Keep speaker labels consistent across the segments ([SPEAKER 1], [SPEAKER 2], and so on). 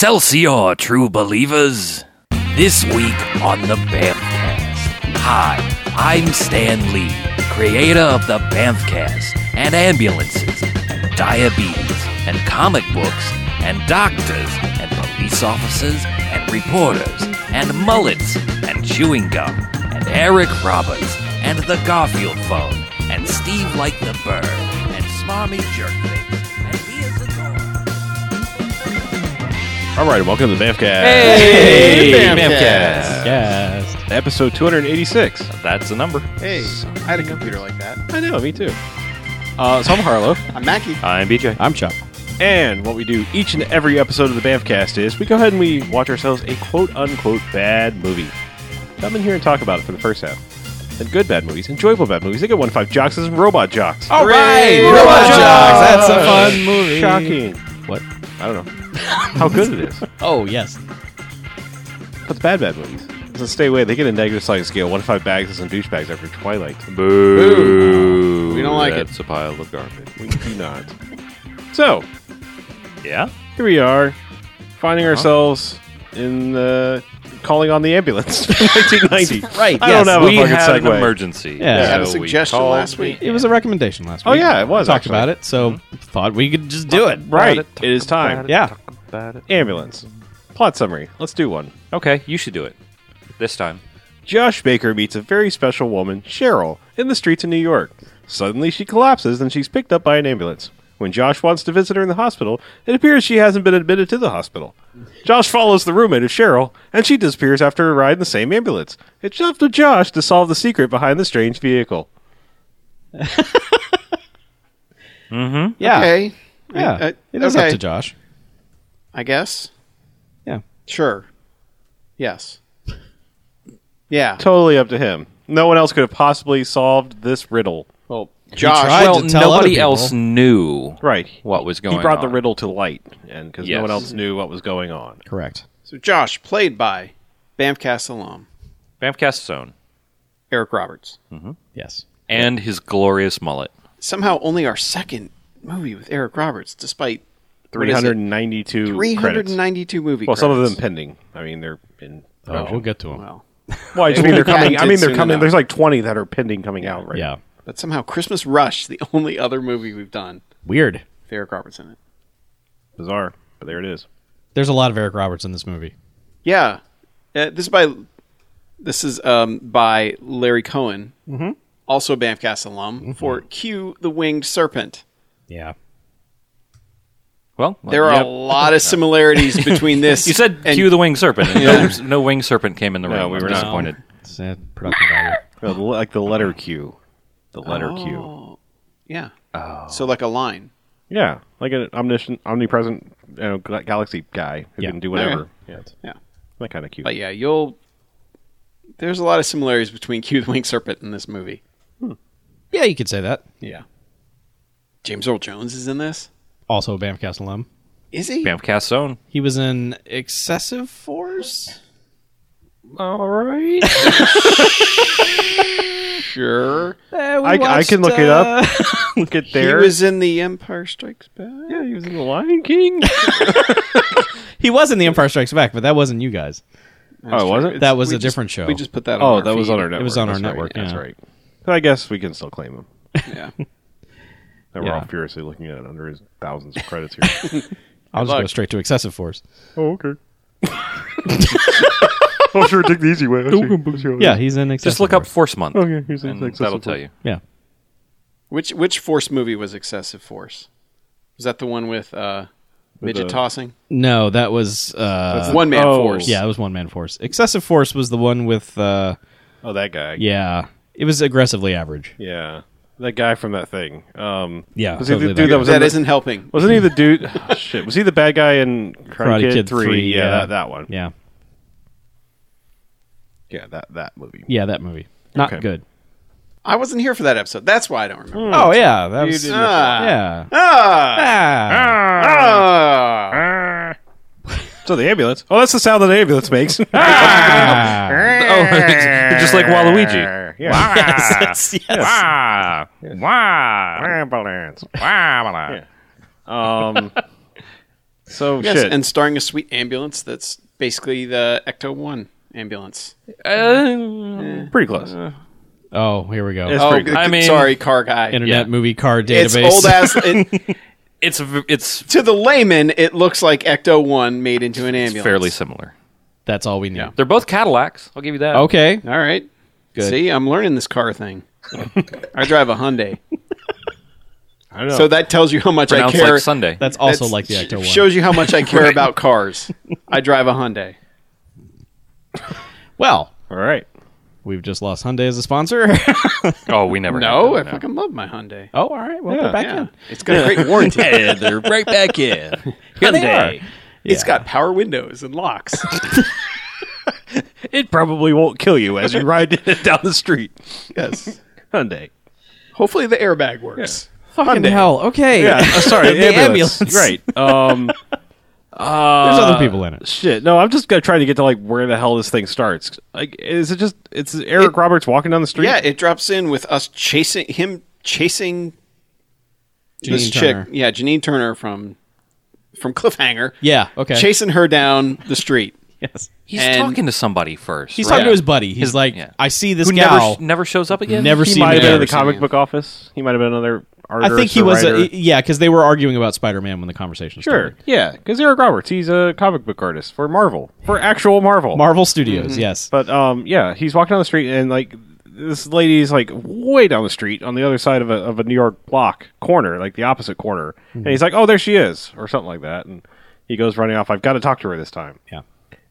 [SPEAKER 1] Excelsior, true believers! This week on the Bamfcast. Hi, I'm Stan Lee, creator of the Bamfcast, and ambulances, and diabetes, and comic books, and doctors, and police officers, and reporters, and mullets, and chewing gum, and Eric Roberts, and the Garfield phone, and Steve Like the Bird, and Smarmy Jerkface, and he is the door.
[SPEAKER 2] All right, welcome to the Bamfcast.
[SPEAKER 3] Hey,
[SPEAKER 2] Bamfcast.
[SPEAKER 3] Yes.
[SPEAKER 2] Episode 286.
[SPEAKER 1] That's a number.
[SPEAKER 4] Hey, I had a computer like that.
[SPEAKER 2] I know, me too. Uh, so I'm Harlow,
[SPEAKER 4] I'm Mackie.
[SPEAKER 1] I'm BJ.
[SPEAKER 3] I'm Chuck.
[SPEAKER 2] and what we do each and every episode of the Bamfcast is we go ahead and we watch ourselves a quote unquote bad movie. Come in here and talk about it for the first half. Then good bad movies, enjoyable bad movies. They get one to five jocks and robot jocks.
[SPEAKER 3] All right, Oh, Robot, Jocks. That's a fun movie.
[SPEAKER 2] Shocking.
[SPEAKER 3] What?
[SPEAKER 2] I don't know how good it is.
[SPEAKER 3] Oh yes.
[SPEAKER 2] But the bad bad movies. So stay away. They get a negative sliding scale. One to five bags and douchebags after Twilight.
[SPEAKER 4] Boo. We don't like it.
[SPEAKER 1] It's a pile of garbage.
[SPEAKER 2] We do not. So
[SPEAKER 1] Yeah? Uh-huh.
[SPEAKER 2] here we are, finding ourselves in the calling on the ambulance, 1990.
[SPEAKER 3] Right.
[SPEAKER 2] I
[SPEAKER 3] yes.
[SPEAKER 2] don't have a
[SPEAKER 1] we
[SPEAKER 2] fucking
[SPEAKER 1] had an
[SPEAKER 2] segue.
[SPEAKER 1] emergency.
[SPEAKER 3] Yeah.
[SPEAKER 4] I
[SPEAKER 3] Yeah,
[SPEAKER 4] had a
[SPEAKER 1] so we
[SPEAKER 4] suggestion
[SPEAKER 1] called-
[SPEAKER 4] last week.
[SPEAKER 3] It was a recommendation last
[SPEAKER 2] Oh
[SPEAKER 3] week.
[SPEAKER 2] yeah, it was
[SPEAKER 3] talked
[SPEAKER 2] actually. Mm-hmm.
[SPEAKER 3] about it, so thought we could just do it.
[SPEAKER 2] Right.
[SPEAKER 1] About
[SPEAKER 2] it is time.
[SPEAKER 1] about it,
[SPEAKER 3] Yeah.
[SPEAKER 1] talk about it.
[SPEAKER 2] Ambulance plot summary. Let's do one.
[SPEAKER 1] Okay, you should do it. This time.
[SPEAKER 2] Josh Baker meets a very special woman, Cheryl, in the streets of New York. Suddenly, she collapses and she's picked up by an ambulance. When Josh wants to visit her in the hospital, it appears she hasn't been admitted to the hospital. Josh follows the roommate of Cheryl, and she disappears after a ride in the same ambulance. It's up to Josh to solve the secret behind the strange vehicle.
[SPEAKER 3] Yeah.
[SPEAKER 4] Okay.
[SPEAKER 3] Yeah.
[SPEAKER 4] I, I,
[SPEAKER 3] it is
[SPEAKER 4] okay.
[SPEAKER 3] up to Josh.
[SPEAKER 4] I guess.
[SPEAKER 3] Yeah.
[SPEAKER 4] Sure. Yes. Yeah.
[SPEAKER 2] Totally up to him. No one else could have possibly solved this riddle.
[SPEAKER 4] Well,
[SPEAKER 3] tried
[SPEAKER 4] Josh.
[SPEAKER 3] to
[SPEAKER 1] Well,
[SPEAKER 3] tell other
[SPEAKER 1] nobody
[SPEAKER 3] people.
[SPEAKER 1] else knew
[SPEAKER 2] Right.
[SPEAKER 1] what was going on.
[SPEAKER 2] He brought the riddle to light, and because
[SPEAKER 1] Yes.
[SPEAKER 2] no one else knew what was going on.
[SPEAKER 3] Correct.
[SPEAKER 4] So Josh, played by Bamcast alum
[SPEAKER 1] Bamcast Zone
[SPEAKER 4] Eric Roberts.
[SPEAKER 3] Yes.
[SPEAKER 1] and his glorious mullet.
[SPEAKER 4] Somehow, only our second movie with Eric Roberts, despite what is it?
[SPEAKER 2] 392 credits.
[SPEAKER 4] 392 movie.
[SPEAKER 2] Well, some of them
[SPEAKER 4] credits.
[SPEAKER 2] pending. I mean, they're in
[SPEAKER 3] Oh,
[SPEAKER 2] production.
[SPEAKER 3] we'll get to him.
[SPEAKER 4] Well,
[SPEAKER 2] Well, I just mean they're
[SPEAKER 4] They will
[SPEAKER 2] coming.
[SPEAKER 4] patent
[SPEAKER 2] I
[SPEAKER 4] it
[SPEAKER 2] mean they're
[SPEAKER 4] soon
[SPEAKER 2] coming.
[SPEAKER 4] enough.
[SPEAKER 2] There's like twenty that are pending coming out right.
[SPEAKER 3] Yeah.
[SPEAKER 4] but somehow, Christmas Rush, the only other movie we've done
[SPEAKER 3] Weird.
[SPEAKER 4] with Eric Roberts in it.
[SPEAKER 2] now. bizarre, but there it is.
[SPEAKER 3] There's a lot of Eric Roberts in this movie.
[SPEAKER 4] Yeah, uh, this is by this is um, by Larry Cohen, mm-hmm. also a Banffcast alum
[SPEAKER 2] Mm-hmm.
[SPEAKER 4] for Q the Winged Serpent.
[SPEAKER 3] Yeah.
[SPEAKER 1] Well,
[SPEAKER 4] There are
[SPEAKER 1] yep.
[SPEAKER 4] a lot of similarities between this.
[SPEAKER 1] You said
[SPEAKER 4] and-
[SPEAKER 1] cue the winged serpent. and no, no winged serpent came in the room.
[SPEAKER 2] we
[SPEAKER 1] I'm
[SPEAKER 2] were not.
[SPEAKER 1] disappointed.
[SPEAKER 3] It's a production value.
[SPEAKER 2] Uh, the- Like the letter Q, the letter Q.
[SPEAKER 4] Oh, yeah.
[SPEAKER 2] Oh.
[SPEAKER 4] So like a line.
[SPEAKER 2] Yeah, like an omniscient, omnipresent, you know, ga- galaxy guy who
[SPEAKER 3] Yeah.
[SPEAKER 2] can do whatever.
[SPEAKER 4] Okay.
[SPEAKER 2] Yeah, it's
[SPEAKER 4] Yeah,
[SPEAKER 2] that kind of Q.
[SPEAKER 4] but yeah, you'll. There's a lot of similarities between Q the Winged Serpent and this movie.
[SPEAKER 3] Yeah, you could say that.
[SPEAKER 4] Yeah. James Earl Jones is in this.
[SPEAKER 3] Also a Bamfcast alum.
[SPEAKER 4] Is he?
[SPEAKER 1] Bamcast Zone.
[SPEAKER 3] He was in Excessive Force.
[SPEAKER 2] All right.
[SPEAKER 4] Sure.
[SPEAKER 3] Uh, we
[SPEAKER 2] I, I can
[SPEAKER 3] watched,
[SPEAKER 2] look it
[SPEAKER 3] uh,
[SPEAKER 2] up. look at there.
[SPEAKER 4] He was in The Empire Strikes Back.
[SPEAKER 2] yeah, he was in the Lion King.
[SPEAKER 3] He was in The Empire Strikes Back, but that wasn't you guys.
[SPEAKER 2] oh, was it?
[SPEAKER 3] That was
[SPEAKER 4] we
[SPEAKER 3] a
[SPEAKER 4] just-
[SPEAKER 3] different show.
[SPEAKER 4] We just put that. on
[SPEAKER 2] oh, that was
[SPEAKER 4] feed.
[SPEAKER 2] on our network.
[SPEAKER 3] was on our
[SPEAKER 2] That's right.
[SPEAKER 3] network,
[SPEAKER 2] That's
[SPEAKER 3] yeah.
[SPEAKER 2] right. But I guess we can still claim him.
[SPEAKER 4] Yeah.
[SPEAKER 2] And we're
[SPEAKER 3] Yeah.
[SPEAKER 2] all furiously looking at it under his thousands of credits here.
[SPEAKER 3] I'll just
[SPEAKER 4] luck.
[SPEAKER 3] go straight to excessive force.
[SPEAKER 2] Oh, okay. I'll sure take the easy way.
[SPEAKER 3] Yeah, he's in excessive.
[SPEAKER 1] Just look up
[SPEAKER 3] force.
[SPEAKER 1] Force Month.
[SPEAKER 2] Okay, here's the
[SPEAKER 1] and
[SPEAKER 2] next
[SPEAKER 1] that'll
[SPEAKER 2] accessible.
[SPEAKER 1] tell you.
[SPEAKER 3] Yeah,
[SPEAKER 4] Which which force movie was excessive force? Was that the one with uh, midget
[SPEAKER 2] the-
[SPEAKER 4] tossing?
[SPEAKER 3] no, that was uh,
[SPEAKER 4] one man
[SPEAKER 2] oh,
[SPEAKER 4] force.
[SPEAKER 3] yeah, it was one man force. Excessive force was the one with uh,
[SPEAKER 2] Oh, that guy.
[SPEAKER 3] yeah, it was aggressively average.
[SPEAKER 2] Yeah. That guy from that thing. Um,
[SPEAKER 3] Yeah,
[SPEAKER 2] Was he
[SPEAKER 3] totally
[SPEAKER 2] the dude
[SPEAKER 3] that
[SPEAKER 2] that was
[SPEAKER 4] that
[SPEAKER 2] in the-
[SPEAKER 4] isn't helping.
[SPEAKER 2] Wasn't he the dude? oh, shit. Was he the bad guy in Karate, Kid, 3? Yeah, That, that one.
[SPEAKER 3] Yeah,
[SPEAKER 2] Yeah, that, that movie.
[SPEAKER 3] yeah, that movie. Not
[SPEAKER 2] Okay.
[SPEAKER 3] good.
[SPEAKER 4] I wasn't here for that episode. That's why I don't remember.
[SPEAKER 3] Oh yeah, that was
[SPEAKER 2] didn't-
[SPEAKER 4] Ah,
[SPEAKER 3] yeah.
[SPEAKER 4] ah,
[SPEAKER 3] Ah.
[SPEAKER 4] ah.
[SPEAKER 2] So the ambulance. Oh, that's the sound that the ambulance makes.
[SPEAKER 3] Ah.
[SPEAKER 1] Oh, it's just like Waluigi.
[SPEAKER 2] yeah.
[SPEAKER 3] Yes, yes.
[SPEAKER 5] Wow. Wow.
[SPEAKER 2] Ambulance.
[SPEAKER 5] Wow.
[SPEAKER 2] Um, So
[SPEAKER 4] Yes,
[SPEAKER 2] shit.
[SPEAKER 4] and starring a sweet ambulance that's basically the Ecto One ambulance.
[SPEAKER 2] pretty close.
[SPEAKER 3] Oh, here we go.
[SPEAKER 2] It's
[SPEAKER 4] oh,
[SPEAKER 2] pretty
[SPEAKER 4] g-
[SPEAKER 2] good.
[SPEAKER 4] g-
[SPEAKER 1] I mean-
[SPEAKER 4] sorry, car guy.
[SPEAKER 3] Internet
[SPEAKER 1] yeah.
[SPEAKER 3] Movie Card Database.
[SPEAKER 4] It's old ass. it-
[SPEAKER 1] It's v- it's
[SPEAKER 4] to the layman, it looks like Ecto One made into an ambulance.
[SPEAKER 1] fairly similar.
[SPEAKER 3] That's all we need.
[SPEAKER 4] Yeah.
[SPEAKER 1] They're both Cadillacs. I'll give you that.
[SPEAKER 3] Okay.
[SPEAKER 4] All right.
[SPEAKER 3] Good.
[SPEAKER 4] See, I'm learning this car thing. I drive a Hyundai,
[SPEAKER 2] I don't know.
[SPEAKER 4] so that tells you how much I
[SPEAKER 1] Pronounced
[SPEAKER 4] care.
[SPEAKER 1] like Sunday.
[SPEAKER 3] That's also
[SPEAKER 4] That's-
[SPEAKER 3] like the Ecto one.
[SPEAKER 4] Shows you how much I care about cars. I drive a Hyundai.
[SPEAKER 3] well,
[SPEAKER 2] All right.
[SPEAKER 3] we've just lost Hyundai as a sponsor.
[SPEAKER 1] oh, we never.
[SPEAKER 4] No, I
[SPEAKER 1] had that,
[SPEAKER 4] fucking love my Hyundai.
[SPEAKER 3] oh, all right. Well,
[SPEAKER 2] Yeah.
[SPEAKER 3] they're back
[SPEAKER 4] Yeah,
[SPEAKER 3] in.
[SPEAKER 4] it's got a great warranty.
[SPEAKER 1] And they're right back in.
[SPEAKER 3] Here they are.
[SPEAKER 4] It's got power windows and locks.
[SPEAKER 2] It probably won't kill you as you ride it down the street.
[SPEAKER 4] yes.
[SPEAKER 2] Hyundai.
[SPEAKER 4] Hopefully the airbag works.
[SPEAKER 3] Fucking hell. Okay.
[SPEAKER 2] Yeah, uh, sorry,
[SPEAKER 3] The
[SPEAKER 2] ambulance.
[SPEAKER 3] ambulance.
[SPEAKER 2] Right. Um,
[SPEAKER 3] There's other people in it.
[SPEAKER 2] shit. No, I'm just gonna- trying to get to like where the hell this thing starts. Like, is it just it's Eric
[SPEAKER 4] It-
[SPEAKER 2] Roberts walking down the street?
[SPEAKER 4] Yeah, it drops in with us chasing him chasing this
[SPEAKER 3] Janine Turner.
[SPEAKER 4] chick. Yeah, Janine Turner from from Cliffhanger.
[SPEAKER 3] Yeah. Okay.
[SPEAKER 4] Chasing her down the street.
[SPEAKER 3] Yes.
[SPEAKER 1] He's
[SPEAKER 4] And-
[SPEAKER 1] talking to somebody first.
[SPEAKER 3] He's
[SPEAKER 1] right?
[SPEAKER 3] talking to his buddy. He's
[SPEAKER 1] His-
[SPEAKER 3] like,
[SPEAKER 1] yeah.
[SPEAKER 3] I see this
[SPEAKER 1] who
[SPEAKER 3] gal.
[SPEAKER 1] never never shows up again.
[SPEAKER 3] Never
[SPEAKER 2] he
[SPEAKER 3] seen
[SPEAKER 2] might have
[SPEAKER 3] him
[SPEAKER 2] been in the
[SPEAKER 3] ever.
[SPEAKER 4] seen
[SPEAKER 2] comic
[SPEAKER 4] him.
[SPEAKER 2] book office. He might have been another
[SPEAKER 3] I
[SPEAKER 2] artist.
[SPEAKER 3] think he
[SPEAKER 2] or
[SPEAKER 3] was,
[SPEAKER 2] writer.
[SPEAKER 3] a, yeah, because they were arguing about Spider Man when the conversation
[SPEAKER 2] sure.
[SPEAKER 3] started.
[SPEAKER 2] Yeah, because Eric Roberts, he's a comic book artist for Marvel, for actual Marvel.
[SPEAKER 3] Marvel Studios,
[SPEAKER 1] Mm-hmm.
[SPEAKER 3] yes.
[SPEAKER 2] But um, yeah, he's walking down the street and like this lady's like way down the street on the other side of a of a New York block corner, like the opposite corner,
[SPEAKER 3] Mm-hmm.
[SPEAKER 2] and he's like, "Oh, there she is," or something like that, and he goes running off. I've got to talk to her this time,
[SPEAKER 3] yeah.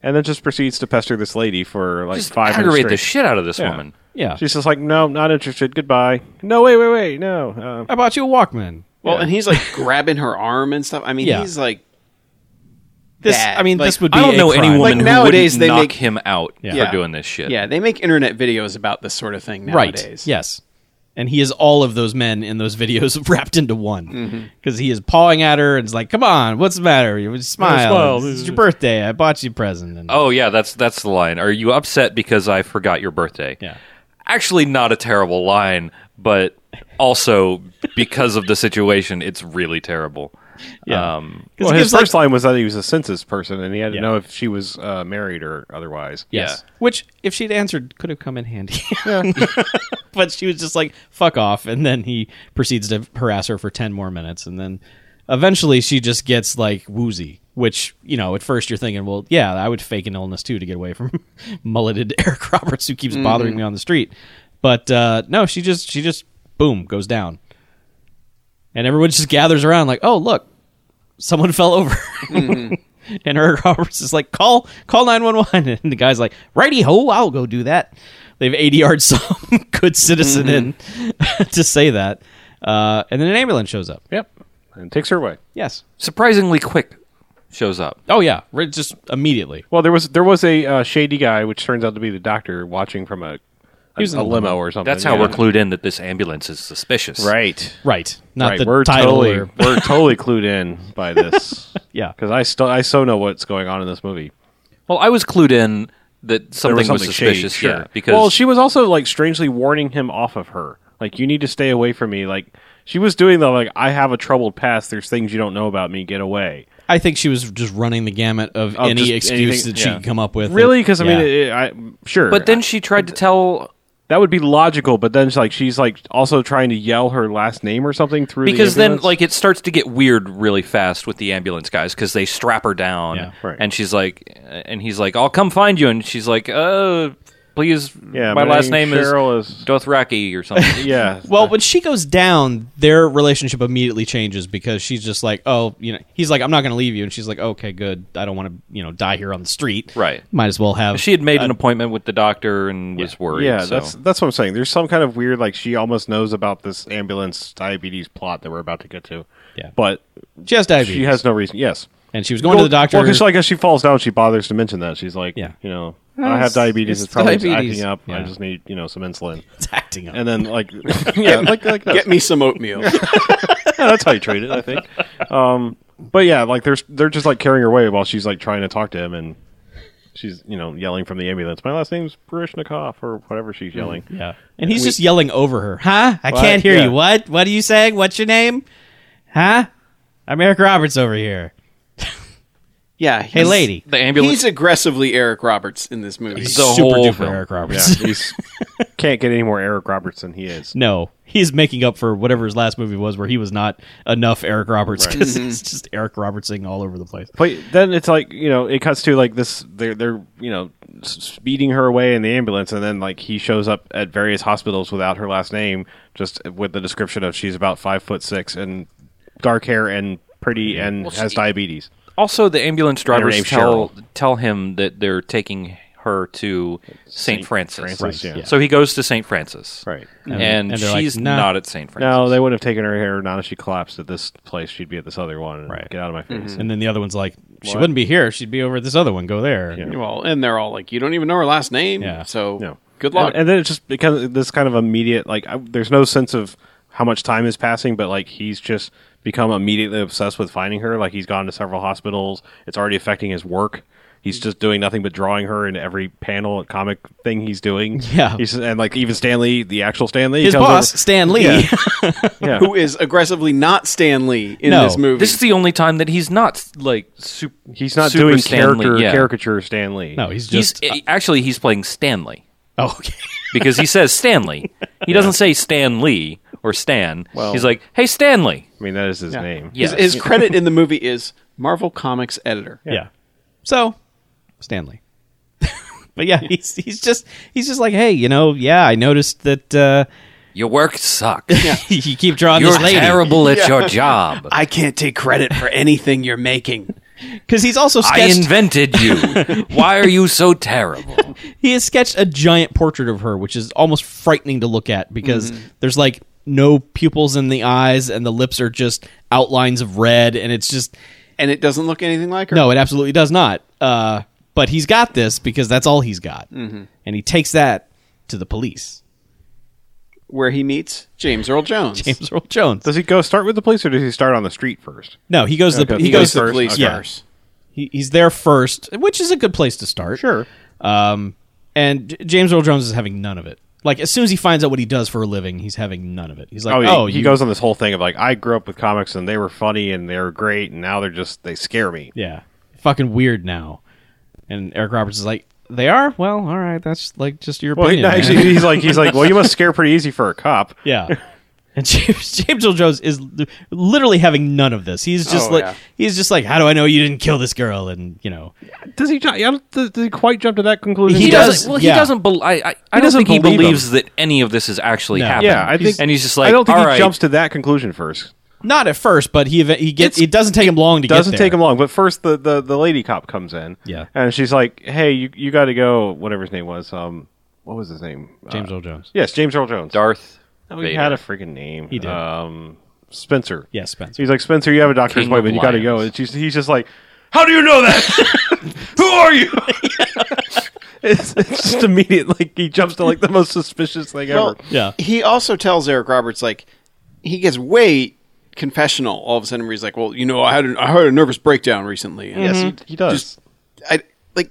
[SPEAKER 2] and then just proceeds to pester this lady for like
[SPEAKER 1] Just
[SPEAKER 2] five minutes.
[SPEAKER 1] aggravated the
[SPEAKER 2] straight.
[SPEAKER 1] shit out of this
[SPEAKER 2] Yeah.
[SPEAKER 1] woman.
[SPEAKER 3] Yeah.
[SPEAKER 2] She's just like, "No, not interested. Goodbye." No, wait, wait, wait, no. Uh,
[SPEAKER 3] I bought you a Walkman.
[SPEAKER 4] Well, and he's like grabbing her arm and stuff. I mean,
[SPEAKER 3] Yeah.
[SPEAKER 4] he's like
[SPEAKER 3] This,
[SPEAKER 4] Bad.
[SPEAKER 3] I mean,
[SPEAKER 4] Like,
[SPEAKER 3] this would be
[SPEAKER 1] I don't
[SPEAKER 3] a
[SPEAKER 1] know
[SPEAKER 3] crime.
[SPEAKER 1] any woman
[SPEAKER 4] Like,
[SPEAKER 1] who
[SPEAKER 4] nowadays
[SPEAKER 1] wouldn't
[SPEAKER 4] they
[SPEAKER 1] knock
[SPEAKER 4] make-
[SPEAKER 1] him out
[SPEAKER 4] Yeah.
[SPEAKER 1] for doing this shit.
[SPEAKER 4] Yeah, they make internet videos about this sort of thing
[SPEAKER 3] right?
[SPEAKER 4] nowadays.
[SPEAKER 3] Yes, and he is all of those men in those videos wrapped into
[SPEAKER 1] Mm-hmm.
[SPEAKER 3] one because he is pawing at her and is like, "Come on, what's the matter? You smile.
[SPEAKER 2] smile.
[SPEAKER 3] It's your birthday. I bought you a present." And,
[SPEAKER 1] Oh yeah, that's that's the line. Are you upset because I forgot your birthday?
[SPEAKER 3] yeah,
[SPEAKER 1] Actually, not a terrible line, but also because of the situation, it's really terrible.
[SPEAKER 3] yeah.
[SPEAKER 1] Um,
[SPEAKER 3] 'Cause
[SPEAKER 2] well,
[SPEAKER 3] he
[SPEAKER 2] his
[SPEAKER 3] gives, like-
[SPEAKER 2] first line was that he was a census person, and he had to
[SPEAKER 3] Yeah.
[SPEAKER 2] know if she was uh, married or otherwise.
[SPEAKER 3] yes, which if she'd answered could have come in handy, but she was just like, "Fuck off," and then he proceeds to harass her for ten more minutes, and then eventually she just gets like woozy. Which you know, at first you're thinking, well, yeah, I would fake an illness too to get away from mulleted Eric Roberts who keeps bothering me on the street. But uh, no, she just she just boom goes down, and everyone just gathers around like, oh look, someone fell over. and Eric Roberts is like, call call nine one one, and the guy's like, righty ho, I'll go do that. They've eighty yards some good citizen
[SPEAKER 2] Mm-hmm.
[SPEAKER 3] in to say that, uh, and then an ambulance shows up.
[SPEAKER 2] Yep. And takes her away.
[SPEAKER 3] Yes.
[SPEAKER 1] surprisingly quick shows up.
[SPEAKER 3] Oh yeah, right, just immediately.
[SPEAKER 2] Well, there was there was a uh, shady guy, which turns out to be the doctor, watching from a a,
[SPEAKER 3] was in
[SPEAKER 2] a
[SPEAKER 3] the
[SPEAKER 2] limo or something.
[SPEAKER 1] That's how
[SPEAKER 2] yeah.
[SPEAKER 1] we're clued in that this ambulance is suspicious.
[SPEAKER 2] right.
[SPEAKER 3] Right. Not
[SPEAKER 2] right.
[SPEAKER 3] the
[SPEAKER 2] we're
[SPEAKER 3] title.
[SPEAKER 2] totally
[SPEAKER 3] or-
[SPEAKER 2] we're totally clued in by this
[SPEAKER 3] yeah.
[SPEAKER 2] because I still I so know what's going on in this movie.
[SPEAKER 1] Well, I was clued in that
[SPEAKER 2] There
[SPEAKER 1] something was,
[SPEAKER 2] shady,
[SPEAKER 1] suspicious.
[SPEAKER 2] sure.
[SPEAKER 1] Yeah, because
[SPEAKER 2] well, she was also like strangely warning him off of her. Like you need to stay away from me. Like she was doing the like I have a troubled past. There's things you don't know about me. Get away.
[SPEAKER 3] I think she was just running the gamut of
[SPEAKER 2] Of
[SPEAKER 3] any
[SPEAKER 2] just
[SPEAKER 3] excuse
[SPEAKER 2] anything-
[SPEAKER 3] that she
[SPEAKER 2] yeah.
[SPEAKER 3] could come up with.
[SPEAKER 2] Really? Because I mean,
[SPEAKER 3] Yeah.
[SPEAKER 2] it, I sure.
[SPEAKER 1] but then she tried to tell
[SPEAKER 2] that would be logical. But then like she's like also trying to yell her last name or something through the
[SPEAKER 1] because then
[SPEAKER 2] ambulance.
[SPEAKER 1] like it starts to get weird really fast with the ambulance guys because they strap her down
[SPEAKER 3] Yeah,
[SPEAKER 2] right.
[SPEAKER 1] and she's like and he's like i'll come find you and she's like uh please
[SPEAKER 2] Yeah,
[SPEAKER 1] my,
[SPEAKER 2] my
[SPEAKER 1] last
[SPEAKER 2] name
[SPEAKER 1] name
[SPEAKER 2] Cheryl
[SPEAKER 1] is,
[SPEAKER 2] is-
[SPEAKER 1] dothraki or something
[SPEAKER 2] yeah.
[SPEAKER 3] Well, when she goes down, their relationship immediately changes because she's just like, "Oh, you know," he's like, "I'm not going to leave you," and she's like, "Okay, good. I don't want to, you know, die here on the street.
[SPEAKER 1] Right.
[SPEAKER 3] Might as well have."
[SPEAKER 1] she had made an appointment with the doctor and was worried
[SPEAKER 2] Uh, Yeah,
[SPEAKER 1] so.
[SPEAKER 2] that's that's what I'm saying. There's some kind of weird, like she almost knows about this ambulance diabetes plot that we're about to get to.
[SPEAKER 3] Yeah.
[SPEAKER 2] but
[SPEAKER 3] she has diabetes,
[SPEAKER 2] she has no reason. Yes,
[SPEAKER 3] and she was going to the doctor.
[SPEAKER 2] Well, because like as she falls down, she bothers to mention that she's like,
[SPEAKER 3] Yeah.
[SPEAKER 2] you know, I have diabetes.
[SPEAKER 3] it's
[SPEAKER 2] It's, probably
[SPEAKER 3] diabetes.
[SPEAKER 2] acting up. I
[SPEAKER 3] Yeah.
[SPEAKER 2] just need you know some insulin.
[SPEAKER 3] it's acting up.
[SPEAKER 2] And then like, yeah, like, like that.
[SPEAKER 4] Get me some oatmeal.
[SPEAKER 2] Yeah, that's how you treat it, I think. Um, but yeah, like there's they're just like carrying her away while she's like trying to talk to him and. She's, you know, yelling from the ambulance. My last name's Parishnikov or whatever she's yelling.
[SPEAKER 3] yeah, and he's just yelling over her. Huh? I can't hear
[SPEAKER 2] Yeah.
[SPEAKER 3] you. What? What are you saying? What's your name? Huh? I'm Eric Roberts over here.
[SPEAKER 4] Yeah.
[SPEAKER 3] Hey,
[SPEAKER 4] he's-
[SPEAKER 3] lady.
[SPEAKER 1] The ambulance.
[SPEAKER 4] He's aggressively Eric Roberts in this movie.
[SPEAKER 1] the
[SPEAKER 3] super
[SPEAKER 1] whole
[SPEAKER 3] duper
[SPEAKER 1] film.
[SPEAKER 3] Eric
[SPEAKER 2] Yeah,
[SPEAKER 3] Roberts.
[SPEAKER 2] he's can't get any more Eric Roberts than he is.
[SPEAKER 3] No, he's making up for whatever his last movie was, where he was not enough Eric Roberts because it's just Eric Robertsing all over the place.
[SPEAKER 2] But then it's like you know, it cuts to like this. They're they're you know s- speeding her away in the ambulance, and then like he shows up at various hospitals without her last name, just with the description of she's about five foot six and dark hair and pretty and has
[SPEAKER 1] she-
[SPEAKER 2] diabetes.
[SPEAKER 1] Also, the ambulance drivers
[SPEAKER 2] name's
[SPEAKER 1] tell tell him that they're taking her to St. Francis.
[SPEAKER 2] Francis, Right, yeah.
[SPEAKER 1] So he goes to St. Francis.
[SPEAKER 2] Right.
[SPEAKER 1] And,
[SPEAKER 3] and they're like,
[SPEAKER 1] she's
[SPEAKER 3] "Nah."
[SPEAKER 1] not at St. Francis.
[SPEAKER 2] No, they wouldn't have taken her here. Not if she collapsed at this place. She'd be at this other one. And
[SPEAKER 3] Right.
[SPEAKER 2] Get out of my face.
[SPEAKER 3] And then the other one's like, she wouldn't be here. She'd be over at this other one. Go there.
[SPEAKER 4] well, and they're all like, you don't even know her last name.
[SPEAKER 3] Yeah.
[SPEAKER 4] So
[SPEAKER 2] No.
[SPEAKER 4] good luck.
[SPEAKER 2] And, and then it just becomes this kind of immediate, like, I, there's no sense of how much time is passing, but like he's just become immediately obsessed with finding her. Like he's gone to several hospitals. It's already affecting his work. He's just doing nothing but drawing her in every panel and comic thing he's doing.
[SPEAKER 3] Yeah.
[SPEAKER 2] He's, and like even Stanley, the actual Stanley,
[SPEAKER 3] His boss, Stan Lee.
[SPEAKER 2] Yeah. yeah.
[SPEAKER 4] Who is aggressively not Stan Lee in
[SPEAKER 3] No.
[SPEAKER 4] this movie.
[SPEAKER 1] This is the only time that he's not like super.
[SPEAKER 2] He's not
[SPEAKER 1] super
[SPEAKER 2] doing
[SPEAKER 1] Stanley.
[SPEAKER 2] character
[SPEAKER 1] yeah.
[SPEAKER 2] caricature Stanley.
[SPEAKER 3] no, he's
[SPEAKER 1] He's
[SPEAKER 3] just.
[SPEAKER 1] actually he's playing Stanley
[SPEAKER 3] oh, okay.
[SPEAKER 1] because he says Stanley. He doesn't say Stan Lee or Stan.
[SPEAKER 2] Well-
[SPEAKER 1] he's like, hey Stanley.
[SPEAKER 2] I mean that is his name.
[SPEAKER 1] Yes.
[SPEAKER 4] His, his credit in the movie is Marvel Comics editor.
[SPEAKER 3] Yeah. So, Stanley. but yeah, he's he's just he's just like, hey, you know, yeah, I noticed that uh,
[SPEAKER 1] Your work sucks.
[SPEAKER 3] you keep drawing
[SPEAKER 1] You're
[SPEAKER 3] this lady
[SPEAKER 1] terrible at your job.
[SPEAKER 4] I can't take credit for anything you're making.
[SPEAKER 3] because he's also
[SPEAKER 1] I
[SPEAKER 3] sketched.
[SPEAKER 1] invented you. Why are you so terrible?
[SPEAKER 3] he has sketched a giant portrait of her, which is almost frightening to look at because there's like no pupils in the eyes and the lips are just outlines of red, and it's just
[SPEAKER 4] And it doesn't look anything like her.
[SPEAKER 3] no, it absolutely does not. Uh, but he's got this because that's all he's got, and he takes that to the police.
[SPEAKER 4] Where he meets James Earl Jones.
[SPEAKER 3] James Earl Jones.
[SPEAKER 2] Does he go start with the police or does he start on the street first?
[SPEAKER 3] No, he goes to the
[SPEAKER 2] Okay,
[SPEAKER 3] he
[SPEAKER 4] He goes
[SPEAKER 3] goes
[SPEAKER 4] to the
[SPEAKER 2] first,
[SPEAKER 4] police
[SPEAKER 2] okay.
[SPEAKER 3] yeah.
[SPEAKER 4] first.
[SPEAKER 3] he, he's there first, which is a good place to start.
[SPEAKER 2] Sure.
[SPEAKER 3] Um, and J- James Earl Jones is having none of it. Like as soon as he finds out what he does for a living, he's having none of it. He's like,
[SPEAKER 2] Oh,
[SPEAKER 3] "Oh,
[SPEAKER 2] he, he
[SPEAKER 3] you,
[SPEAKER 2] goes on this whole thing of like, I grew up with comics and they were funny and they were great, and now they're just they scare me.
[SPEAKER 3] yeah, fucking weird now." And Eric Roberts is like, "They are well, all right. That's like just your
[SPEAKER 2] Well, he,
[SPEAKER 3] opinion."
[SPEAKER 2] no,
[SPEAKER 3] man."
[SPEAKER 2] actually, he's like, he's like, well, you must scare pretty easy for a cop.
[SPEAKER 3] yeah. And James, James Earl Jones is li- literally having none of this. He's just
[SPEAKER 4] Oh,
[SPEAKER 3] like,
[SPEAKER 4] yeah.
[SPEAKER 3] he's just like, "How do I know you didn't kill this girl?" And you know,
[SPEAKER 2] Does he? Not, yeah, does, does he quite jump to that conclusion?
[SPEAKER 1] He,
[SPEAKER 3] He
[SPEAKER 1] doesn't.
[SPEAKER 3] doesn't-
[SPEAKER 1] Well,
[SPEAKER 3] yeah.
[SPEAKER 1] he doesn't. Be- I, I, I don't
[SPEAKER 2] doesn't
[SPEAKER 1] think he
[SPEAKER 2] believe
[SPEAKER 1] believes that any of this is actually
[SPEAKER 3] No.
[SPEAKER 1] happening.
[SPEAKER 2] Yeah, I think,
[SPEAKER 1] and he's just like,
[SPEAKER 2] I don't think
[SPEAKER 1] "All
[SPEAKER 2] he
[SPEAKER 1] right."
[SPEAKER 2] jumps to that conclusion first.
[SPEAKER 3] not at first, but he ev- he gets.
[SPEAKER 1] It's-
[SPEAKER 3] it doesn't take him long to
[SPEAKER 2] Doesn't
[SPEAKER 3] get there.
[SPEAKER 2] take him long, but first the, the the lady cop comes in.
[SPEAKER 3] Yeah.
[SPEAKER 2] and she's like, hey, you you got to go. Whatever his name was. Um, what was his name?
[SPEAKER 3] James
[SPEAKER 2] Uh,
[SPEAKER 3] Earl Jones.
[SPEAKER 2] yes, James Earl Jones.
[SPEAKER 1] Darth.
[SPEAKER 2] No,
[SPEAKER 1] Vader.
[SPEAKER 2] he had a freaking name.
[SPEAKER 3] He did.
[SPEAKER 2] Um, Spencer.
[SPEAKER 3] Yeah, Spencer.
[SPEAKER 2] He's like, Spencer, you have a doctor's
[SPEAKER 1] King of
[SPEAKER 2] appointment. You got to go.
[SPEAKER 1] Lions.
[SPEAKER 2] And she's, he's just like, How do you know that? Who are you? it's, it's just immediate. Like, he jumps to like the most suspicious thing
[SPEAKER 4] Well,
[SPEAKER 2] ever.
[SPEAKER 3] Yeah.
[SPEAKER 4] He also tells Eric Roberts like he gets way confessional all of a sudden. Where he's like, "Well, you know, I had a, I had a nervous breakdown recently." And
[SPEAKER 2] Yes, he, he does.
[SPEAKER 4] Just- I like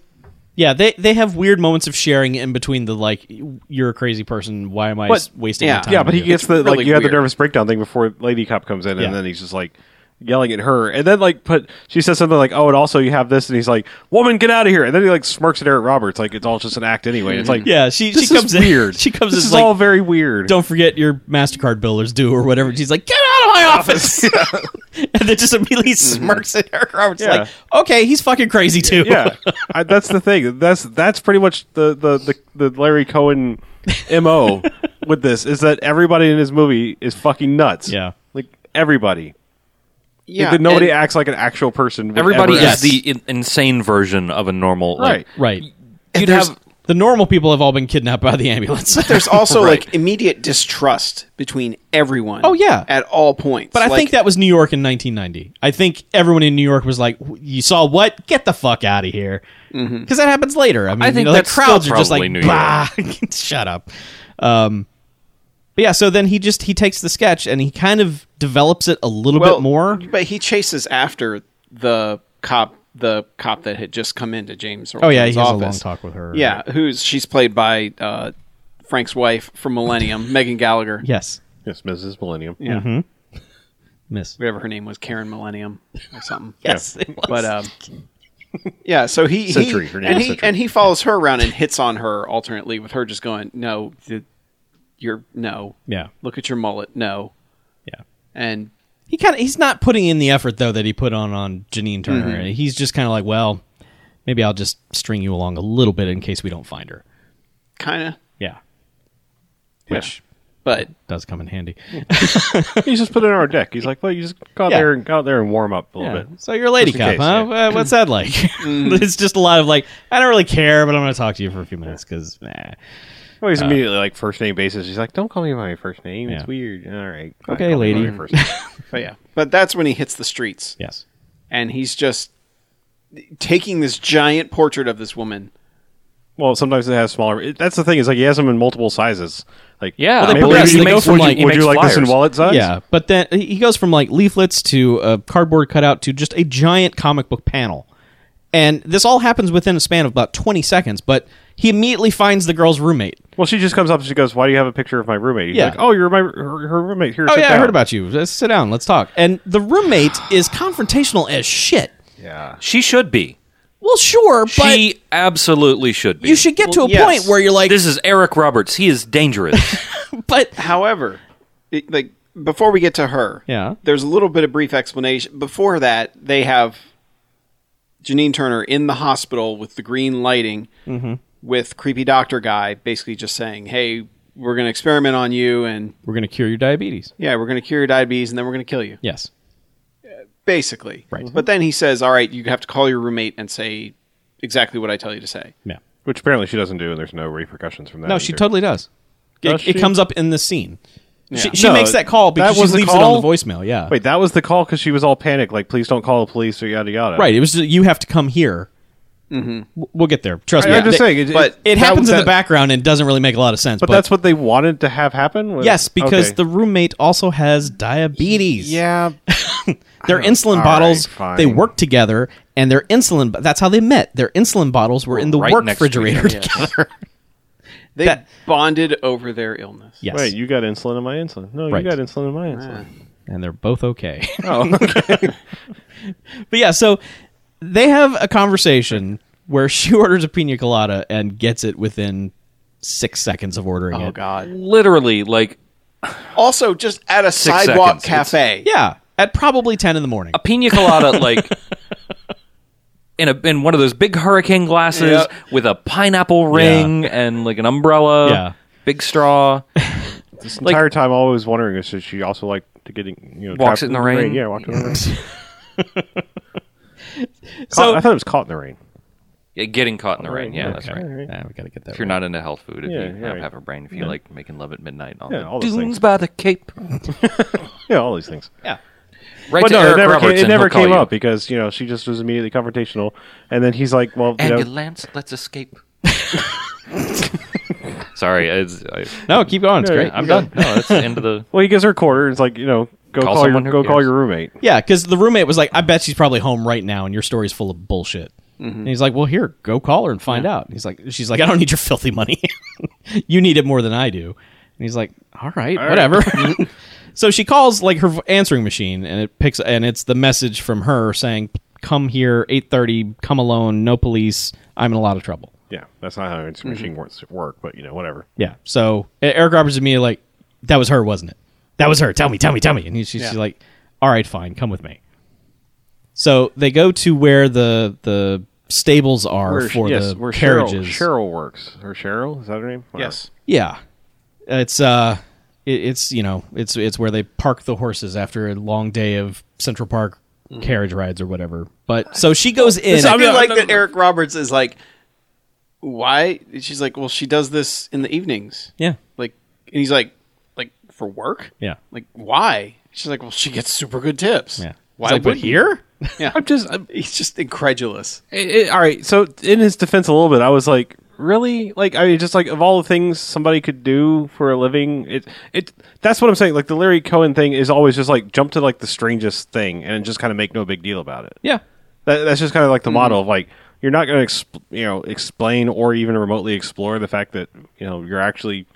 [SPEAKER 3] Yeah, they they have weird moments of sharing in between the like you're a crazy person. Why am I
[SPEAKER 2] But-
[SPEAKER 3] s- wasting
[SPEAKER 4] yeah.
[SPEAKER 3] my time?
[SPEAKER 2] yeah, but
[SPEAKER 3] on
[SPEAKER 2] he
[SPEAKER 3] you?
[SPEAKER 2] gets the, like,
[SPEAKER 4] really
[SPEAKER 2] you had the
[SPEAKER 4] weird.
[SPEAKER 2] nervous breakdown thing before Lady Cop comes in.
[SPEAKER 3] Yeah.
[SPEAKER 2] And then he's just like, Yelling at her, and then like put she says something like, "Oh, and also you have this," and he's like, "Woman, get out of here!" And then he like smirks at Eric Roberts, like it's all just an act anyway. It's like,
[SPEAKER 3] yeah. She
[SPEAKER 2] this
[SPEAKER 3] she comes
[SPEAKER 2] is weird.
[SPEAKER 3] In, she comes
[SPEAKER 2] This
[SPEAKER 3] in
[SPEAKER 2] is
[SPEAKER 3] like,
[SPEAKER 2] all very weird.
[SPEAKER 3] don't forget your Mastercard billers due or whatever. She's like, get out of my office, and then just immediately smirks at Eric Roberts.
[SPEAKER 2] Mm-hmm. Yeah.
[SPEAKER 3] Like, okay, he's fucking crazy too.
[SPEAKER 2] yeah, I, that's the thing. That's that's pretty much the the the, the Larry Cohen mo with this is that everybody in his movie is fucking nuts.
[SPEAKER 3] Yeah.
[SPEAKER 2] like everybody.
[SPEAKER 4] yeah,
[SPEAKER 2] Like, nobody
[SPEAKER 4] and-
[SPEAKER 2] acts like an actual person. would
[SPEAKER 1] Everybody
[SPEAKER 2] ever
[SPEAKER 1] is
[SPEAKER 2] act.
[SPEAKER 1] the in- insane version of a normal. like,
[SPEAKER 2] Right.
[SPEAKER 3] right.
[SPEAKER 1] You'd
[SPEAKER 4] there's-
[SPEAKER 1] have.
[SPEAKER 3] The normal people have all been kidnapped by the ambulance.
[SPEAKER 4] There's also like immediate distrust between everyone.
[SPEAKER 3] Oh, yeah.
[SPEAKER 4] at all points.
[SPEAKER 3] But I
[SPEAKER 4] Like,
[SPEAKER 3] think that was New York in 1990. I think everyone in New York was like, "You saw what? Get the fuck out of here!" Because that happens later. I mean,
[SPEAKER 1] I
[SPEAKER 3] you
[SPEAKER 1] think
[SPEAKER 3] know, the
[SPEAKER 1] that's still
[SPEAKER 3] crowds are just
[SPEAKER 1] probably
[SPEAKER 3] like,
[SPEAKER 1] New
[SPEAKER 3] "Bah, shut up." Um, but yeah, so then he just he takes the sketch and he kind of develops it a little
[SPEAKER 4] well,
[SPEAKER 3] bit more.
[SPEAKER 4] But he chases after the cop, the cop that had just come into James. Earl
[SPEAKER 3] Oh yeah, he
[SPEAKER 4] Jones'
[SPEAKER 3] has a long
[SPEAKER 4] office.
[SPEAKER 3] talk with her.
[SPEAKER 4] Yeah, who's she's played by uh, Frank's wife from Millennium, Megan Gallagher.
[SPEAKER 3] Yes,
[SPEAKER 2] yes, Mrs. Millennium.
[SPEAKER 4] Yeah.
[SPEAKER 3] Miss.
[SPEAKER 4] whatever her name was, Karen Millennium or something.
[SPEAKER 3] Yes, it was.
[SPEAKER 4] But um, Yeah, so he,
[SPEAKER 2] Sentry,
[SPEAKER 4] he-
[SPEAKER 2] her name
[SPEAKER 4] and
[SPEAKER 2] is
[SPEAKER 4] he
[SPEAKER 2] Sentry.
[SPEAKER 4] and he follows her around and hits on her alternately with her just going, "No, th- you're no,
[SPEAKER 3] Yeah.
[SPEAKER 4] look at your mullet, no,"
[SPEAKER 3] Yeah.
[SPEAKER 4] and
[SPEAKER 3] He kind of he's not putting in the effort though that he put on on Janine Turner.
[SPEAKER 2] Mm-hmm.
[SPEAKER 3] He's just kind of like, well, maybe I'll just string you along a little bit in case we don't find her.
[SPEAKER 4] kind of,
[SPEAKER 3] Yeah.
[SPEAKER 4] Yeah.
[SPEAKER 3] Which
[SPEAKER 4] but
[SPEAKER 3] does come in handy.
[SPEAKER 2] He's just put it on our deck. He's like, well, you just go out
[SPEAKER 3] Yeah.
[SPEAKER 2] there and go out there and warm up a little
[SPEAKER 3] Yeah.
[SPEAKER 2] bit.
[SPEAKER 3] So you're a lady
[SPEAKER 2] Just in
[SPEAKER 3] cop,
[SPEAKER 2] case,
[SPEAKER 3] huh? Uh, what's that like? it's just a lot of like, I don't really care, but I'm going to talk to you for a few minutes because,
[SPEAKER 2] Well, he's immediately like first name basis. He's like, don't call me by my first name.
[SPEAKER 3] Yeah.
[SPEAKER 2] It's weird. All right. fine,
[SPEAKER 3] Okay,
[SPEAKER 2] call me by
[SPEAKER 3] lady.
[SPEAKER 2] your first name.
[SPEAKER 4] but yeah, but that's when he hits the streets
[SPEAKER 3] yes.
[SPEAKER 4] and he's just taking this giant portrait of this woman.
[SPEAKER 2] well, sometimes it has smaller. it- that's the thing. Is like he has them in multiple sizes. Like
[SPEAKER 1] Yeah, Well,
[SPEAKER 2] maybe
[SPEAKER 3] they progress.
[SPEAKER 2] would you-
[SPEAKER 3] They go
[SPEAKER 2] would
[SPEAKER 3] from,
[SPEAKER 2] you-
[SPEAKER 3] like-
[SPEAKER 1] he
[SPEAKER 2] would you
[SPEAKER 1] makes
[SPEAKER 2] like this in
[SPEAKER 1] flyers.
[SPEAKER 2] wallet size?
[SPEAKER 3] Yeah. But then he goes from like leaflets to a cardboard cutout to just a giant comic book panel. And this all happens within a span of about 20 seconds, but he immediately finds the girl's roommate.
[SPEAKER 2] Well, she just comes up and she goes, "Why do you have a picture of my roommate?" He's
[SPEAKER 3] Yeah.
[SPEAKER 2] like, "Oh, you're my her, her roommate." Here,
[SPEAKER 3] Oh,
[SPEAKER 2] sit
[SPEAKER 3] yeah, I
[SPEAKER 2] down."
[SPEAKER 3] heard about you. Let's sit down. Let's talk. And the roommate is confrontational as shit.
[SPEAKER 2] Yeah,
[SPEAKER 1] She should be.
[SPEAKER 3] Well, sure, but
[SPEAKER 1] she absolutely should be.
[SPEAKER 3] you should get
[SPEAKER 4] Well,
[SPEAKER 3] to a
[SPEAKER 4] yes.
[SPEAKER 3] point where you're like,
[SPEAKER 1] This is Eric Roberts. He is dangerous.
[SPEAKER 3] but.
[SPEAKER 4] However, it, like before we get to her,
[SPEAKER 3] Yeah.
[SPEAKER 4] there's a little bit of brief explanation. Before that, they have Janine Turner in the hospital with the green lighting, with creepy doctor guy basically just saying, "Hey, we're going to experiment on you, and
[SPEAKER 3] We're going to cure your diabetes.
[SPEAKER 4] yeah, we're going to cure your diabetes, and then we're going to kill you."
[SPEAKER 3] Yes.
[SPEAKER 4] Basically,
[SPEAKER 3] Right.
[SPEAKER 4] But then he says, "All right, you have to call your roommate and say exactly what I tell you to say."
[SPEAKER 3] Yeah.
[SPEAKER 2] which apparently she doesn't do, and there's no repercussions from that.
[SPEAKER 3] No, she
[SPEAKER 2] either.
[SPEAKER 3] totally does.
[SPEAKER 2] Does
[SPEAKER 3] It, it
[SPEAKER 2] she?
[SPEAKER 3] comes up in the scene. She, she
[SPEAKER 2] No,
[SPEAKER 3] makes that call
[SPEAKER 2] that
[SPEAKER 3] because she
[SPEAKER 2] was the
[SPEAKER 3] leaves it on
[SPEAKER 2] call?
[SPEAKER 3] the voicemail. Yeah.
[SPEAKER 2] Wait, that was the call because she was all panicked, like, "Please don't call the police," or yada yada.
[SPEAKER 3] Right. It was just, you have to come here. Mm-hmm. We'll get there. Trust
[SPEAKER 2] I,
[SPEAKER 3] me.
[SPEAKER 2] am just
[SPEAKER 3] They-
[SPEAKER 2] saying, it,
[SPEAKER 4] but-
[SPEAKER 2] it-
[SPEAKER 3] it
[SPEAKER 2] that-
[SPEAKER 3] happens in
[SPEAKER 2] that-
[SPEAKER 3] the background and doesn't really make a lot of sense.
[SPEAKER 2] But, that's what they wanted to have happen. Was-
[SPEAKER 3] yes, because
[SPEAKER 2] okay.
[SPEAKER 3] the roommate also has diabetes.
[SPEAKER 2] yeah,
[SPEAKER 3] Their
[SPEAKER 2] all
[SPEAKER 3] insulin
[SPEAKER 2] right,
[SPEAKER 3] bottles.
[SPEAKER 2] fine.
[SPEAKER 3] they work together, and their insulin. That's how they met. Their insulin bottles were in the
[SPEAKER 1] right
[SPEAKER 3] work
[SPEAKER 1] next to each
[SPEAKER 3] refrigerator together.
[SPEAKER 4] They
[SPEAKER 3] That-
[SPEAKER 4] bonded over their illness.
[SPEAKER 3] yes.
[SPEAKER 2] wait, you got insulin in my insulin. No,
[SPEAKER 3] Right.
[SPEAKER 2] you got insulin in my insulin.
[SPEAKER 1] Ah.
[SPEAKER 3] and they're both okay. Oh, okay. but yeah, so they have a conversation where she orders a pina colada and gets it within six seconds of ordering
[SPEAKER 4] Oh
[SPEAKER 3] it.
[SPEAKER 4] God!
[SPEAKER 1] Literally, like
[SPEAKER 4] Also, just at a sidewalk
[SPEAKER 1] seconds. It's-
[SPEAKER 4] cafe.
[SPEAKER 3] Yeah, at probably ten in the morning.
[SPEAKER 1] a pina colada, like in a in one of those big hurricane glasses
[SPEAKER 4] Yeah.
[SPEAKER 1] with a pineapple ring and like an umbrella,
[SPEAKER 3] Yeah.
[SPEAKER 1] big straw.
[SPEAKER 2] This entire time, I was wondering if she also liked to getting you know
[SPEAKER 1] Walks
[SPEAKER 2] trapped
[SPEAKER 1] it in the rain?
[SPEAKER 2] Yeah, walked in the rain.
[SPEAKER 3] So-
[SPEAKER 2] I thought it was caught in the rain.
[SPEAKER 1] Yeah, Getting caught in the rain. Yeah, that's
[SPEAKER 3] Okay.
[SPEAKER 1] right.
[SPEAKER 3] Ah, we gotta get that.
[SPEAKER 1] If you're not into health food, if
[SPEAKER 2] Oh, Yeah,
[SPEAKER 1] you
[SPEAKER 2] yeah,
[SPEAKER 1] have,
[SPEAKER 2] right.
[SPEAKER 1] have a brain, if you like making love at midnight, on
[SPEAKER 2] Yeah,
[SPEAKER 1] the
[SPEAKER 2] all those
[SPEAKER 1] dunes
[SPEAKER 2] things.
[SPEAKER 1] by the Cape,
[SPEAKER 2] Yeah, all these things.
[SPEAKER 3] Yeah.
[SPEAKER 1] right
[SPEAKER 2] but
[SPEAKER 1] to
[SPEAKER 2] no,
[SPEAKER 1] Eric
[SPEAKER 2] it never,
[SPEAKER 1] Roberts,
[SPEAKER 2] came, it
[SPEAKER 1] and
[SPEAKER 2] never
[SPEAKER 1] he'll call
[SPEAKER 2] came
[SPEAKER 1] you.
[SPEAKER 2] up because you know she just was immediately confrontational, and then he's like, "Well, you know,
[SPEAKER 1] Ambulance, let's escape. Sorry, it's, I,
[SPEAKER 3] No, keep going. It's
[SPEAKER 2] No,
[SPEAKER 3] great.
[SPEAKER 1] I'm done. No, that's the end of the.
[SPEAKER 2] well, he gives her a quarter. It's like you know, go
[SPEAKER 1] Call
[SPEAKER 2] call, your
[SPEAKER 1] someone who
[SPEAKER 2] go call
[SPEAKER 1] cares.
[SPEAKER 2] your roommate."
[SPEAKER 3] Yeah, because the roommate was like, "I bet she's probably home right now, and your story's full of bullshit." And he's like, "Well, here, go call her and find out." And he's like, "She's like, I don't need your filthy money. you need it more than I do." And he's like, "All right, whatever." so she calls like her answering machine, and it picks, and it's the message from her saying, "Come here, eight thirty. Come alone. No police. I'm in a lot of trouble."
[SPEAKER 2] Yeah, that's not how an
[SPEAKER 1] Mm-hmm.
[SPEAKER 2] answering machine works at work, but you know, whatever.
[SPEAKER 3] Yeah. So E- Eric Roberts and me like, "That was her, wasn't it? That was her. Tell me, tell me, tell me." And he- she's, she's like, "All right, fine. Come with me." So they go to where the the stables are for the carriages.
[SPEAKER 2] Cheryl, Cheryl works, or Cheryl is that her name? Whatever.
[SPEAKER 4] Yes.
[SPEAKER 3] Yeah. It's uh it, it's you know, it's it's where they park the horses after a long day of Central Park carriage rides or whatever. But so she goes in
[SPEAKER 4] So I feel
[SPEAKER 1] no,
[SPEAKER 4] like
[SPEAKER 1] no,
[SPEAKER 4] that
[SPEAKER 1] no.
[SPEAKER 4] Eric Roberts is like, why? She's like, well, she does this in the evenings.
[SPEAKER 3] Yeah.
[SPEAKER 4] Like, and he's like, like for work.
[SPEAKER 3] Yeah.
[SPEAKER 4] Like, why? She's like, well, she gets super good tips.
[SPEAKER 3] Yeah.
[SPEAKER 4] Why?
[SPEAKER 3] He's like, but
[SPEAKER 4] wouldn't you?
[SPEAKER 3] here?
[SPEAKER 4] Yeah.
[SPEAKER 2] I'm just I'm,
[SPEAKER 4] he's just incredulous.
[SPEAKER 2] it, it- all right. So in his defense, a little bit, I was like, really, like I mean, just like of all the things somebody could do for a living, it it that's what I'm saying. Like the Larry Cohen thing is always just like jump to like the strangest thing and just kind of make no big deal about it.
[SPEAKER 3] Yeah.
[SPEAKER 2] That, that's just kind of like the model of like you're not going to exp- you know explain or even remotely explore the fact that you know you're actually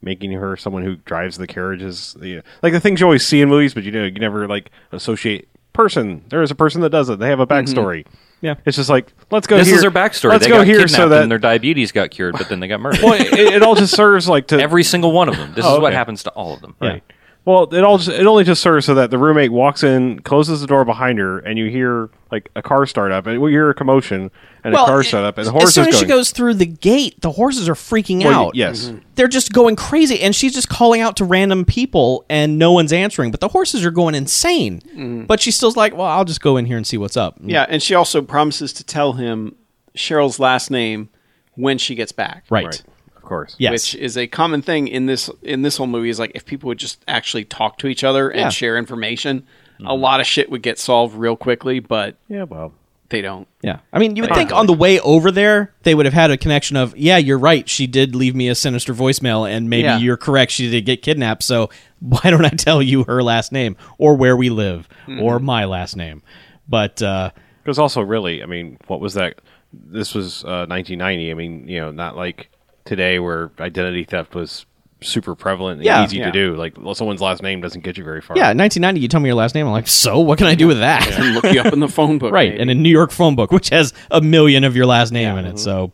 [SPEAKER 2] making her someone who drives the carriages. You know, like the things you always see in movies, but you know you never like associate person. There is a person that does it. They have a backstory.
[SPEAKER 3] Yeah.
[SPEAKER 2] It's just like let's go.
[SPEAKER 1] This
[SPEAKER 2] here.
[SPEAKER 1] is their backstory.
[SPEAKER 2] Let's
[SPEAKER 1] they
[SPEAKER 2] go
[SPEAKER 1] got
[SPEAKER 2] here
[SPEAKER 1] kidnapped
[SPEAKER 2] so that
[SPEAKER 1] and their diabetes got cured, but then they got murdered.
[SPEAKER 2] well, it, it all just serves like to
[SPEAKER 1] Every single one of them. This
[SPEAKER 2] Oh,
[SPEAKER 1] is what
[SPEAKER 2] okay.
[SPEAKER 1] happens to all of them.
[SPEAKER 3] Yeah.
[SPEAKER 2] Well, it all just, it only just serves so that the roommate walks in, closes the door behind her, and you hear like a car start up, and we hear a commotion and a car
[SPEAKER 3] it-
[SPEAKER 2] start up, and the horse
[SPEAKER 3] as soon
[SPEAKER 2] is
[SPEAKER 3] as
[SPEAKER 2] going.
[SPEAKER 3] she goes through the gate, the horses are freaking
[SPEAKER 2] Well, y-
[SPEAKER 3] out. Mm-hmm.
[SPEAKER 2] yes. Mm-hmm.
[SPEAKER 3] they're just going crazy, and she's just calling out to random people, and no one's answering. But the horses are going insane.
[SPEAKER 2] Mm-hmm.
[SPEAKER 3] But she's still like, "Well, I'll just go in here and see what's up."
[SPEAKER 4] Yeah, and she also promises to tell him Cheryl's last name when she gets back.
[SPEAKER 3] right.
[SPEAKER 2] Right, of course.
[SPEAKER 3] Yes.
[SPEAKER 4] Which is a common thing in this in this whole movie is like if people would just actually talk to each other
[SPEAKER 3] Yeah. Mm-hmm.
[SPEAKER 4] and share information, a lot of shit would get solved real quickly, but
[SPEAKER 2] Yeah. Well.
[SPEAKER 4] they don't.
[SPEAKER 3] Yeah. I mean, you would think on the way over there, they would have had a connection of, yeah, you're right. She did leave me a sinister voicemail, and maybe
[SPEAKER 4] Yeah.
[SPEAKER 3] you're correct. She did get kidnapped. So why don't I tell you her last name or where we live
[SPEAKER 2] Mm-hmm.
[SPEAKER 3] or my last name? But, uh,
[SPEAKER 2] Because also, really, I mean, what was that? This was uh, 1990. I mean, you know, not like today where identity theft was super prevalent and
[SPEAKER 3] Yeah,
[SPEAKER 2] easy
[SPEAKER 4] yeah.
[SPEAKER 2] to do. Like, well, someone's last name doesn't get you very far.
[SPEAKER 3] yeah, 1990, you tell me your last name. I'm like, so what can I do with that?
[SPEAKER 4] And look you up in the phone book.
[SPEAKER 3] right.
[SPEAKER 4] maybe.
[SPEAKER 3] And a New York phone book, which has a million of your last name in it. So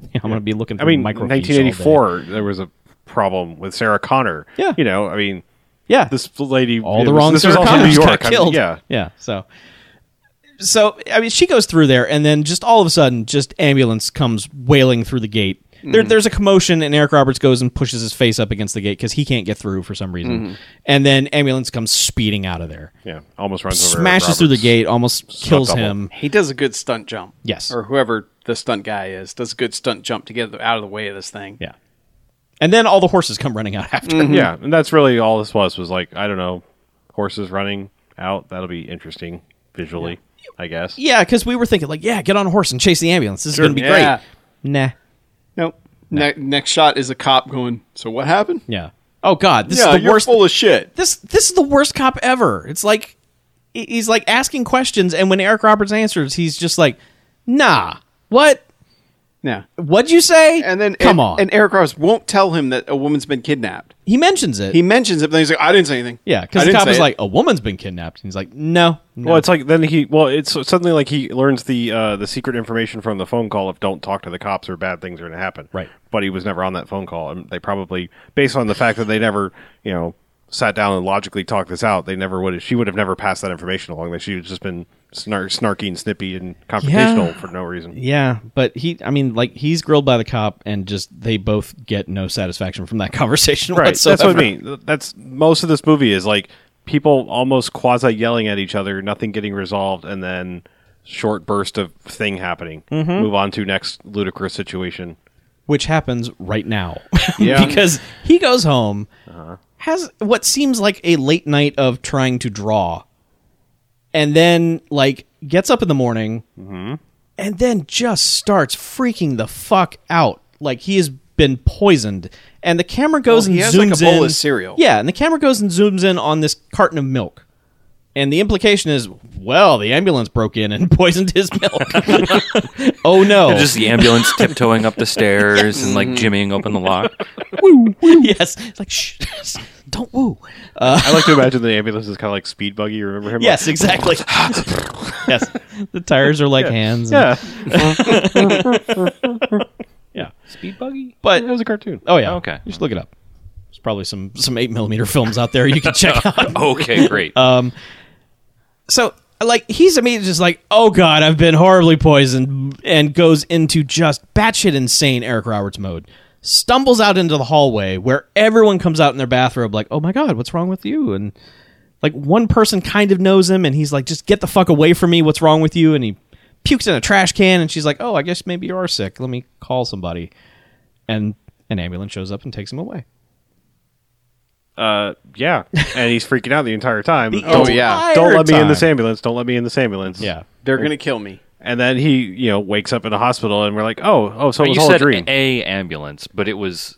[SPEAKER 3] yeah, I'm going to be looking for
[SPEAKER 2] I mean,
[SPEAKER 3] microfiche all day.
[SPEAKER 2] 1984, there was a problem with Sarah Connor.
[SPEAKER 3] Yeah.
[SPEAKER 2] You know, I mean,
[SPEAKER 3] Yeah.
[SPEAKER 2] this lady.
[SPEAKER 3] all
[SPEAKER 2] it
[SPEAKER 3] the
[SPEAKER 2] was-
[SPEAKER 3] wrong
[SPEAKER 2] This
[SPEAKER 3] Sarah
[SPEAKER 2] was also New
[SPEAKER 3] Connors
[SPEAKER 2] York.
[SPEAKER 3] got
[SPEAKER 2] I mean,
[SPEAKER 3] killed.
[SPEAKER 2] yeah.
[SPEAKER 3] yeah. So, so I mean, she goes through there, and then just all of a sudden, just ambulance comes wailing through the gate. There,
[SPEAKER 2] Mm-hmm.
[SPEAKER 3] there's a commotion, and Eric Roberts goes and pushes his face up against the gate because he can't get through for some reason.
[SPEAKER 2] Mm-hmm.
[SPEAKER 3] And then ambulance comes speeding out of there,
[SPEAKER 2] Yeah. Almost runs over. Eric
[SPEAKER 3] smashes through the
[SPEAKER 2] Roberts.
[SPEAKER 3] gate, almost kills
[SPEAKER 2] double.
[SPEAKER 3] him.
[SPEAKER 4] He does a good stunt jump.
[SPEAKER 3] Yes.
[SPEAKER 4] Or whoever the stunt guy is does a good stunt jump to get out of the way of this thing.
[SPEAKER 3] Yeah, and then all the horses come running out after.
[SPEAKER 4] Mm-hmm.
[SPEAKER 2] Yeah, and that's really all this was was like I don't know, horses running out. That'll be interesting visually, I guess.
[SPEAKER 3] Yeah, because we were thinking like, yeah, get on a horse and chase the ambulance. This is going to be
[SPEAKER 4] Yeah.
[SPEAKER 3] great. Nah.
[SPEAKER 4] Nope. Ne- next shot is a cop going, So what happened?
[SPEAKER 3] Yeah. Oh God, this
[SPEAKER 4] yeah,
[SPEAKER 3] is the
[SPEAKER 4] you're
[SPEAKER 3] worst.
[SPEAKER 4] full of shit.
[SPEAKER 3] this this is the worst cop ever. It's like he- he's like asking questions, and when Eric Roberts answers, he's just like, "Nah, what?
[SPEAKER 4] Yeah.
[SPEAKER 3] What'd you say?"
[SPEAKER 4] And then
[SPEAKER 3] come
[SPEAKER 4] and,
[SPEAKER 3] on,
[SPEAKER 4] And Eric Ross won't tell him that a woman's been kidnapped.
[SPEAKER 3] he mentions it.
[SPEAKER 4] He mentions it, but then he's like, I didn't say anything.
[SPEAKER 3] yeah,
[SPEAKER 4] I
[SPEAKER 3] because the
[SPEAKER 4] didn't
[SPEAKER 3] cop
[SPEAKER 4] say
[SPEAKER 3] is
[SPEAKER 4] it.
[SPEAKER 3] like, "A woman's been kidnapped." And he's like, "No, no."
[SPEAKER 2] Well, it's like then he well, it's suddenly like he learns the uh, the secret information from the phone call of don't talk to the cops or bad things are going to happen.
[SPEAKER 3] Right.
[SPEAKER 2] But he was never on that phone call, and they probably based on the fact that they never you know sat down and logically talked this out, they never would have. She would have never passed that information along. That she would just been snar- snarky and snippy and confrontational for no reason.
[SPEAKER 3] yeah, but he, I mean, like he's grilled by the cop, and just they both get no satisfaction from that conversation
[SPEAKER 2] right
[SPEAKER 3] whatsoever.
[SPEAKER 2] that's what i mean that's most of this movie is like people almost quasi yelling at each other nothing getting resolved and then short burst of thing happening move on to next ludicrous situation
[SPEAKER 3] which happens right now.
[SPEAKER 4] Yeah. Uh-huh.
[SPEAKER 3] because he goes home, has what seems like a late night of trying to draw, and then like gets up in the morning,
[SPEAKER 4] Mm-hmm.
[SPEAKER 3] and then just starts freaking the fuck out. Like he has been poisoned, and the camera goes
[SPEAKER 4] Well, he
[SPEAKER 3] and
[SPEAKER 4] has, like,
[SPEAKER 3] zooms
[SPEAKER 4] a bowl
[SPEAKER 3] in.
[SPEAKER 4] of cereal.
[SPEAKER 3] Yeah, and the camera goes and zooms in on this carton of milk. And the implication is, well, the ambulance broke in and poisoned his milk. oh no!
[SPEAKER 1] Just the ambulance tiptoeing up the stairs and like jimmying open the lock.
[SPEAKER 3] yes. It's like, shh, don't woo.
[SPEAKER 2] i like to imagine the ambulance is kind of like speed buggy you remember him
[SPEAKER 3] Yes, exactly. yes. The tires are like hands. and-
[SPEAKER 2] yeah
[SPEAKER 3] yeah.
[SPEAKER 1] Speed buggy?
[SPEAKER 2] it
[SPEAKER 3] But,
[SPEAKER 2] was a cartoon
[SPEAKER 3] oh, yeah.
[SPEAKER 1] Okay.
[SPEAKER 3] You should look it up. There's probably some, some 8 millimeter films out there you can check out.
[SPEAKER 1] Okay, great.
[SPEAKER 3] So, like, he's immediately just like, oh, God, I've been horribly poisoned, and goes into just batshit insane Eric Roberts mode. Stumbles out into the hallway where everyone comes out in their bathrobe, like, oh my God, what's wrong with you? And, like one person kind of knows him and he's like just get the fuck away from me what's wrong with you and he pukes in a trash can and she's like oh i guess maybe you are sick let me call somebody and an ambulance shows up and takes him away
[SPEAKER 2] uh yeah and he's freaking out the entire time
[SPEAKER 4] Oh, yeah.
[SPEAKER 2] don't let me in
[SPEAKER 3] Entire
[SPEAKER 2] this
[SPEAKER 3] time.
[SPEAKER 2] ambulance don't let me in this ambulance
[SPEAKER 3] yeah
[SPEAKER 4] They're going to kill me.
[SPEAKER 2] and then he you know wakes up in a hospital and we're like oh oh so it was
[SPEAKER 1] you
[SPEAKER 2] all a
[SPEAKER 1] said
[SPEAKER 2] dream
[SPEAKER 1] a ambulance, but it was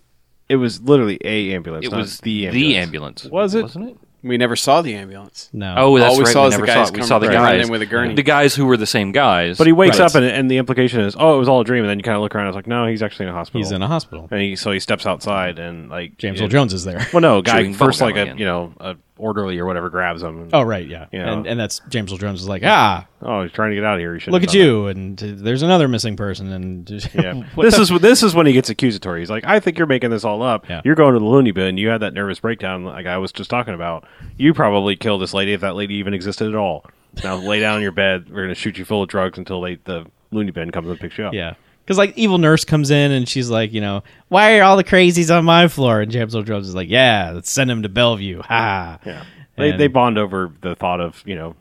[SPEAKER 2] it was literally a ambulance
[SPEAKER 1] it
[SPEAKER 2] not
[SPEAKER 1] was
[SPEAKER 2] the ambulance.
[SPEAKER 1] the ambulance.
[SPEAKER 2] Was it?
[SPEAKER 1] Wasn't it?
[SPEAKER 4] We never saw the ambulance.
[SPEAKER 3] no
[SPEAKER 1] Oh, that's
[SPEAKER 4] All we
[SPEAKER 1] right.
[SPEAKER 4] saw
[SPEAKER 1] we
[SPEAKER 4] is the
[SPEAKER 1] never
[SPEAKER 4] guys
[SPEAKER 1] saw it. We
[SPEAKER 4] come
[SPEAKER 1] saw the
[SPEAKER 4] running
[SPEAKER 1] guys
[SPEAKER 4] in with a gurney.
[SPEAKER 1] The guys who were the same guys.
[SPEAKER 2] But he wakes
[SPEAKER 1] Right.
[SPEAKER 2] up and, and the implication is, oh, it was all a dream. And then you kind of look around. And it's like, no, he's actually in a hospital.
[SPEAKER 3] he's in a hospital
[SPEAKER 2] And he, so he steps outside and like
[SPEAKER 3] james
[SPEAKER 2] it-
[SPEAKER 3] earl jones is there
[SPEAKER 2] Well, no, guy
[SPEAKER 1] Chewing
[SPEAKER 2] first
[SPEAKER 1] bubblegum
[SPEAKER 2] like a
[SPEAKER 1] again.
[SPEAKER 2] you know a orderly or whatever grabs him. And,
[SPEAKER 3] Oh right, yeah,
[SPEAKER 2] Yeah.
[SPEAKER 3] and and that's James Earl Jones is like, ah,
[SPEAKER 2] oh, he's trying to get out of here. He shouldn't
[SPEAKER 3] look
[SPEAKER 2] have
[SPEAKER 3] at
[SPEAKER 2] done
[SPEAKER 3] you, and uh, there's another missing person, and
[SPEAKER 2] that. Yeah. this is this is when he gets accusatory. He's like, "I think you're making this all up.
[SPEAKER 3] Yeah.
[SPEAKER 2] You're going to the loony bin. You had that nervous breakdown, like I was just talking about. You probably killed this lady if that lady even existed at all. Now lay down in your bed. We're going to shoot you full of drugs until they, the loony bin comes and picks you up.
[SPEAKER 3] yeah. Because like evil nurse comes in and she's like, you know, why are all the crazies on my floor? And James Earl Jones is like, yeah, let's send him to Bellevue. Ha.
[SPEAKER 2] Yeah. They
[SPEAKER 3] And-
[SPEAKER 2] they bond over the thought of you know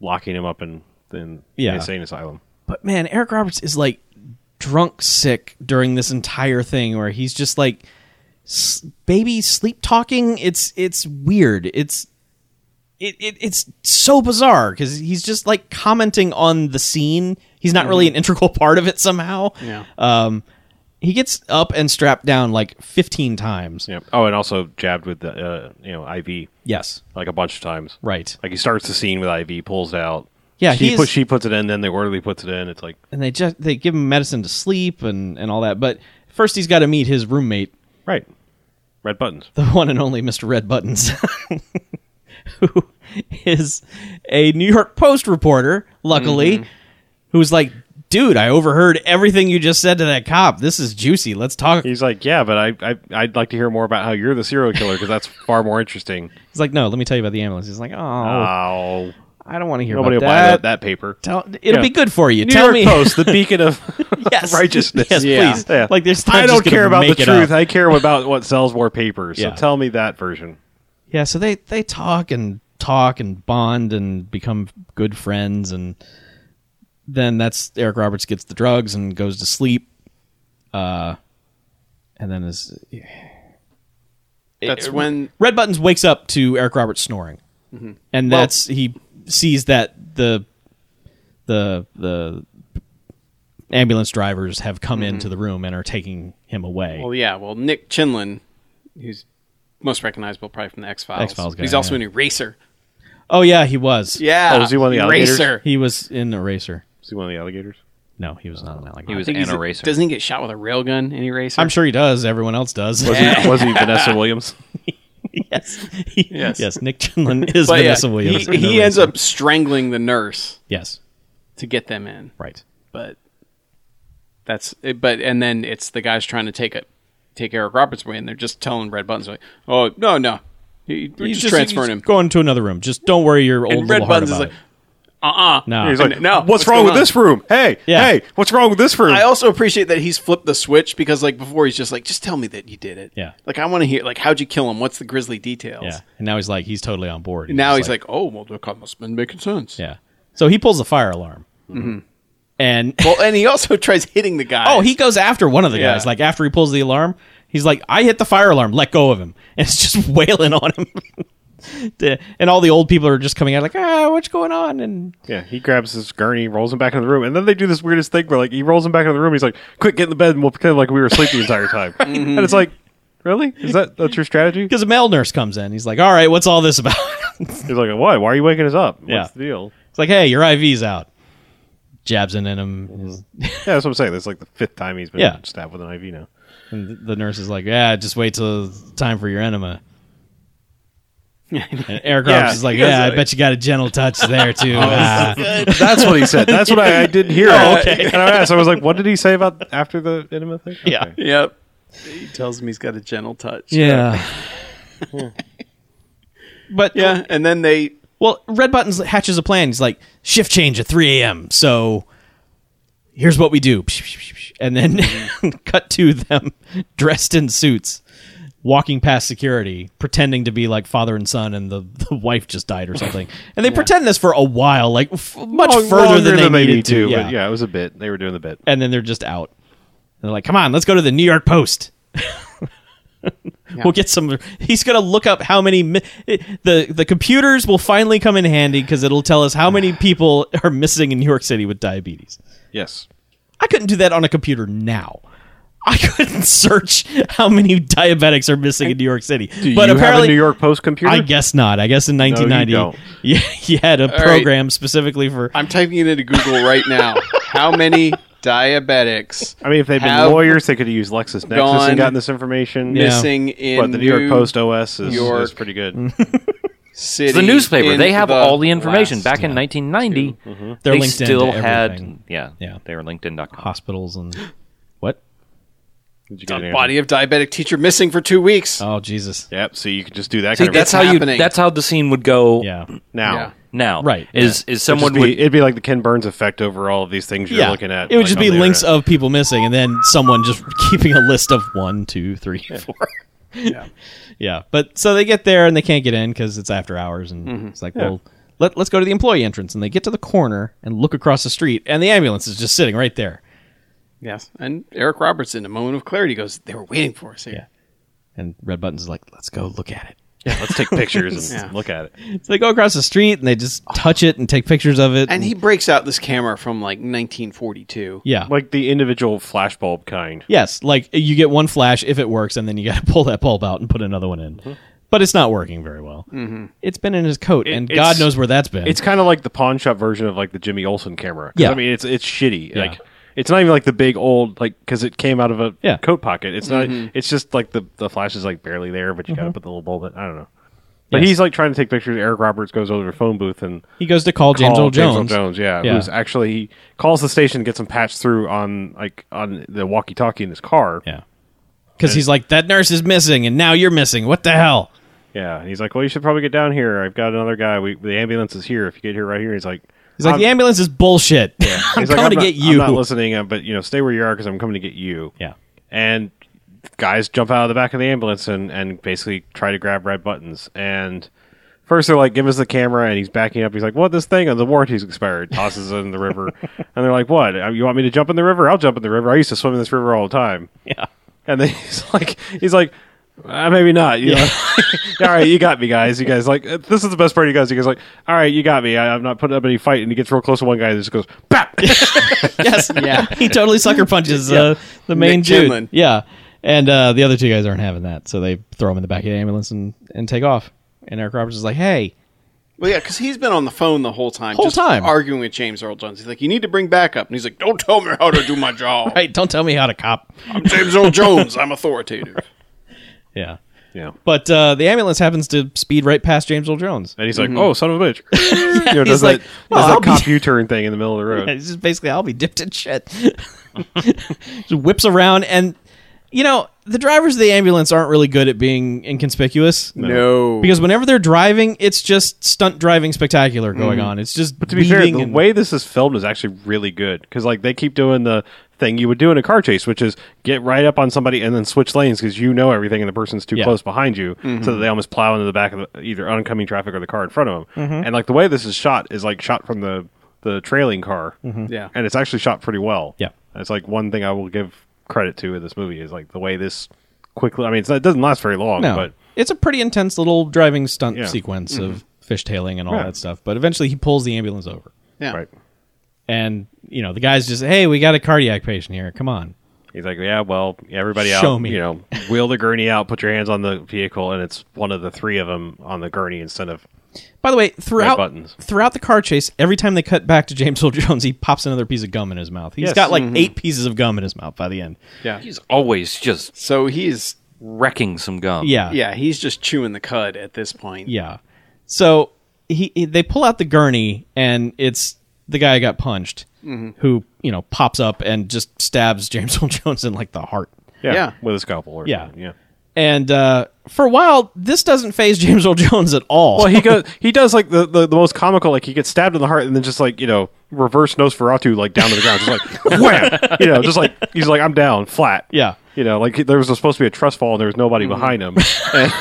[SPEAKER 2] locking him up in in
[SPEAKER 3] Yeah.
[SPEAKER 2] the insane asylum.
[SPEAKER 3] but man, Eric Roberts is like drunk sick during this entire thing where he's just like s- baby sleep talking. It's it's weird. It's it, it it's so bizarre because he's just like commenting on the scene. He's not really an integral part of it somehow.
[SPEAKER 4] Yeah.
[SPEAKER 3] Um, he gets up and strapped down like fifteen times.
[SPEAKER 2] Yep. Oh, and also jabbed with the uh, you know IV
[SPEAKER 3] Yes.
[SPEAKER 2] like a bunch of times.
[SPEAKER 3] Right.
[SPEAKER 2] Like he starts the scene with IV, pulls it out.
[SPEAKER 3] Yeah,
[SPEAKER 2] she
[SPEAKER 3] he's-
[SPEAKER 2] puts she puts it in, then the orderly puts it in. It's like
[SPEAKER 3] And they just they give him medicine to sleep and and all that. But first he's got to meet his roommate
[SPEAKER 2] right, red buttons.
[SPEAKER 3] the one and only Mr. Red Buttons, who is a New York Post reporter, luckily,
[SPEAKER 2] Mm-hmm.
[SPEAKER 3] who's like, dude, I overheard everything you just said to that cop. This is juicy. Let's talk. He's
[SPEAKER 2] He's like, yeah, but I, I I'd like to hear more about how you're the serial killer because that's far more interesting.
[SPEAKER 3] like, no, let me tell you about the ambulance. He's like, oh,
[SPEAKER 2] Oh,
[SPEAKER 3] I don't want to hear
[SPEAKER 2] nobody will
[SPEAKER 3] about
[SPEAKER 2] buy that,
[SPEAKER 3] that.
[SPEAKER 2] that paper.
[SPEAKER 3] Tell- it'll
[SPEAKER 2] Yeah.
[SPEAKER 3] be good for you.
[SPEAKER 2] New
[SPEAKER 3] tell
[SPEAKER 2] York
[SPEAKER 3] me.
[SPEAKER 2] Post, the beacon of
[SPEAKER 3] Yes.
[SPEAKER 2] righteousness.
[SPEAKER 3] Yes,
[SPEAKER 4] Yeah.
[SPEAKER 3] please.
[SPEAKER 2] Yeah.
[SPEAKER 3] Like, there's
[SPEAKER 2] I don't care about the
[SPEAKER 3] make it up.
[SPEAKER 2] truth. I care about what sells more paper. So
[SPEAKER 3] Yeah.
[SPEAKER 2] tell me that version.
[SPEAKER 3] Yeah, so they they talk and talk and bond and become good friends, and then that's Eric Roberts gets the drugs and goes to sleep, uh, and then is
[SPEAKER 4] That's when
[SPEAKER 3] Red Buttons wakes up to Eric Roberts snoring, and that's he sees that the the the ambulance drivers have come into the room and are taking him away.
[SPEAKER 4] Well, yeah. Well, Nick Chinlin, who's most recognizable probably from the X Files.
[SPEAKER 3] X-Files guy,
[SPEAKER 4] He's also
[SPEAKER 3] yeah.
[SPEAKER 4] an eraser.
[SPEAKER 3] oh yeah, he was.
[SPEAKER 4] Yeah.
[SPEAKER 2] Oh, is he one of the alligators?
[SPEAKER 4] eraser?
[SPEAKER 3] he was in Eraser.
[SPEAKER 2] See one of the alligators.
[SPEAKER 3] No, he was not an alligator.
[SPEAKER 1] He was
[SPEAKER 4] I think
[SPEAKER 1] an
[SPEAKER 4] he's a-
[SPEAKER 1] eraser.
[SPEAKER 4] Doesn't he get shot with a railgun in eraser?
[SPEAKER 3] I'm sure he does. Everyone else does.
[SPEAKER 2] Was he, was he Vanessa Williams?
[SPEAKER 3] yes. He- yes.
[SPEAKER 4] Yes.
[SPEAKER 3] Nick Chinlin is
[SPEAKER 4] But yeah,
[SPEAKER 3] Vanessa Williams.
[SPEAKER 4] He, he ends up strangling the nurse
[SPEAKER 3] Yes.
[SPEAKER 4] to get them in.
[SPEAKER 3] Right.
[SPEAKER 4] But that's it, but and then it's the guys trying to take it take Eric Roberts away and they're just telling Red Buttons like, Oh no, no. He, we're just, transferring
[SPEAKER 3] he's
[SPEAKER 4] him.
[SPEAKER 3] Going to another room. Just don't worry your old
[SPEAKER 4] And Red
[SPEAKER 3] little heart
[SPEAKER 4] Buttons is
[SPEAKER 3] about
[SPEAKER 4] like, "Uh-uh."
[SPEAKER 3] it. No.
[SPEAKER 2] He's like,
[SPEAKER 4] no,
[SPEAKER 2] what's,
[SPEAKER 4] what's
[SPEAKER 2] wrong
[SPEAKER 4] going
[SPEAKER 2] with
[SPEAKER 4] on?"
[SPEAKER 2] this room? Hey,
[SPEAKER 3] Yeah.
[SPEAKER 2] hey, what's wrong with this room?
[SPEAKER 4] I also appreciate that he's flipped the switch because like before he's just like, just tell me that you did it.
[SPEAKER 3] Yeah.
[SPEAKER 4] Like I want to hear like how'd you kill him? What's the grisly details?
[SPEAKER 3] yeah. And now he's like, he's totally on board.
[SPEAKER 4] And now he's like, oh well, the cut must have been making sense.
[SPEAKER 3] yeah. So he pulls the fire alarm. And
[SPEAKER 4] Mm-hmm. Well, and he also tries hitting the guy.
[SPEAKER 3] oh, he goes after one of the
[SPEAKER 4] Yeah.
[SPEAKER 3] guys. Like after he pulls the alarm, he's like, I hit the fire alarm. Let go of him. And it's just wailing on him. The- and all the old people are just coming out like, ah, what's going on? And
[SPEAKER 2] yeah, he grabs his gurney, rolls him back into the room, and then they do this weirdest thing where like he rolls him back into the room. He's like, "Quick, get in the bed, and we'll pretend like we were asleep the entire time."
[SPEAKER 4] Mm-hmm.
[SPEAKER 2] And it's like, really? Is that that's your strategy?
[SPEAKER 3] because a male nurse comes in, he's like, all right, what's all this about?
[SPEAKER 2] He's like, "Why? Why are you waking us up? What's
[SPEAKER 3] Yeah.
[SPEAKER 2] the deal?"
[SPEAKER 3] It's like, hey, your IV's out. Jabs in
[SPEAKER 2] Mm-hmm.
[SPEAKER 3] him.
[SPEAKER 2] Yeah, that's what I'm saying. That's like the fifth time he's been
[SPEAKER 3] Yeah.
[SPEAKER 2] stabbed with an IV now.
[SPEAKER 3] And the nurse is like, yeah, just wait till it's time for your enema. And Eric
[SPEAKER 2] Yeah,
[SPEAKER 3] Roberts is like,
[SPEAKER 2] he goes
[SPEAKER 3] yeah, I
[SPEAKER 2] like- Oh,
[SPEAKER 3] bet you got a gentle touch there, too. Ah.
[SPEAKER 2] That's what he said. That's what I, I didn't
[SPEAKER 3] Oh,
[SPEAKER 2] hear. And I asked, I was like, "What did he say about after the enema thing?"
[SPEAKER 3] Yeah.
[SPEAKER 2] Okay.
[SPEAKER 4] Yep. He tells him he's got a gentle touch.
[SPEAKER 3] yeah. but,
[SPEAKER 4] Yeah. And then they
[SPEAKER 3] well, Red Buttons hatches a plan. He's like, shift change at 3 a.m., so here's what we do. And then cut to them dressed in suits. Walking past security, pretending to be like father and son, and the, the wife just died or something, and they pretend this for a while, like f- much
[SPEAKER 2] Long-
[SPEAKER 3] further
[SPEAKER 2] longer
[SPEAKER 3] than they, needed
[SPEAKER 2] need
[SPEAKER 3] to.
[SPEAKER 2] But yeah, it was a bit. They were doing the bit.
[SPEAKER 3] and then they're just out. And they're like, "Come on, let's go to the New York Post. We'll get some." He's gonna look up how many mi- the the computers will finally come in handy because it'll tell us how many people are missing in New York City with diabetes.
[SPEAKER 2] Yes.
[SPEAKER 3] I couldn't do that on a computer now. I couldn't search how many diabetics are missing in New York City. but
[SPEAKER 2] you
[SPEAKER 3] apparently,
[SPEAKER 2] have a New York Post computer.
[SPEAKER 3] I guess not. I guess in
[SPEAKER 2] you
[SPEAKER 3] 1990,
[SPEAKER 2] don't.
[SPEAKER 3] you, you had a
[SPEAKER 4] right.
[SPEAKER 3] program specifically for
[SPEAKER 4] I'm typing it into Google right now. How many diabetics
[SPEAKER 2] I mean, if they've been
[SPEAKER 4] have
[SPEAKER 2] lawyers, they could have used LexisNexis
[SPEAKER 4] gone
[SPEAKER 2] and gotten this information.
[SPEAKER 3] Yeah.
[SPEAKER 4] missing in
[SPEAKER 2] But the New York Post OS is,
[SPEAKER 4] York.
[SPEAKER 2] is pretty good.
[SPEAKER 4] city.
[SPEAKER 1] the newspaper.
[SPEAKER 4] in
[SPEAKER 1] they have all the information.
[SPEAKER 4] West.
[SPEAKER 1] Back in 1990,
[SPEAKER 3] They're
[SPEAKER 1] they
[SPEAKER 3] linked
[SPEAKER 1] still
[SPEAKER 3] into
[SPEAKER 1] had
[SPEAKER 3] everything.
[SPEAKER 1] yeah,
[SPEAKER 3] Yeah.
[SPEAKER 1] They were LinkedIn.com.
[SPEAKER 3] hospitals and what?
[SPEAKER 2] Did you get
[SPEAKER 4] A
[SPEAKER 2] an
[SPEAKER 4] body of diabetic teacher missing for two weeks.
[SPEAKER 3] Oh Jesus!
[SPEAKER 2] answer? Yep. So you can just do that.
[SPEAKER 4] See,
[SPEAKER 2] kind
[SPEAKER 4] that's
[SPEAKER 2] of
[SPEAKER 1] how you.
[SPEAKER 4] happening.
[SPEAKER 1] That's how the scene would go.
[SPEAKER 3] Yeah,
[SPEAKER 2] now.
[SPEAKER 4] Yeah.
[SPEAKER 1] Now,
[SPEAKER 3] Right,
[SPEAKER 1] Is is
[SPEAKER 2] It'd just
[SPEAKER 1] someone
[SPEAKER 2] be,
[SPEAKER 1] would
[SPEAKER 2] it'd be like the Ken Burns effect over all of these things you're
[SPEAKER 3] yeah.
[SPEAKER 2] looking at.
[SPEAKER 3] it would
[SPEAKER 2] like,
[SPEAKER 3] just
[SPEAKER 2] on
[SPEAKER 3] be
[SPEAKER 2] the
[SPEAKER 3] links
[SPEAKER 2] internet.
[SPEAKER 3] of people missing, and then someone just keeping a list of one, two, three, four.
[SPEAKER 2] Yeah.
[SPEAKER 3] Yeah, but so they get there and they can't get in because it's after hours, and
[SPEAKER 2] Mm-hmm.
[SPEAKER 3] it's like, well, let, let's go to the employee entrance. And they get to the corner and look across the street, and the ambulance is just sitting right there.
[SPEAKER 4] Yes. And Eric Robertson, a moment of clarity, goes, "They were waiting for us here."
[SPEAKER 3] And Red Button's like, let's go look at it.
[SPEAKER 2] Let's take pictures and
[SPEAKER 4] Yeah.
[SPEAKER 2] look at it.
[SPEAKER 3] So they go across the street and they just touch it and take pictures of it.
[SPEAKER 4] And he breaks out this camera from like 1942.
[SPEAKER 3] yeah,
[SPEAKER 2] Like the individual flashbulb kind.
[SPEAKER 3] yes, like you get one flash if it works, and then you got to pull that bulb out and put another one in.
[SPEAKER 2] Mm-hmm.
[SPEAKER 3] But it's not working very well. Mm-hmm. It's been in his coat, and
[SPEAKER 2] it's-
[SPEAKER 3] God knows where that's been.
[SPEAKER 2] It's kind of like the pawn shop version of like the Jimmy Olsen camera. 'Cause,
[SPEAKER 3] Yeah.
[SPEAKER 2] I mean it's it's shitty.
[SPEAKER 3] Yeah.
[SPEAKER 2] Like it's not even like the big old like because it came out of a
[SPEAKER 3] Yeah.
[SPEAKER 2] coat pocket. It's not. It's just like the the flash is like barely there, but you got to put the little bulb. in. I don't know. But
[SPEAKER 3] Mm-hmm. Yes.
[SPEAKER 2] he's like trying to take pictures. Eric Roberts goes over to the phone booth and
[SPEAKER 3] he goes to call James
[SPEAKER 2] call
[SPEAKER 3] Earl Jones.
[SPEAKER 2] Jones, yeah,
[SPEAKER 3] Yeah.
[SPEAKER 2] who's actually he calls the station, gets him patched through on like on the walkie-talkie in his car.
[SPEAKER 3] Yeah, because he's like, that nurse is missing, and now you're missing. What the hell?
[SPEAKER 2] Yeah, and he's like, "Well, you should probably get down here. I've got another guy. We, the ambulance is here. If you get here right here, he's like,
[SPEAKER 3] He's like,
[SPEAKER 2] "I'm-
[SPEAKER 3] the ambulance is bullshit. I'm
[SPEAKER 2] he's like,
[SPEAKER 3] coming to
[SPEAKER 2] not-
[SPEAKER 3] get you.
[SPEAKER 2] I'm not listening, uh, but you know, stay where you are because I'm coming to get you."
[SPEAKER 3] yeah.
[SPEAKER 2] and guys jump out of the back of the ambulance and and basically try to grab red buttons and. First, they're like, "Give us the camera," and he's backing up. He's like, "What? This thing? And the warranty's expired." Tosses it in the river, and they're like, "What? Uh, You want me to jump in the river? I'll jump in the river. I used to swim in this river all the time."
[SPEAKER 3] Yeah.
[SPEAKER 2] And then he's like, he's like, uh, maybe not. You know? all right, you got me, guys. You guys like uh, this is the best part. You guys, you guys like, all right, you got me. I, I'm not putting up any fight. And he gets real close to one guy and just goes, "Bap!"
[SPEAKER 3] yes. Yeah. he totally sucker punches uh, the main
[SPEAKER 4] Nick
[SPEAKER 3] dude.
[SPEAKER 4] Chinlin.
[SPEAKER 3] Yeah. And uh, the other two guys aren't having that, so they throw him in the back of the ambulance and, and take off. And Eric Roberts is like, "Hey,
[SPEAKER 4] Well, yeah, because he's been on the phone the whole time,
[SPEAKER 3] Whole
[SPEAKER 4] just
[SPEAKER 3] time.
[SPEAKER 4] arguing with James Earl Jones. He's like, "You need to bring backup," and he's like, "Don't tell me how to do my job.
[SPEAKER 3] hey, don't tell me how to cop."
[SPEAKER 4] I'm James Earl Jones. I'm authoritative."
[SPEAKER 3] Yeah.
[SPEAKER 2] yeah.
[SPEAKER 3] But uh, the ambulance happens to speed right past James Earl Jones.
[SPEAKER 2] And he's like, "Oh, son of a bitch!" you know, does
[SPEAKER 3] he's like,
[SPEAKER 2] that,
[SPEAKER 3] "Well,
[SPEAKER 2] does that
[SPEAKER 3] I'll be-
[SPEAKER 2] cop U-turn thing in the middle of the road?
[SPEAKER 3] It's just basically, I'll be dipped in shit. Just whips around, and you know the drivers of the ambulance aren't really good at being inconspicuous.
[SPEAKER 4] No,
[SPEAKER 3] Because whenever they're driving, it's just stunt driving spectacular going on. It's just
[SPEAKER 2] Mm-hmm. To be fair,
[SPEAKER 3] weaving
[SPEAKER 2] the
[SPEAKER 3] and-
[SPEAKER 2] way this is filmed is actually really good because like they keep doing the thing you would do in a car chase, which is get right up on somebody and then switch lanes because you know everything and the person's too
[SPEAKER 3] Yeah.
[SPEAKER 2] close behind you, so that they almost plow into the back of the, either oncoming traffic or the car in front of them. And like the way this is shot is like shot from the the trailing car,
[SPEAKER 4] Yeah.
[SPEAKER 2] and it's actually shot pretty well.
[SPEAKER 3] Yeah.
[SPEAKER 2] it's like one thing I will give credit to in this movie is like the way this quickly. I mean, it's, it doesn't last very long,
[SPEAKER 3] no,
[SPEAKER 2] but
[SPEAKER 3] it's a pretty intense little driving stunt
[SPEAKER 2] Yeah. Mm-hmm.
[SPEAKER 3] sequence of fishtailing and all
[SPEAKER 2] Yeah.
[SPEAKER 3] that stuff. But eventually, he pulls the ambulance over,
[SPEAKER 4] yeah.
[SPEAKER 2] right.
[SPEAKER 3] and you know the guys just, "Hey, we got a cardiac patient here. Come on."
[SPEAKER 2] He's like, yeah, well, everybody
[SPEAKER 3] Show
[SPEAKER 2] out,
[SPEAKER 3] me.
[SPEAKER 2] you know, wheel the gurney out, put your hands on the vehicle, and it's one of the three of them on the gurney instead of
[SPEAKER 3] By the way, throughout
[SPEAKER 2] buttons.
[SPEAKER 3] throughout the car chase, every time they cut back to James Earl Jones, he pops another piece of gum in his mouth. He's
[SPEAKER 2] Yes. Mm-hmm.
[SPEAKER 3] got like eight pieces of gum in his mouth by the end.
[SPEAKER 4] Yeah.
[SPEAKER 1] He's always just
[SPEAKER 4] So he's
[SPEAKER 1] wrecking some gum.
[SPEAKER 3] Yeah,
[SPEAKER 4] yeah, he's just chewing the cud at this point.
[SPEAKER 3] Yeah. So he, he- they pull out the gurney and it's the guy who got punched
[SPEAKER 2] Mm-hmm.
[SPEAKER 3] who, you know, pops up and just stabs James Earl Jones in like the heart.
[SPEAKER 2] yeah,
[SPEAKER 4] Yeah.
[SPEAKER 2] with a scalpel or
[SPEAKER 3] Yeah.
[SPEAKER 2] yeah.
[SPEAKER 3] And uh, for a while, this doesn't phase James Earl Jones at all.
[SPEAKER 2] Well, he goes, he does like the, the the most comical, like he gets stabbed in the heart and then just like you know reverse Nosferatu like down to the ground, just like wham, you know, just like he's like I'm down flat,
[SPEAKER 3] Yeah. Mm-hmm.
[SPEAKER 2] you know, like there was supposed to be a trust fall and there was nobody behind him. And-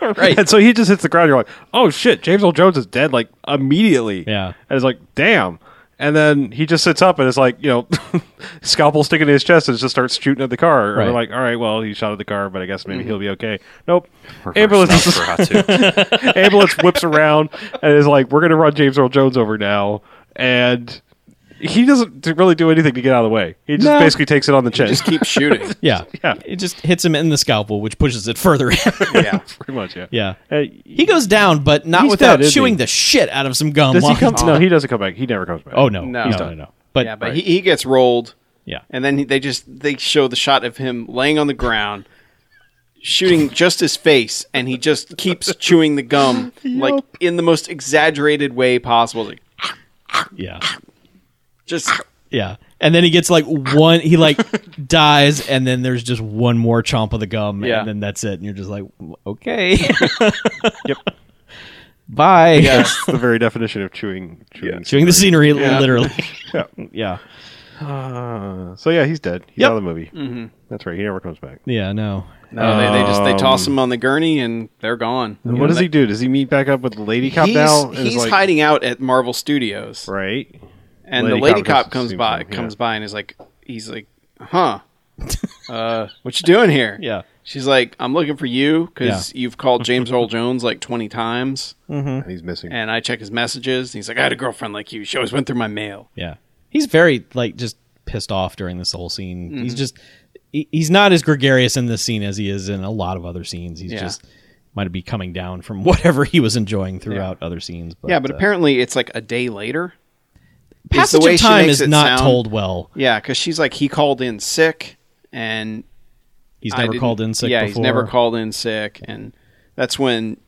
[SPEAKER 3] Right.
[SPEAKER 2] And so he just hits the ground. You're like, oh shit, James Earl Jones is dead like immediately.
[SPEAKER 3] Yeah.
[SPEAKER 2] And it's like, damn. And then he just sits up and it's like, you know, scalpel sticking in his chest and just starts shooting at the car. Or
[SPEAKER 3] Right. Mm-hmm.
[SPEAKER 2] like, all right, well, he shot at the car, but I guess maybe he'll be okay. Nope.
[SPEAKER 1] Reverse
[SPEAKER 2] Ambulance,
[SPEAKER 1] Nosferatu.
[SPEAKER 2] ambulance whips around and is like, we're going to run James Earl Jones over now. And he doesn't do- really do anything to get out of the way. He just
[SPEAKER 3] No.
[SPEAKER 2] basically takes it on the chin.
[SPEAKER 4] Just keep shooting.
[SPEAKER 3] yeah.
[SPEAKER 2] Yeah.
[SPEAKER 3] It just hits him in the scalpel, which pushes it further in.
[SPEAKER 4] yeah.
[SPEAKER 2] Pretty much, yeah.
[SPEAKER 3] yeah.
[SPEAKER 2] Uh,
[SPEAKER 3] He goes down, but not
[SPEAKER 2] He's
[SPEAKER 3] without
[SPEAKER 2] dead, isn't
[SPEAKER 3] chewing
[SPEAKER 2] he?
[SPEAKER 3] the shit out of some gum.
[SPEAKER 2] does
[SPEAKER 3] while
[SPEAKER 2] he come?
[SPEAKER 3] he's-
[SPEAKER 2] No, he doesn't come back. He never comes back.
[SPEAKER 3] Oh, no.
[SPEAKER 4] No.
[SPEAKER 3] No,
[SPEAKER 4] He's
[SPEAKER 3] no, no.
[SPEAKER 4] done.
[SPEAKER 3] But,
[SPEAKER 4] Yeah, but he, he gets rolled
[SPEAKER 3] yeah.
[SPEAKER 4] and then he, they just they show the shot of him laying on the ground shooting just his face, and he just keeps chewing the gum like in the most exaggerated way possible. Like,
[SPEAKER 3] Yeah.
[SPEAKER 4] just
[SPEAKER 3] Yeah. And then he gets like one, he like dies, and then there's just one more chomp of the gum,
[SPEAKER 4] Yeah.
[SPEAKER 3] and then that's it. And you're just like, okay.
[SPEAKER 2] Yep.
[SPEAKER 3] Bye.
[SPEAKER 2] That's the very definition of chewing. Chewing.
[SPEAKER 3] Chewing the scenery, literally.
[SPEAKER 2] Yeah.
[SPEAKER 3] yeah.
[SPEAKER 2] Uh, so yeah, he's dead. He's
[SPEAKER 3] Yep.
[SPEAKER 2] out of the movie. Mm-hmm. That's right. He never comes back.
[SPEAKER 3] Yeah, no.
[SPEAKER 4] no, they, they just they toss him on the gurney, and they're gone.
[SPEAKER 2] Um, And what does he do? Does he meet back up with the lady cop
[SPEAKER 4] he's,
[SPEAKER 2] now? And is
[SPEAKER 4] he's
[SPEAKER 2] like-
[SPEAKER 4] hiding out at Marvel Studios,
[SPEAKER 2] Right.
[SPEAKER 4] and
[SPEAKER 2] Lady
[SPEAKER 4] the lady
[SPEAKER 2] cop
[SPEAKER 4] cop,
[SPEAKER 2] just
[SPEAKER 4] comes
[SPEAKER 2] sees
[SPEAKER 4] by,
[SPEAKER 2] him, yeah.
[SPEAKER 4] comes by, and is like, he's like, huh, uh, what you doing here?
[SPEAKER 3] Yeah.
[SPEAKER 4] She's like, I'm looking for you because you've called James Earl Jones like 20 times,
[SPEAKER 2] And he's missing.
[SPEAKER 4] and I check his messages. And he's like, I had a girlfriend like you. She always went through my mail.
[SPEAKER 3] Yeah. He's very like just pissed off during this whole scene.
[SPEAKER 4] Mm-hmm.
[SPEAKER 3] He's just he- he's not as gregarious in this scene as he is in a lot of other scenes. He's
[SPEAKER 4] Yeah.
[SPEAKER 3] just might be coming down from whatever he was enjoying throughout other scenes. But,
[SPEAKER 4] yeah, but
[SPEAKER 3] uh,
[SPEAKER 4] apparently it's like a day later. is the
[SPEAKER 3] passage
[SPEAKER 4] way
[SPEAKER 3] of
[SPEAKER 4] she
[SPEAKER 3] time
[SPEAKER 4] makes
[SPEAKER 3] is
[SPEAKER 4] it
[SPEAKER 3] not
[SPEAKER 4] sound-
[SPEAKER 3] told well.
[SPEAKER 4] Yeah, because she's like, he called in sick, and
[SPEAKER 3] He's
[SPEAKER 4] I
[SPEAKER 3] never
[SPEAKER 4] didn't-
[SPEAKER 3] called in sick.
[SPEAKER 4] Yeah,
[SPEAKER 3] before.
[SPEAKER 4] he's never called in sick, and that's when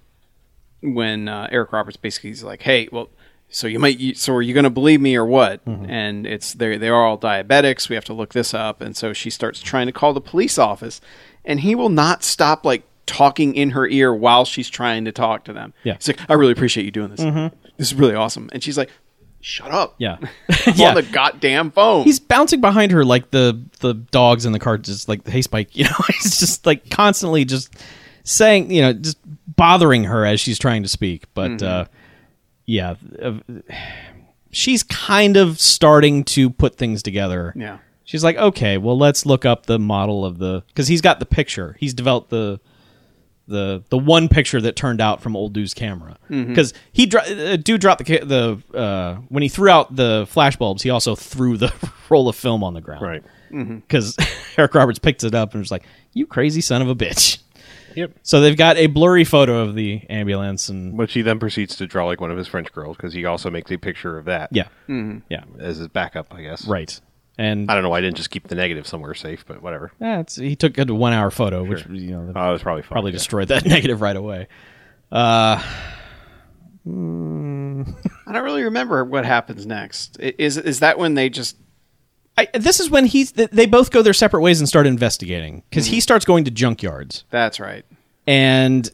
[SPEAKER 4] when uh, Eric Roberts basically is like, "Hey, well, so you might, you, so are you going to believe me or what?"
[SPEAKER 3] Mm-hmm.
[SPEAKER 4] And it's they they are all diabetics. We have to look this up, and so she starts trying to call the police office, and he will not stop like talking in her ear while she's trying to talk to them.
[SPEAKER 3] Yeah. Mm-hmm.
[SPEAKER 4] he's like, "I really appreciate you doing this. This is really awesome," and she's like. Shut up!
[SPEAKER 3] Yeah.
[SPEAKER 4] I'm
[SPEAKER 3] Yeah.
[SPEAKER 4] on the goddamn phone.
[SPEAKER 3] He's bouncing behind her like the the dogs in the car, just like hey Spike, you know. He's just like constantly just saying, you know, just bothering her as she's trying to speak. But uh, yeah, uh, she's kind of starting to put things together.
[SPEAKER 4] Yeah.
[SPEAKER 3] she's like, okay, well, let's look up the model of the because he's got the picture. He's developed the the the one picture that turned out from old dude's camera
[SPEAKER 2] Mm-hmm.
[SPEAKER 3] because he dro- uh, dude dropped the ca- the uh, when he threw out the flashbulbs he also threw the roll of film on the ground
[SPEAKER 2] Right.
[SPEAKER 3] because Eric Roberts picked it up and was like you crazy son of a bitch
[SPEAKER 2] Yep.
[SPEAKER 3] so they've got a blurry photo of the ambulance and
[SPEAKER 2] Which he then proceeds to draw like one of his French girls because he also makes a picture of that.
[SPEAKER 3] yeah yeah
[SPEAKER 2] As his backup, I guess.
[SPEAKER 3] right and
[SPEAKER 2] Mm-hmm. I don't know why I didn't just keep the negative somewhere safe, but whatever.
[SPEAKER 3] eh, it's- he took a one hour photo which you know
[SPEAKER 2] Oh, it was probably fine.
[SPEAKER 3] probably
[SPEAKER 2] yeah.
[SPEAKER 3] destroyed that negative right away
[SPEAKER 4] I don't really remember what happens next. I- Is is that when they just
[SPEAKER 3] I, this is when he th- they both go their separate ways and start investigating because
[SPEAKER 2] Mm-hmm.
[SPEAKER 3] he starts going to junkyards
[SPEAKER 4] That's right.
[SPEAKER 3] and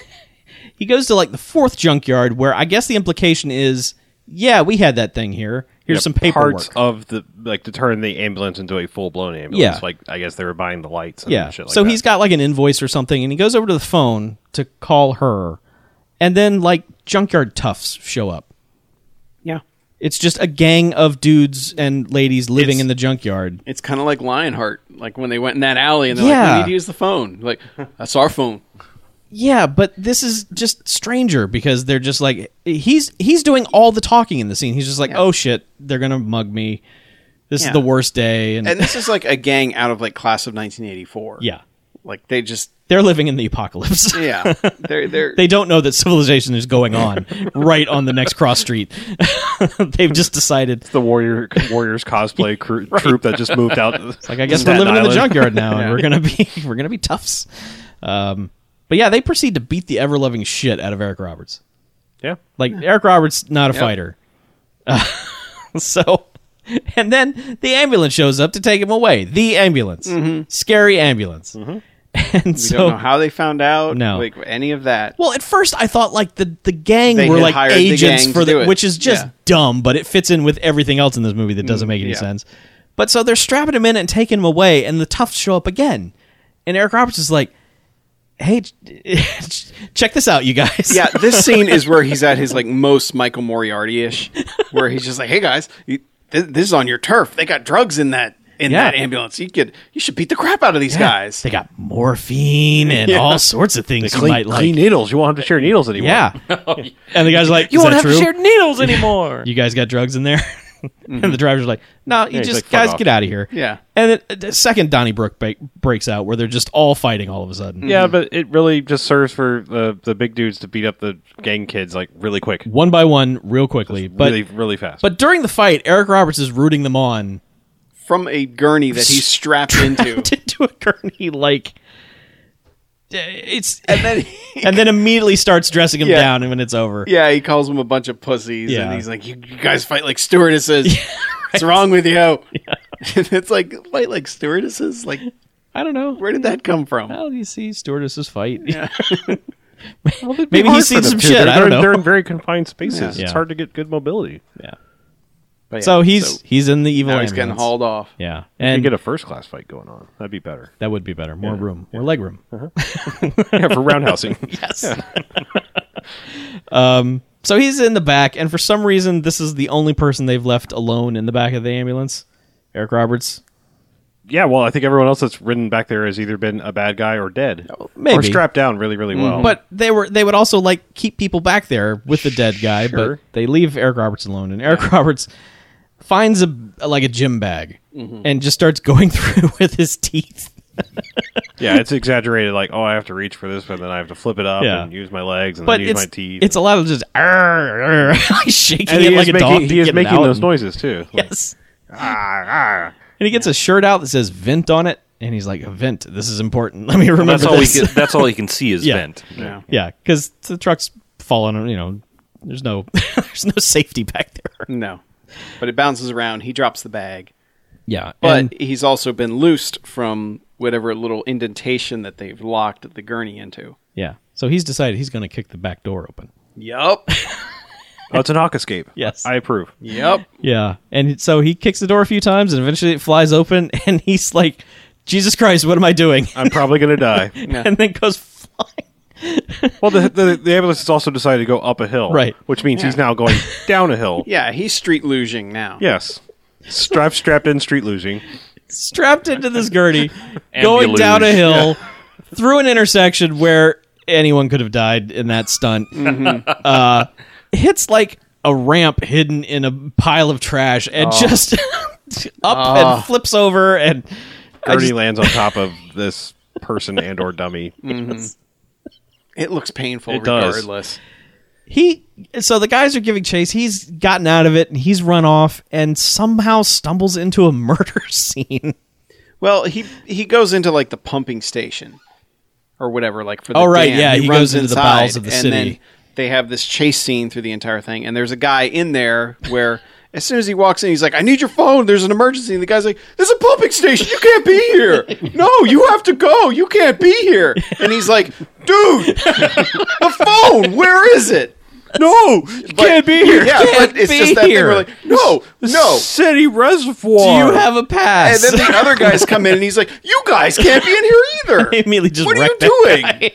[SPEAKER 3] he goes to like the fourth junkyard where I guess the implication is, yeah, we had that thing here. Here's
[SPEAKER 2] Yeah,
[SPEAKER 3] some paperwork.
[SPEAKER 2] Parts of the like to turn the ambulance into a full blown ambulance.
[SPEAKER 3] Yeah.
[SPEAKER 2] Like I guess they were buying the lights. And
[SPEAKER 3] yeah.
[SPEAKER 2] Shit like
[SPEAKER 3] so
[SPEAKER 2] that.
[SPEAKER 3] he's got like an invoice or something, and he goes over to the phone to call her, and then like junkyard toughs show up.
[SPEAKER 4] Yeah.
[SPEAKER 3] It's just a gang of dudes and ladies living
[SPEAKER 4] It's-
[SPEAKER 3] in the junkyard.
[SPEAKER 4] It's kind of like Lionheart, like when they went in that alley and they're
[SPEAKER 3] Yeah.
[SPEAKER 4] like, "We need to use the phone." Like, that's our phone.
[SPEAKER 3] Yeah, but this is just stranger because they're just like he's he's doing all the talking in the scene. He's just like, oh shit, they're gonna mug me. This
[SPEAKER 4] Yeah.
[SPEAKER 3] is the worst day, and,
[SPEAKER 4] And this is like a gang out of like class of 1984.
[SPEAKER 3] yeah,
[SPEAKER 4] like they just
[SPEAKER 3] they're living in the apocalypse.
[SPEAKER 4] yeah they're they're
[SPEAKER 3] they don't know that civilization is going on right on the next cross street. They've just decided,
[SPEAKER 2] the warrior warriors cosplay crew, troop that just moved out.
[SPEAKER 3] like, I guess we're
[SPEAKER 2] Staten
[SPEAKER 3] living in the
[SPEAKER 2] Island.
[SPEAKER 3] junkyard now, and
[SPEAKER 4] Yeah.
[SPEAKER 3] we're gonna be we're gonna be toughs. Um, but yeah, they proceed to beat the ever loving shit out of Eric Roberts.
[SPEAKER 2] Yeah.
[SPEAKER 3] Like Eric Roberts, not a fighter. Uh, so, and then the ambulance shows up to take him away. The ambulance, scary ambulance. And
[SPEAKER 4] Mm-hmm. we
[SPEAKER 3] so,
[SPEAKER 4] don't know how they found out.
[SPEAKER 3] No.
[SPEAKER 4] like any of that.
[SPEAKER 3] Well, at first I thought like the the gang
[SPEAKER 4] They
[SPEAKER 3] were
[SPEAKER 4] had
[SPEAKER 3] like
[SPEAKER 4] hired the
[SPEAKER 3] agents
[SPEAKER 4] gang
[SPEAKER 3] for
[SPEAKER 4] to do
[SPEAKER 3] the,
[SPEAKER 4] it.
[SPEAKER 3] which is just
[SPEAKER 4] Yeah. Mm,
[SPEAKER 3] dumb, but it fits in with everything else in this movie that doesn't make any
[SPEAKER 4] yeah.
[SPEAKER 3] sense. But so they're strapping him in and taking him away, and the toughs show up again, and Eric Roberts is like, "Hey, ch- check this out, you guys."
[SPEAKER 4] yeah, this scene is where he's at his like most Michael Moriarty ish, where he's just like, "Hey guys, you, th- this is on your turf. They got drugs in that in
[SPEAKER 3] Yeah.
[SPEAKER 4] that ambulance. You could you should beat the crap out of these guys."
[SPEAKER 3] they got morphine and
[SPEAKER 4] Yeah.
[SPEAKER 3] all sorts of things you
[SPEAKER 2] Clean,
[SPEAKER 3] might like.
[SPEAKER 2] clean needles. You won't have to share needles anymore.
[SPEAKER 3] Yeah, and the guys are like,
[SPEAKER 1] You
[SPEAKER 3] "Is
[SPEAKER 1] won't have
[SPEAKER 3] that true?
[SPEAKER 1] to share needles anymore.
[SPEAKER 3] you guys got drugs in there?" and the driver's like, "No, you
[SPEAKER 2] he's
[SPEAKER 3] just
[SPEAKER 2] like, "Fuck
[SPEAKER 3] guys
[SPEAKER 2] off."
[SPEAKER 3] get out of here."
[SPEAKER 4] Yeah.
[SPEAKER 3] And then uh, the second Donnybrook ba- breaks out where they're just all fighting all of a sudden.
[SPEAKER 2] Yeah, but it really just serves for the the big dudes to beat up the gang kids like really quick,
[SPEAKER 3] One by one, real quickly. But
[SPEAKER 2] really really fast.
[SPEAKER 3] but during the fight, Eric Roberts is rooting them on
[SPEAKER 4] From a gurney that he's strapped into.
[SPEAKER 3] into a gurney like uh, it's
[SPEAKER 4] And then
[SPEAKER 3] and then immediately starts dressing him
[SPEAKER 4] Yeah.
[SPEAKER 3] down when it's over.
[SPEAKER 4] yeah, he calls him a bunch of pussies, and
[SPEAKER 3] Yeah.
[SPEAKER 4] he's like, "You, you guys fight like stewardesses. What's wrong with you?" And it's like, fight like stewardesses. Like,
[SPEAKER 3] I don't know.
[SPEAKER 4] where did that come from?
[SPEAKER 3] Well, you see stewardesses fight.
[SPEAKER 2] it'd be hard
[SPEAKER 3] Maybe he's
[SPEAKER 2] for
[SPEAKER 3] seen
[SPEAKER 2] them
[SPEAKER 3] some
[SPEAKER 2] to.
[SPEAKER 3] shit,
[SPEAKER 2] They're,
[SPEAKER 3] I
[SPEAKER 2] they're-
[SPEAKER 3] don't know.
[SPEAKER 2] They're in very confined spaces.
[SPEAKER 4] Yeah.
[SPEAKER 2] It's
[SPEAKER 3] Yeah.
[SPEAKER 2] hard to get good mobility.
[SPEAKER 3] yeah.
[SPEAKER 4] But yeah,
[SPEAKER 3] So he's he's in the evil.
[SPEAKER 4] now he's getting
[SPEAKER 3] ambulance.
[SPEAKER 4] hauled off.
[SPEAKER 3] Yeah,
[SPEAKER 2] You
[SPEAKER 3] and
[SPEAKER 2] get a first class fight going on. That'd be better.
[SPEAKER 3] that would be better. More room, more leg room.
[SPEAKER 2] Yeah, for roundhousing.
[SPEAKER 3] Yes. um. So he's in the back, and for some reason, this is the only person they've left alone in the back of the ambulance. Eric Roberts.
[SPEAKER 2] yeah, well, I think everyone else that's ridden back there has either been a bad guy or dead. Or
[SPEAKER 3] Oh, maybe.
[SPEAKER 2] strapped down really, really well.
[SPEAKER 3] But they were they would also like keep people back there with the dead guy,
[SPEAKER 2] Sure.
[SPEAKER 3] but they leave Eric Roberts alone, and Eric Roberts finds a like a gym bag
[SPEAKER 2] Mm-hmm.
[SPEAKER 3] and just starts going through with his teeth.
[SPEAKER 2] yeah, it's exaggerated. Like, oh, I have to reach for this, but then I have to flip it up
[SPEAKER 3] Yeah.
[SPEAKER 2] and use my legs and
[SPEAKER 3] But
[SPEAKER 2] then use
[SPEAKER 3] it's
[SPEAKER 2] my teeth.
[SPEAKER 3] it's a lot of just "Arr, arr," like shaking
[SPEAKER 2] and
[SPEAKER 3] it
[SPEAKER 2] he
[SPEAKER 3] like
[SPEAKER 2] is
[SPEAKER 3] a dog.
[SPEAKER 2] making,
[SPEAKER 3] to
[SPEAKER 2] he is
[SPEAKER 3] get it
[SPEAKER 2] making
[SPEAKER 3] out
[SPEAKER 2] those
[SPEAKER 3] and-
[SPEAKER 2] noises too. Like,
[SPEAKER 3] Yes.
[SPEAKER 2] ah, ah.
[SPEAKER 3] And he gets a shirt out that says vent on it, and he's like, "Vent, this is important. Let me remember
[SPEAKER 1] That's all we
[SPEAKER 3] this."
[SPEAKER 1] can, that's all you can see is
[SPEAKER 3] Yeah.
[SPEAKER 1] vent.
[SPEAKER 4] Yeah.
[SPEAKER 3] yeah, because the truck's falling. and, You know, there's no there's no safety back there.
[SPEAKER 4] No, but it bounces around. He drops the bag,
[SPEAKER 3] Yeah,
[SPEAKER 4] but
[SPEAKER 3] and-
[SPEAKER 4] he's also been loosed from whatever little indentation that they've locked the gurney into.
[SPEAKER 3] yeah. So he's decided he's going to kick the back door open.
[SPEAKER 4] Yup.
[SPEAKER 2] Oh, it's a knock escape.
[SPEAKER 3] Yes.
[SPEAKER 2] I approve.
[SPEAKER 4] yup.
[SPEAKER 3] Yeah. And so he kicks the door a few times and eventually it flies open and he's like, Jesus Christ, what am I doing?
[SPEAKER 2] I'm probably going to die.
[SPEAKER 3] and then goes flying.
[SPEAKER 2] Well, the, the, the ambulance has also decided to go up a hill,
[SPEAKER 3] Right.
[SPEAKER 2] Which means he's
[SPEAKER 4] Yeah.
[SPEAKER 2] now going down a hill.
[SPEAKER 4] Yeah, he's street losing now.
[SPEAKER 2] Yes, strapped, strapped in, street losing.
[SPEAKER 3] Strapped into this gurney, going down a hill through an intersection where anyone could have died in that stunt.
[SPEAKER 2] Mm-hmm.
[SPEAKER 3] Uh, hits like a ramp hidden in a pile of trash and
[SPEAKER 2] Oh.
[SPEAKER 3] just up
[SPEAKER 2] Ah.
[SPEAKER 3] and flips over and I
[SPEAKER 2] Gurney
[SPEAKER 3] just-
[SPEAKER 2] lands on top of this person and or dummy.
[SPEAKER 4] It looks painful
[SPEAKER 2] It does.
[SPEAKER 4] regardless.
[SPEAKER 3] he so the guys are giving chase he's gotten out of it and he's run off and somehow stumbles into a murder scene
[SPEAKER 4] Well, he he goes into like the pumping station or whatever, like for the
[SPEAKER 3] Oh, right,
[SPEAKER 4] dam.
[SPEAKER 3] yeah,
[SPEAKER 4] he,
[SPEAKER 3] he
[SPEAKER 4] runs
[SPEAKER 3] goes into the
[SPEAKER 4] inside,
[SPEAKER 3] bowels of the
[SPEAKER 4] and
[SPEAKER 3] city.
[SPEAKER 4] Then they have this chase scene through the entire thing, and there's a guy in there where. As soon as he walks in, he's like, "I need your phone. There's an emergency." And the guy's like, "There's a pumping station. You can't be here. No, you have to go. You can't be here." And he's like, "Dude, the phone. Where is it?
[SPEAKER 2] No,
[SPEAKER 4] But-
[SPEAKER 2] can't be here.
[SPEAKER 4] Yeah,
[SPEAKER 3] Can't
[SPEAKER 4] but it's
[SPEAKER 3] be
[SPEAKER 4] just that
[SPEAKER 3] here.
[SPEAKER 4] thing where like, no, no,
[SPEAKER 2] city reservoir.
[SPEAKER 3] do you have a pass
[SPEAKER 4] and then the other guys come in, and he's like, "You guys can't be in here either."
[SPEAKER 3] They immediately just
[SPEAKER 4] what are you
[SPEAKER 3] wrecked that
[SPEAKER 4] doing?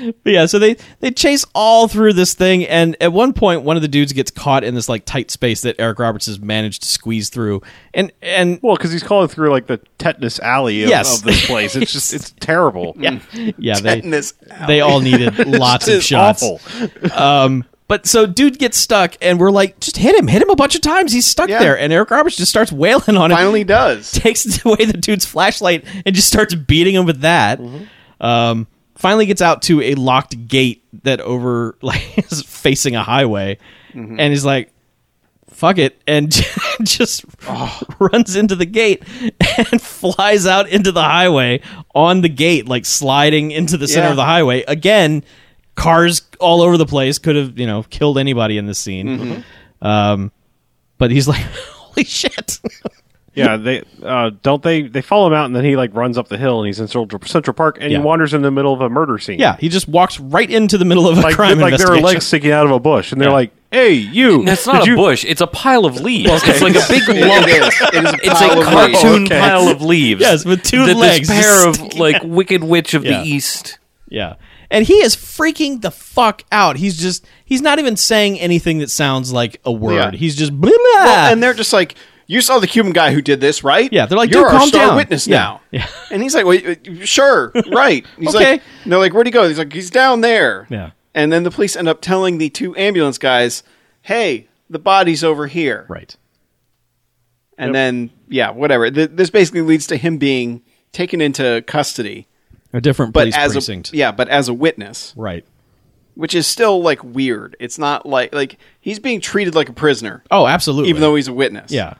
[SPEAKER 3] But yeah so they they chase all through this thing and at one point one of the dudes gets caught in this like tight space that eric roberts has managed to squeeze through and and
[SPEAKER 2] well, because he's calling through like the tetanus alley of,
[SPEAKER 3] Yes.
[SPEAKER 2] of this place. It's just it's terrible. Yeah,
[SPEAKER 3] yeah they
[SPEAKER 4] Tetanus
[SPEAKER 3] they all needed lots of shots Um,
[SPEAKER 2] awful.
[SPEAKER 3] But so dude gets stuck and we're like, just hit him, hit him a bunch of times. He's stuck
[SPEAKER 4] Yeah.
[SPEAKER 3] there. And Eric Roberts just starts wailing on him.
[SPEAKER 4] Finally does.
[SPEAKER 3] takes away the dude's flashlight and just starts beating him with that. Um, finally gets out to a locked gate that over like is facing a highway and he's like, fuck it. And just runs into the gate and flies out into the highway on the gate, like sliding into the center
[SPEAKER 4] Yeah.
[SPEAKER 3] of the highway again. Cars all over the place could have, you know, killed anybody in this scene. Um, but he's like, "Holy shit!"
[SPEAKER 2] Yeah, they uh, don't they they follow him out and then he like runs up the hill and he's in Central, Central Park and
[SPEAKER 3] Yeah.
[SPEAKER 2] he wanders in the middle of a murder scene.
[SPEAKER 3] Yeah, he just walks right into the middle of a
[SPEAKER 2] like
[SPEAKER 3] crime
[SPEAKER 2] like there are
[SPEAKER 3] investigation.
[SPEAKER 2] legs sticking out of a bush and they're
[SPEAKER 3] Yeah.
[SPEAKER 2] like, "Hey, you!"
[SPEAKER 1] That's not
[SPEAKER 2] did
[SPEAKER 1] a
[SPEAKER 2] you-
[SPEAKER 1] bush. It's a pile of leaves. It's like a big
[SPEAKER 4] It-
[SPEAKER 1] lump.
[SPEAKER 4] it is. It is a
[SPEAKER 1] It's
[SPEAKER 4] pile
[SPEAKER 1] a
[SPEAKER 4] of leaves.
[SPEAKER 1] cartoon
[SPEAKER 2] Okay.
[SPEAKER 1] pile of leaves.
[SPEAKER 3] Yes, with two
[SPEAKER 1] That
[SPEAKER 3] legs
[SPEAKER 1] This pair
[SPEAKER 3] just
[SPEAKER 1] of like Wicked Witch of
[SPEAKER 3] Yeah.
[SPEAKER 1] the East.
[SPEAKER 3] Yeah. And he is freaking the fuck out. He's just he's not even saying anything that sounds like a word.
[SPEAKER 4] Yeah.
[SPEAKER 3] He's just blah, blah.
[SPEAKER 4] Well, Oh, and they're just like, "You saw the Cuban guy who did this, right?"
[SPEAKER 3] Yeah, they're like,
[SPEAKER 4] "You're
[SPEAKER 3] "Dude,
[SPEAKER 4] our
[SPEAKER 3] calm
[SPEAKER 4] star
[SPEAKER 3] down."
[SPEAKER 4] witness
[SPEAKER 3] Yeah.
[SPEAKER 4] now."
[SPEAKER 3] Yeah.
[SPEAKER 4] And he's like, "Well, y- y- sure, right." He's
[SPEAKER 3] Okay.
[SPEAKER 4] like, and "They're like, where'd he go?" He's like, "He's down there."
[SPEAKER 3] Yeah.
[SPEAKER 4] And then the police end up telling the two ambulance guys, "Hey, the body's over here."
[SPEAKER 3] right.
[SPEAKER 4] And then yeah, whatever. Th- this basically leads to him being taken into custody,
[SPEAKER 3] A different
[SPEAKER 4] but
[SPEAKER 3] police
[SPEAKER 4] as
[SPEAKER 3] precinct.
[SPEAKER 4] a yeah, but as a witness.
[SPEAKER 3] Right.
[SPEAKER 4] which is still like weird. It's not like like he's being treated like a prisoner,
[SPEAKER 3] Oh, absolutely.
[SPEAKER 4] even though he's a witness.
[SPEAKER 3] Yeah.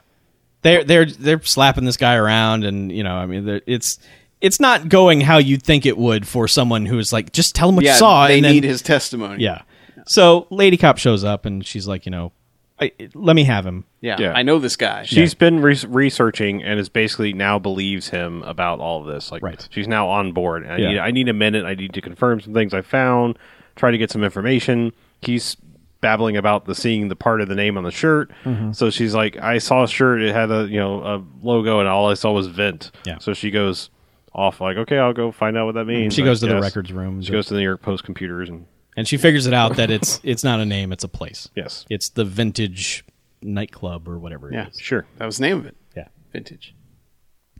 [SPEAKER 3] They're they're they're slapping this guy around and you know, I mean they're- it's it's not going how you'd think it would for someone who's like, just tell him what
[SPEAKER 4] yeah,
[SPEAKER 3] you saw.
[SPEAKER 4] they
[SPEAKER 3] and then-
[SPEAKER 4] need his testimony.
[SPEAKER 3] Yeah. So Lady Cop shows up and she's like, you know, I, let me have him.
[SPEAKER 4] yeah,
[SPEAKER 2] Yeah.
[SPEAKER 4] I know this guy.
[SPEAKER 2] She's been re- researching and is basically now believes him about all of this. Like,
[SPEAKER 3] Right.
[SPEAKER 2] she's now on board. And I,
[SPEAKER 3] Yeah.
[SPEAKER 2] need, I need a minute. I need to confirm some things I found. Try to get some information. He's babbling about the seeing the part of the name on the shirt.
[SPEAKER 3] Mm-hmm.
[SPEAKER 2] So she's like, I saw a shirt. It had a you know a logo, and all I saw was vent.
[SPEAKER 3] Yeah. Mm-hmm.
[SPEAKER 2] So she goes off like, okay, I'll go find out what that means.
[SPEAKER 3] She
[SPEAKER 2] I
[SPEAKER 3] goes to the
[SPEAKER 2] guess.
[SPEAKER 3] records room.
[SPEAKER 2] She goes to the New York Post computers and
[SPEAKER 3] and she figures it out that it's it's not a name, it's a place.
[SPEAKER 2] Yes.
[SPEAKER 3] It's the vintage nightclub or whatever it is.
[SPEAKER 4] Yeah.
[SPEAKER 2] sure,
[SPEAKER 4] That was the name of it.
[SPEAKER 3] Yeah.
[SPEAKER 4] Vintage.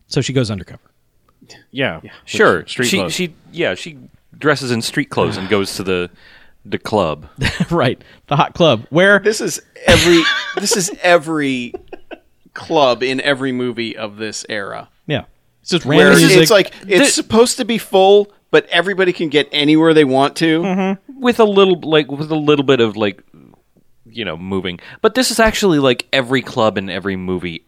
[SPEAKER 3] So she goes undercover.
[SPEAKER 2] yeah,
[SPEAKER 1] Sure.
[SPEAKER 2] Street
[SPEAKER 1] she
[SPEAKER 2] clothes.
[SPEAKER 1] she yeah, she dresses in street clothes and goes to the the club.
[SPEAKER 3] right. The hot club where
[SPEAKER 4] This is every this is every club in every movie of this era.
[SPEAKER 3] yeah. It's just
[SPEAKER 4] Where
[SPEAKER 3] random music.
[SPEAKER 4] it's like it's supposed to be full, but everybody can get anywhere they want
[SPEAKER 3] Hmm.
[SPEAKER 4] to.
[SPEAKER 1] with a little like with a little bit of like you know, moving. But this is actually like every club in every movie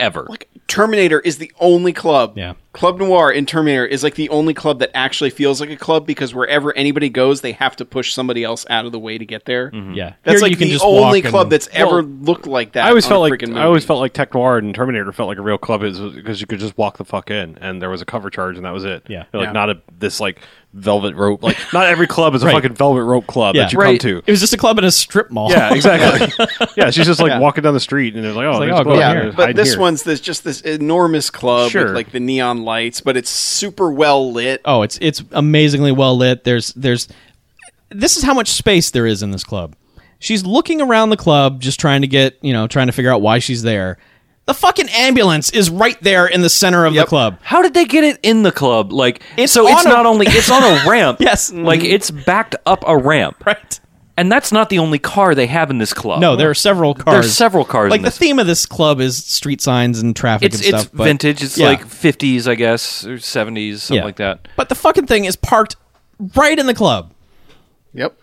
[SPEAKER 1] ever.
[SPEAKER 4] Like Terminator is the only club.
[SPEAKER 3] Yeah.
[SPEAKER 4] Club Noir in Terminator is like the only club that actually feels like a club because wherever anybody goes, they have to push somebody else out of the way to get there.
[SPEAKER 3] yeah.
[SPEAKER 4] That's
[SPEAKER 3] Mm-hmm. Here
[SPEAKER 4] like
[SPEAKER 3] you can
[SPEAKER 4] the
[SPEAKER 3] just
[SPEAKER 4] only
[SPEAKER 3] walk
[SPEAKER 4] club
[SPEAKER 3] and-
[SPEAKER 4] that's ever looked like that.
[SPEAKER 2] I always
[SPEAKER 4] on a
[SPEAKER 2] felt like
[SPEAKER 4] freaking movie.
[SPEAKER 2] I always felt like Tech Noir and Terminator felt like a real club because you could just walk the fuck in and there was a cover charge and that was it.
[SPEAKER 3] Yeah.
[SPEAKER 2] like
[SPEAKER 4] Yeah.
[SPEAKER 2] not a this like velvet rope. Like not every club is a
[SPEAKER 3] Right.
[SPEAKER 2] fucking velvet rope club
[SPEAKER 3] Yeah.
[SPEAKER 2] that you
[SPEAKER 1] Right.
[SPEAKER 2] come to.
[SPEAKER 3] It was just a club in a strip mall.
[SPEAKER 2] Yeah, exactly. yeah, she's just like walking down the street and they're like, oh,
[SPEAKER 3] like,
[SPEAKER 2] there's
[SPEAKER 3] oh,
[SPEAKER 2] a
[SPEAKER 3] go
[SPEAKER 2] club.
[SPEAKER 3] in
[SPEAKER 4] yeah,
[SPEAKER 3] here.
[SPEAKER 4] but
[SPEAKER 2] Hide
[SPEAKER 4] this
[SPEAKER 2] here.
[SPEAKER 4] one's there's just this enormous club
[SPEAKER 2] Sure.
[SPEAKER 4] with like the neon lights, but it's super well lit.
[SPEAKER 3] Oh, it's it's amazingly well lit. There's there's this is how much space there is in this club. She's looking around the club, just trying to get you know, trying to figure out why she's there. The fucking ambulance is right there in the center of
[SPEAKER 4] Yep.
[SPEAKER 3] the club.
[SPEAKER 1] How did they get it in the club? Like
[SPEAKER 3] It's
[SPEAKER 1] so it's
[SPEAKER 3] on a-
[SPEAKER 1] not only it's on a ramp.
[SPEAKER 3] Yes.
[SPEAKER 1] Like it's backed up a ramp.
[SPEAKER 3] Right.
[SPEAKER 1] And that's not the only car they have in this club.
[SPEAKER 3] No, there are several cars.
[SPEAKER 1] There's several cars
[SPEAKER 3] Like
[SPEAKER 1] in
[SPEAKER 3] the
[SPEAKER 1] this.
[SPEAKER 3] theme of this club is street signs and traffic
[SPEAKER 1] it's
[SPEAKER 3] and stuff.
[SPEAKER 1] it's
[SPEAKER 3] but-
[SPEAKER 1] vintage. It's
[SPEAKER 3] Yeah.
[SPEAKER 1] like 50s, I guess, or 70s, something
[SPEAKER 3] Yeah.
[SPEAKER 1] like that.
[SPEAKER 3] But the fucking thing is parked right in the club,
[SPEAKER 4] Yep.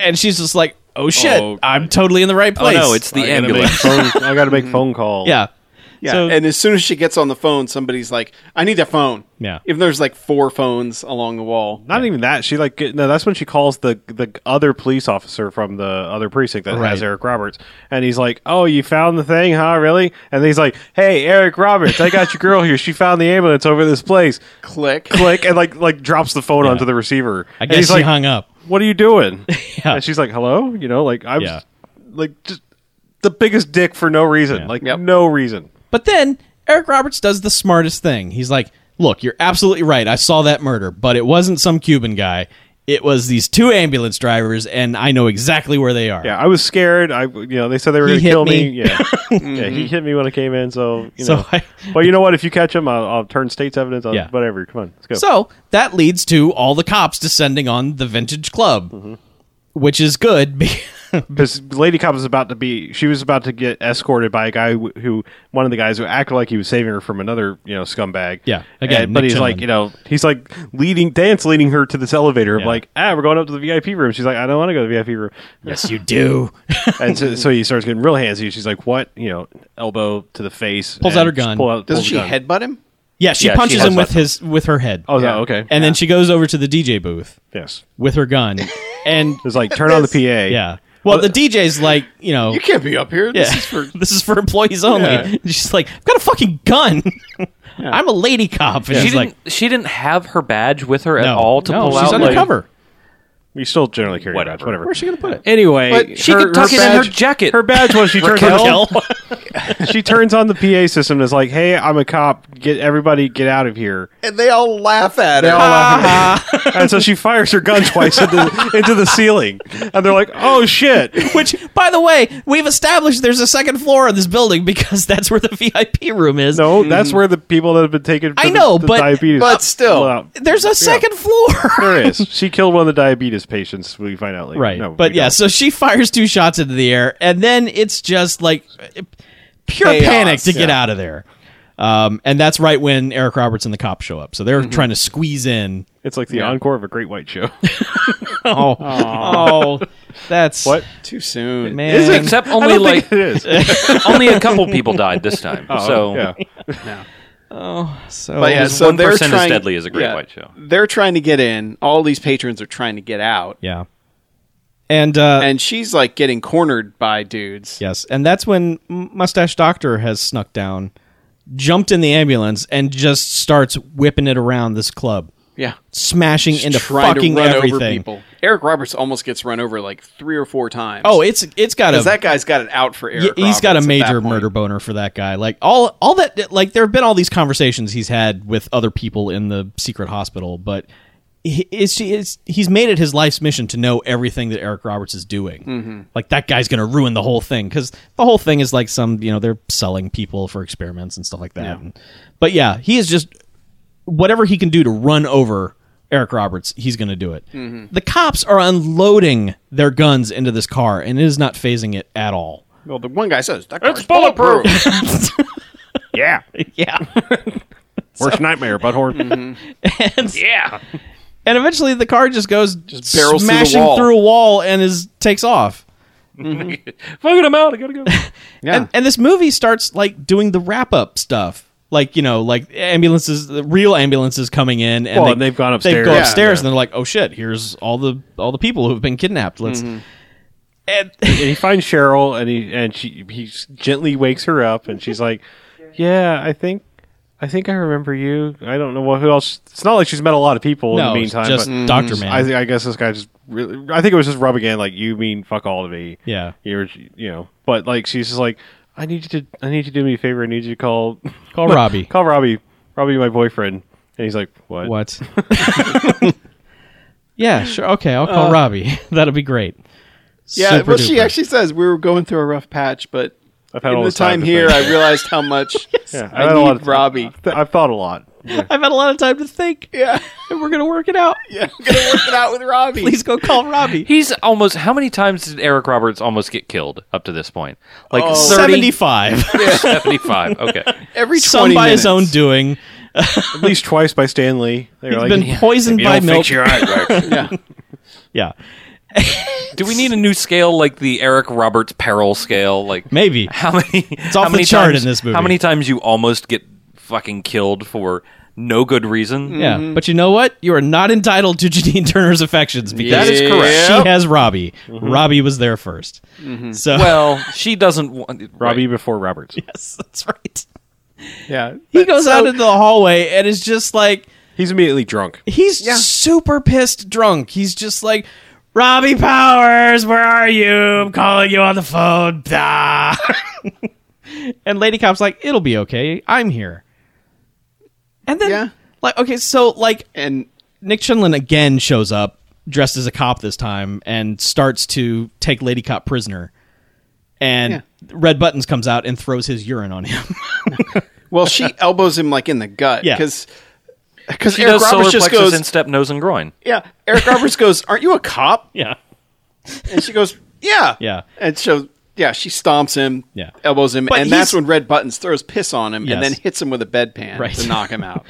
[SPEAKER 3] and she's just like, "Oh shit,
[SPEAKER 2] Oh.
[SPEAKER 3] I'm totally in the right place."
[SPEAKER 1] no, it's the
[SPEAKER 2] I gotta make
[SPEAKER 1] ambulance.
[SPEAKER 2] phone- I got to make phone calls.
[SPEAKER 3] yeah,
[SPEAKER 4] Yeah.
[SPEAKER 3] So-
[SPEAKER 4] and as soon as she gets on the phone, somebody's like, "I need that phone."
[SPEAKER 3] Yeah.
[SPEAKER 4] Even there's like four phones along the wall.
[SPEAKER 2] Not even that. She like get- no. That's when she calls the the other police officer from the other precinct that
[SPEAKER 3] Right.
[SPEAKER 2] has Eric Roberts, and he's like, "Oh, you found the thing, huh? Really?" And he's like, "Hey, Eric Roberts, I got your girl here. She found the ambulance over this place."
[SPEAKER 4] Click.
[SPEAKER 2] Click and like like drops the phone onto the receiver.
[SPEAKER 3] I
[SPEAKER 2] And
[SPEAKER 3] guess
[SPEAKER 2] he's
[SPEAKER 3] she
[SPEAKER 2] like,
[SPEAKER 3] hung up.
[SPEAKER 2] "What are you doing?"
[SPEAKER 3] Yeah.
[SPEAKER 2] And she's like, "Hello," you know, like I'm
[SPEAKER 3] Yeah.
[SPEAKER 2] like just the biggest dick for no reason,
[SPEAKER 3] Yeah.
[SPEAKER 2] like
[SPEAKER 4] Yep.
[SPEAKER 2] no reason.
[SPEAKER 3] But then Eric Roberts does the smartest thing. He's like, "Look, you're absolutely right. I saw that murder, but it wasn't some Cuban guy. It was these two ambulance drivers, and I know exactly where they are."
[SPEAKER 2] Yeah, I was scared. I you know they said they were
[SPEAKER 3] He
[SPEAKER 2] going to
[SPEAKER 3] hit
[SPEAKER 2] kill me.
[SPEAKER 3] me.
[SPEAKER 2] Yeah, yeah, he hit me when I came in. So you
[SPEAKER 3] So
[SPEAKER 2] know.
[SPEAKER 3] I-
[SPEAKER 2] well, you know what? If you catch him, I'll, I'll turn state's evidence. on
[SPEAKER 3] Yeah.
[SPEAKER 2] whatever. Come on, let's go.
[SPEAKER 3] So that leads to all the cops descending on the vintage club, which is good. be-
[SPEAKER 2] Because Lady Cop was about to be, she was about to get escorted by a guy who, who one of the guys who acted like he was saving her from another, you know, scumbag.
[SPEAKER 3] Yeah, again,
[SPEAKER 2] And- but
[SPEAKER 3] Nick
[SPEAKER 2] he's like,
[SPEAKER 3] Chinlund.
[SPEAKER 2] you know, he's like leading, dance leading her to this elevator. of
[SPEAKER 3] Yeah.
[SPEAKER 2] Like, ah, we're going up to the VIP room. She's like, I don't want to go to the VIP room.
[SPEAKER 3] yes, you do.
[SPEAKER 2] and so, so he starts getting real handsy. She's like, what? You know, elbow to the face.
[SPEAKER 3] Pulls
[SPEAKER 2] and
[SPEAKER 3] out her
[SPEAKER 2] just
[SPEAKER 3] gun.
[SPEAKER 2] pull out-
[SPEAKER 4] Doesn't
[SPEAKER 2] pulls
[SPEAKER 4] she
[SPEAKER 2] the gun.
[SPEAKER 4] headbutt him?
[SPEAKER 3] yeah, she
[SPEAKER 1] Yeah, she
[SPEAKER 3] punches
[SPEAKER 1] has
[SPEAKER 3] him with
[SPEAKER 1] that.
[SPEAKER 3] his with her head.
[SPEAKER 2] Oh,
[SPEAKER 4] Yeah.
[SPEAKER 2] no, okay.
[SPEAKER 3] and then she goes over to the DJ booth
[SPEAKER 2] yes.
[SPEAKER 3] with her gun, and
[SPEAKER 2] It's like turn on the PA.
[SPEAKER 3] yeah. Well, the DJ's like, you know,
[SPEAKER 4] You can't be up here.
[SPEAKER 3] Yeah.
[SPEAKER 4] This is for
[SPEAKER 3] this is for employees only.
[SPEAKER 2] Yeah.
[SPEAKER 3] She's like, I've got a fucking gun. I'm a lady cop. And
[SPEAKER 1] She
[SPEAKER 3] she's
[SPEAKER 1] didn't.
[SPEAKER 3] like,
[SPEAKER 1] she didn't have her badge with her at
[SPEAKER 3] no,
[SPEAKER 1] all to
[SPEAKER 3] no,
[SPEAKER 1] pull
[SPEAKER 3] she's
[SPEAKER 1] out. like-
[SPEAKER 3] undercover.
[SPEAKER 2] We still generally carry
[SPEAKER 1] Whatever.
[SPEAKER 2] badge. Whatever.
[SPEAKER 3] Where's she gonna put it?
[SPEAKER 2] Anyway,
[SPEAKER 4] But
[SPEAKER 1] she could tuck it in her jacket.
[SPEAKER 2] Her badge was she turns
[SPEAKER 3] Raquel?
[SPEAKER 2] on, she turns on the PA system. and is like, hey, I'm a cop. Get everybody, get out of here.
[SPEAKER 4] and they all laugh at
[SPEAKER 2] They
[SPEAKER 4] her.
[SPEAKER 2] all laugh at her. and so she fires her gun twice into, into the ceiling, and they're like, oh shit.
[SPEAKER 3] Which, by the way, we've established there's a second floor of this building because that's where the VIP room is.
[SPEAKER 2] No, that's where the people that have been taken. For
[SPEAKER 3] I
[SPEAKER 2] the-
[SPEAKER 3] know,
[SPEAKER 2] the
[SPEAKER 3] but-
[SPEAKER 2] diabetes
[SPEAKER 4] but still.
[SPEAKER 2] Well, out.
[SPEAKER 3] There's a second floor.
[SPEAKER 2] there is. She killed one of the diabetes patients. We find out later.
[SPEAKER 3] right.
[SPEAKER 2] No,
[SPEAKER 3] but
[SPEAKER 2] we
[SPEAKER 3] yeah,
[SPEAKER 2] don't.
[SPEAKER 3] so she fires two shots into the air, and then it's just like pure
[SPEAKER 4] Chaos,
[SPEAKER 3] panic to get
[SPEAKER 4] yeah.
[SPEAKER 3] out of there. Um, and that's right when Eric Roberts and the cops show up. So they're trying to squeeze in.
[SPEAKER 2] it's like the encore of a Great White Show.
[SPEAKER 3] Oh, oh, that's
[SPEAKER 2] What?
[SPEAKER 4] Too soon.
[SPEAKER 3] man.
[SPEAKER 1] Except
[SPEAKER 2] I
[SPEAKER 1] only
[SPEAKER 2] don't
[SPEAKER 1] like
[SPEAKER 2] think it is. Oh,
[SPEAKER 1] only a couple people died this time. so
[SPEAKER 2] yeah.
[SPEAKER 3] So
[SPEAKER 4] But yeah,
[SPEAKER 3] yeah.
[SPEAKER 4] so they're
[SPEAKER 5] 1% is
[SPEAKER 4] trying-
[SPEAKER 5] deadly is a great
[SPEAKER 4] yeah,
[SPEAKER 5] white show.
[SPEAKER 4] They're trying to get in. All these patrons are trying to get out,
[SPEAKER 3] And uh
[SPEAKER 4] and she's like getting cornered by dudes.
[SPEAKER 3] yes, and that's when M- Mustache Doctor has snuck down, jumped in the ambulance and just starts whipping it around this club,
[SPEAKER 4] Yeah,
[SPEAKER 3] smashing into
[SPEAKER 4] trying
[SPEAKER 3] fucking
[SPEAKER 4] to run
[SPEAKER 3] everything.
[SPEAKER 4] over people. Eric Roberts almost gets run over like three or four times.
[SPEAKER 3] Oh, it's it's got a
[SPEAKER 4] because that guy's got it out for Eric.
[SPEAKER 3] Yeah, he's got a
[SPEAKER 4] Roberts at that
[SPEAKER 3] major
[SPEAKER 4] point.
[SPEAKER 3] murder boner for that guy. Like all all that like there have been all these conversations he's had with other people in the secret hospital, but he- it's, it's, he's made it his life's mission to know everything that Eric Roberts is doing.
[SPEAKER 4] Mm-hmm.
[SPEAKER 3] Like that guy's going to ruin the whole thing because the whole thing is like some you know they're selling people for experiments and stuff like that. And- but yeah, he is just whatever he can do to run over Eric Roberts, he's going to do it.
[SPEAKER 4] Mm-hmm.
[SPEAKER 3] The cops are unloading their guns into this car, and it is not phasing it at all.
[SPEAKER 4] Well, the one guy says that car's
[SPEAKER 5] It's
[SPEAKER 4] bulletproof.
[SPEAKER 2] Yeah.
[SPEAKER 3] Yeah.
[SPEAKER 2] Worst nightmare, Butthorn.
[SPEAKER 3] and,
[SPEAKER 5] Yeah.
[SPEAKER 3] and eventually the car just goes just
[SPEAKER 4] barrels through the
[SPEAKER 3] smashing
[SPEAKER 4] wall.
[SPEAKER 3] a wall and is takes off.
[SPEAKER 5] Fucking him out. I gotta go.
[SPEAKER 4] yeah,
[SPEAKER 3] And, and this movie starts like doing the wrap up stuff. Like, you know, like ambulances, the real ambulances coming in and,
[SPEAKER 2] Well,
[SPEAKER 3] they,
[SPEAKER 2] and they've gone
[SPEAKER 3] They
[SPEAKER 2] upstairs.
[SPEAKER 3] go
[SPEAKER 2] Yeah.
[SPEAKER 3] upstairs and they're like, "Oh shit, here's all the all the people who've been kidnapped." Let's
[SPEAKER 4] Mm-hmm.
[SPEAKER 3] And
[SPEAKER 2] and he finds Cheryl, and he and she he s- gently wakes her up, and she's like, "Yeah, I think, I think I remember you. I don't know what who else. It's not like she's met a lot of people
[SPEAKER 3] no,
[SPEAKER 2] in the meantime.
[SPEAKER 3] just
[SPEAKER 2] but
[SPEAKER 3] Dr. Man.
[SPEAKER 2] I, thi- I guess this guy just really. I think it was just rubbing in like you mean fuck all to me.
[SPEAKER 3] Yeah.
[SPEAKER 2] you're you know. But like she's just like, I need you to, I need you to do me a favor. I need you to call,
[SPEAKER 3] Call Robbie.
[SPEAKER 2] call Robbie, Robbie, my boyfriend. And he's like, what?
[SPEAKER 3] What? yeah, sure. Okay, I'll call Robbie. That'll be great.
[SPEAKER 4] Uh, yeah.
[SPEAKER 3] Super
[SPEAKER 4] well, she
[SPEAKER 3] duper.
[SPEAKER 4] actually says we were going through a rough patch, but
[SPEAKER 2] I've had
[SPEAKER 4] in
[SPEAKER 2] all
[SPEAKER 4] the
[SPEAKER 2] this
[SPEAKER 4] time
[SPEAKER 2] to
[SPEAKER 4] here,
[SPEAKER 2] think.
[SPEAKER 4] I realized how much
[SPEAKER 2] Yeah, I've
[SPEAKER 4] I
[SPEAKER 2] had a lot
[SPEAKER 4] need
[SPEAKER 2] of-
[SPEAKER 4] Robbie.
[SPEAKER 2] I've thought a lot. Yeah.
[SPEAKER 3] I've had a lot of time to think.
[SPEAKER 4] Yeah,
[SPEAKER 3] And we're gonna work it out.
[SPEAKER 4] yeah. I'm gonna work it out with Robbie.
[SPEAKER 3] Please go call Robbie.
[SPEAKER 5] He's almost. How many times did Eric Roberts almost get killed up to this point? Like
[SPEAKER 4] Oh.
[SPEAKER 5] 30,
[SPEAKER 3] Seventy-five.
[SPEAKER 5] 75. Okay.
[SPEAKER 4] Every 20
[SPEAKER 3] Some by his own
[SPEAKER 4] minutes.
[SPEAKER 3] doing.
[SPEAKER 2] At least twice by Stanley. They're
[SPEAKER 3] He's
[SPEAKER 2] like,
[SPEAKER 3] been poisoned by milk.
[SPEAKER 4] Yeah.
[SPEAKER 3] yeah,
[SPEAKER 5] Do we need a new scale like the Eric Roberts peril scale? Like
[SPEAKER 3] maybe.
[SPEAKER 5] how many? It's
[SPEAKER 3] off
[SPEAKER 5] how
[SPEAKER 3] the
[SPEAKER 5] many
[SPEAKER 3] chart
[SPEAKER 5] times,
[SPEAKER 3] in this movie.
[SPEAKER 5] How many times you almost get fucking killed for no good reason?
[SPEAKER 3] Yeah, but you know what? You are not entitled to Janine Turner's affections because
[SPEAKER 4] That is correct. Mm-hmm.
[SPEAKER 3] She has Robbie. Robbie was there 1st So
[SPEAKER 5] Well, she doesn't want
[SPEAKER 2] Robbie before Roberts.
[SPEAKER 3] yes, that's right.
[SPEAKER 4] Yeah.
[SPEAKER 3] He goes
[SPEAKER 4] So-
[SPEAKER 3] out into the hallway and is just like
[SPEAKER 2] He's immediately drunk.
[SPEAKER 3] he's super pissed drunk. He's just like, Robbie Powers, where are you? I'm calling you on the phone. Blah. and Lady Cop's like, it'll be okay. I'm here. And then,
[SPEAKER 4] Yeah.
[SPEAKER 3] like, okay, so like
[SPEAKER 4] and
[SPEAKER 3] Nick Chinlin again shows up dressed as a cop this time and starts to take Lady Cop prisoner. And
[SPEAKER 4] Yeah.
[SPEAKER 3] Red Buttons comes out and throws his urine on him.
[SPEAKER 4] well, she elbows him like in the gut.
[SPEAKER 3] Yeah.
[SPEAKER 4] Because because
[SPEAKER 5] She
[SPEAKER 4] Eric
[SPEAKER 5] does solar
[SPEAKER 4] Roberts just
[SPEAKER 5] plexus
[SPEAKER 4] goes.
[SPEAKER 5] in step, nose, and groin.
[SPEAKER 4] yeah. Eric Roberts goes. Aren't you a cop?
[SPEAKER 3] yeah.
[SPEAKER 4] And she goes. Yeah.
[SPEAKER 3] Yeah.
[SPEAKER 4] And so yeah, she stomps him.
[SPEAKER 3] Yeah.
[SPEAKER 4] Elbows him,
[SPEAKER 3] But
[SPEAKER 4] and that's
[SPEAKER 3] he's-
[SPEAKER 4] when Red Buttons throws piss on him,
[SPEAKER 3] Yes.
[SPEAKER 4] and then hits him with a bedpan
[SPEAKER 3] Right.
[SPEAKER 4] to knock him out.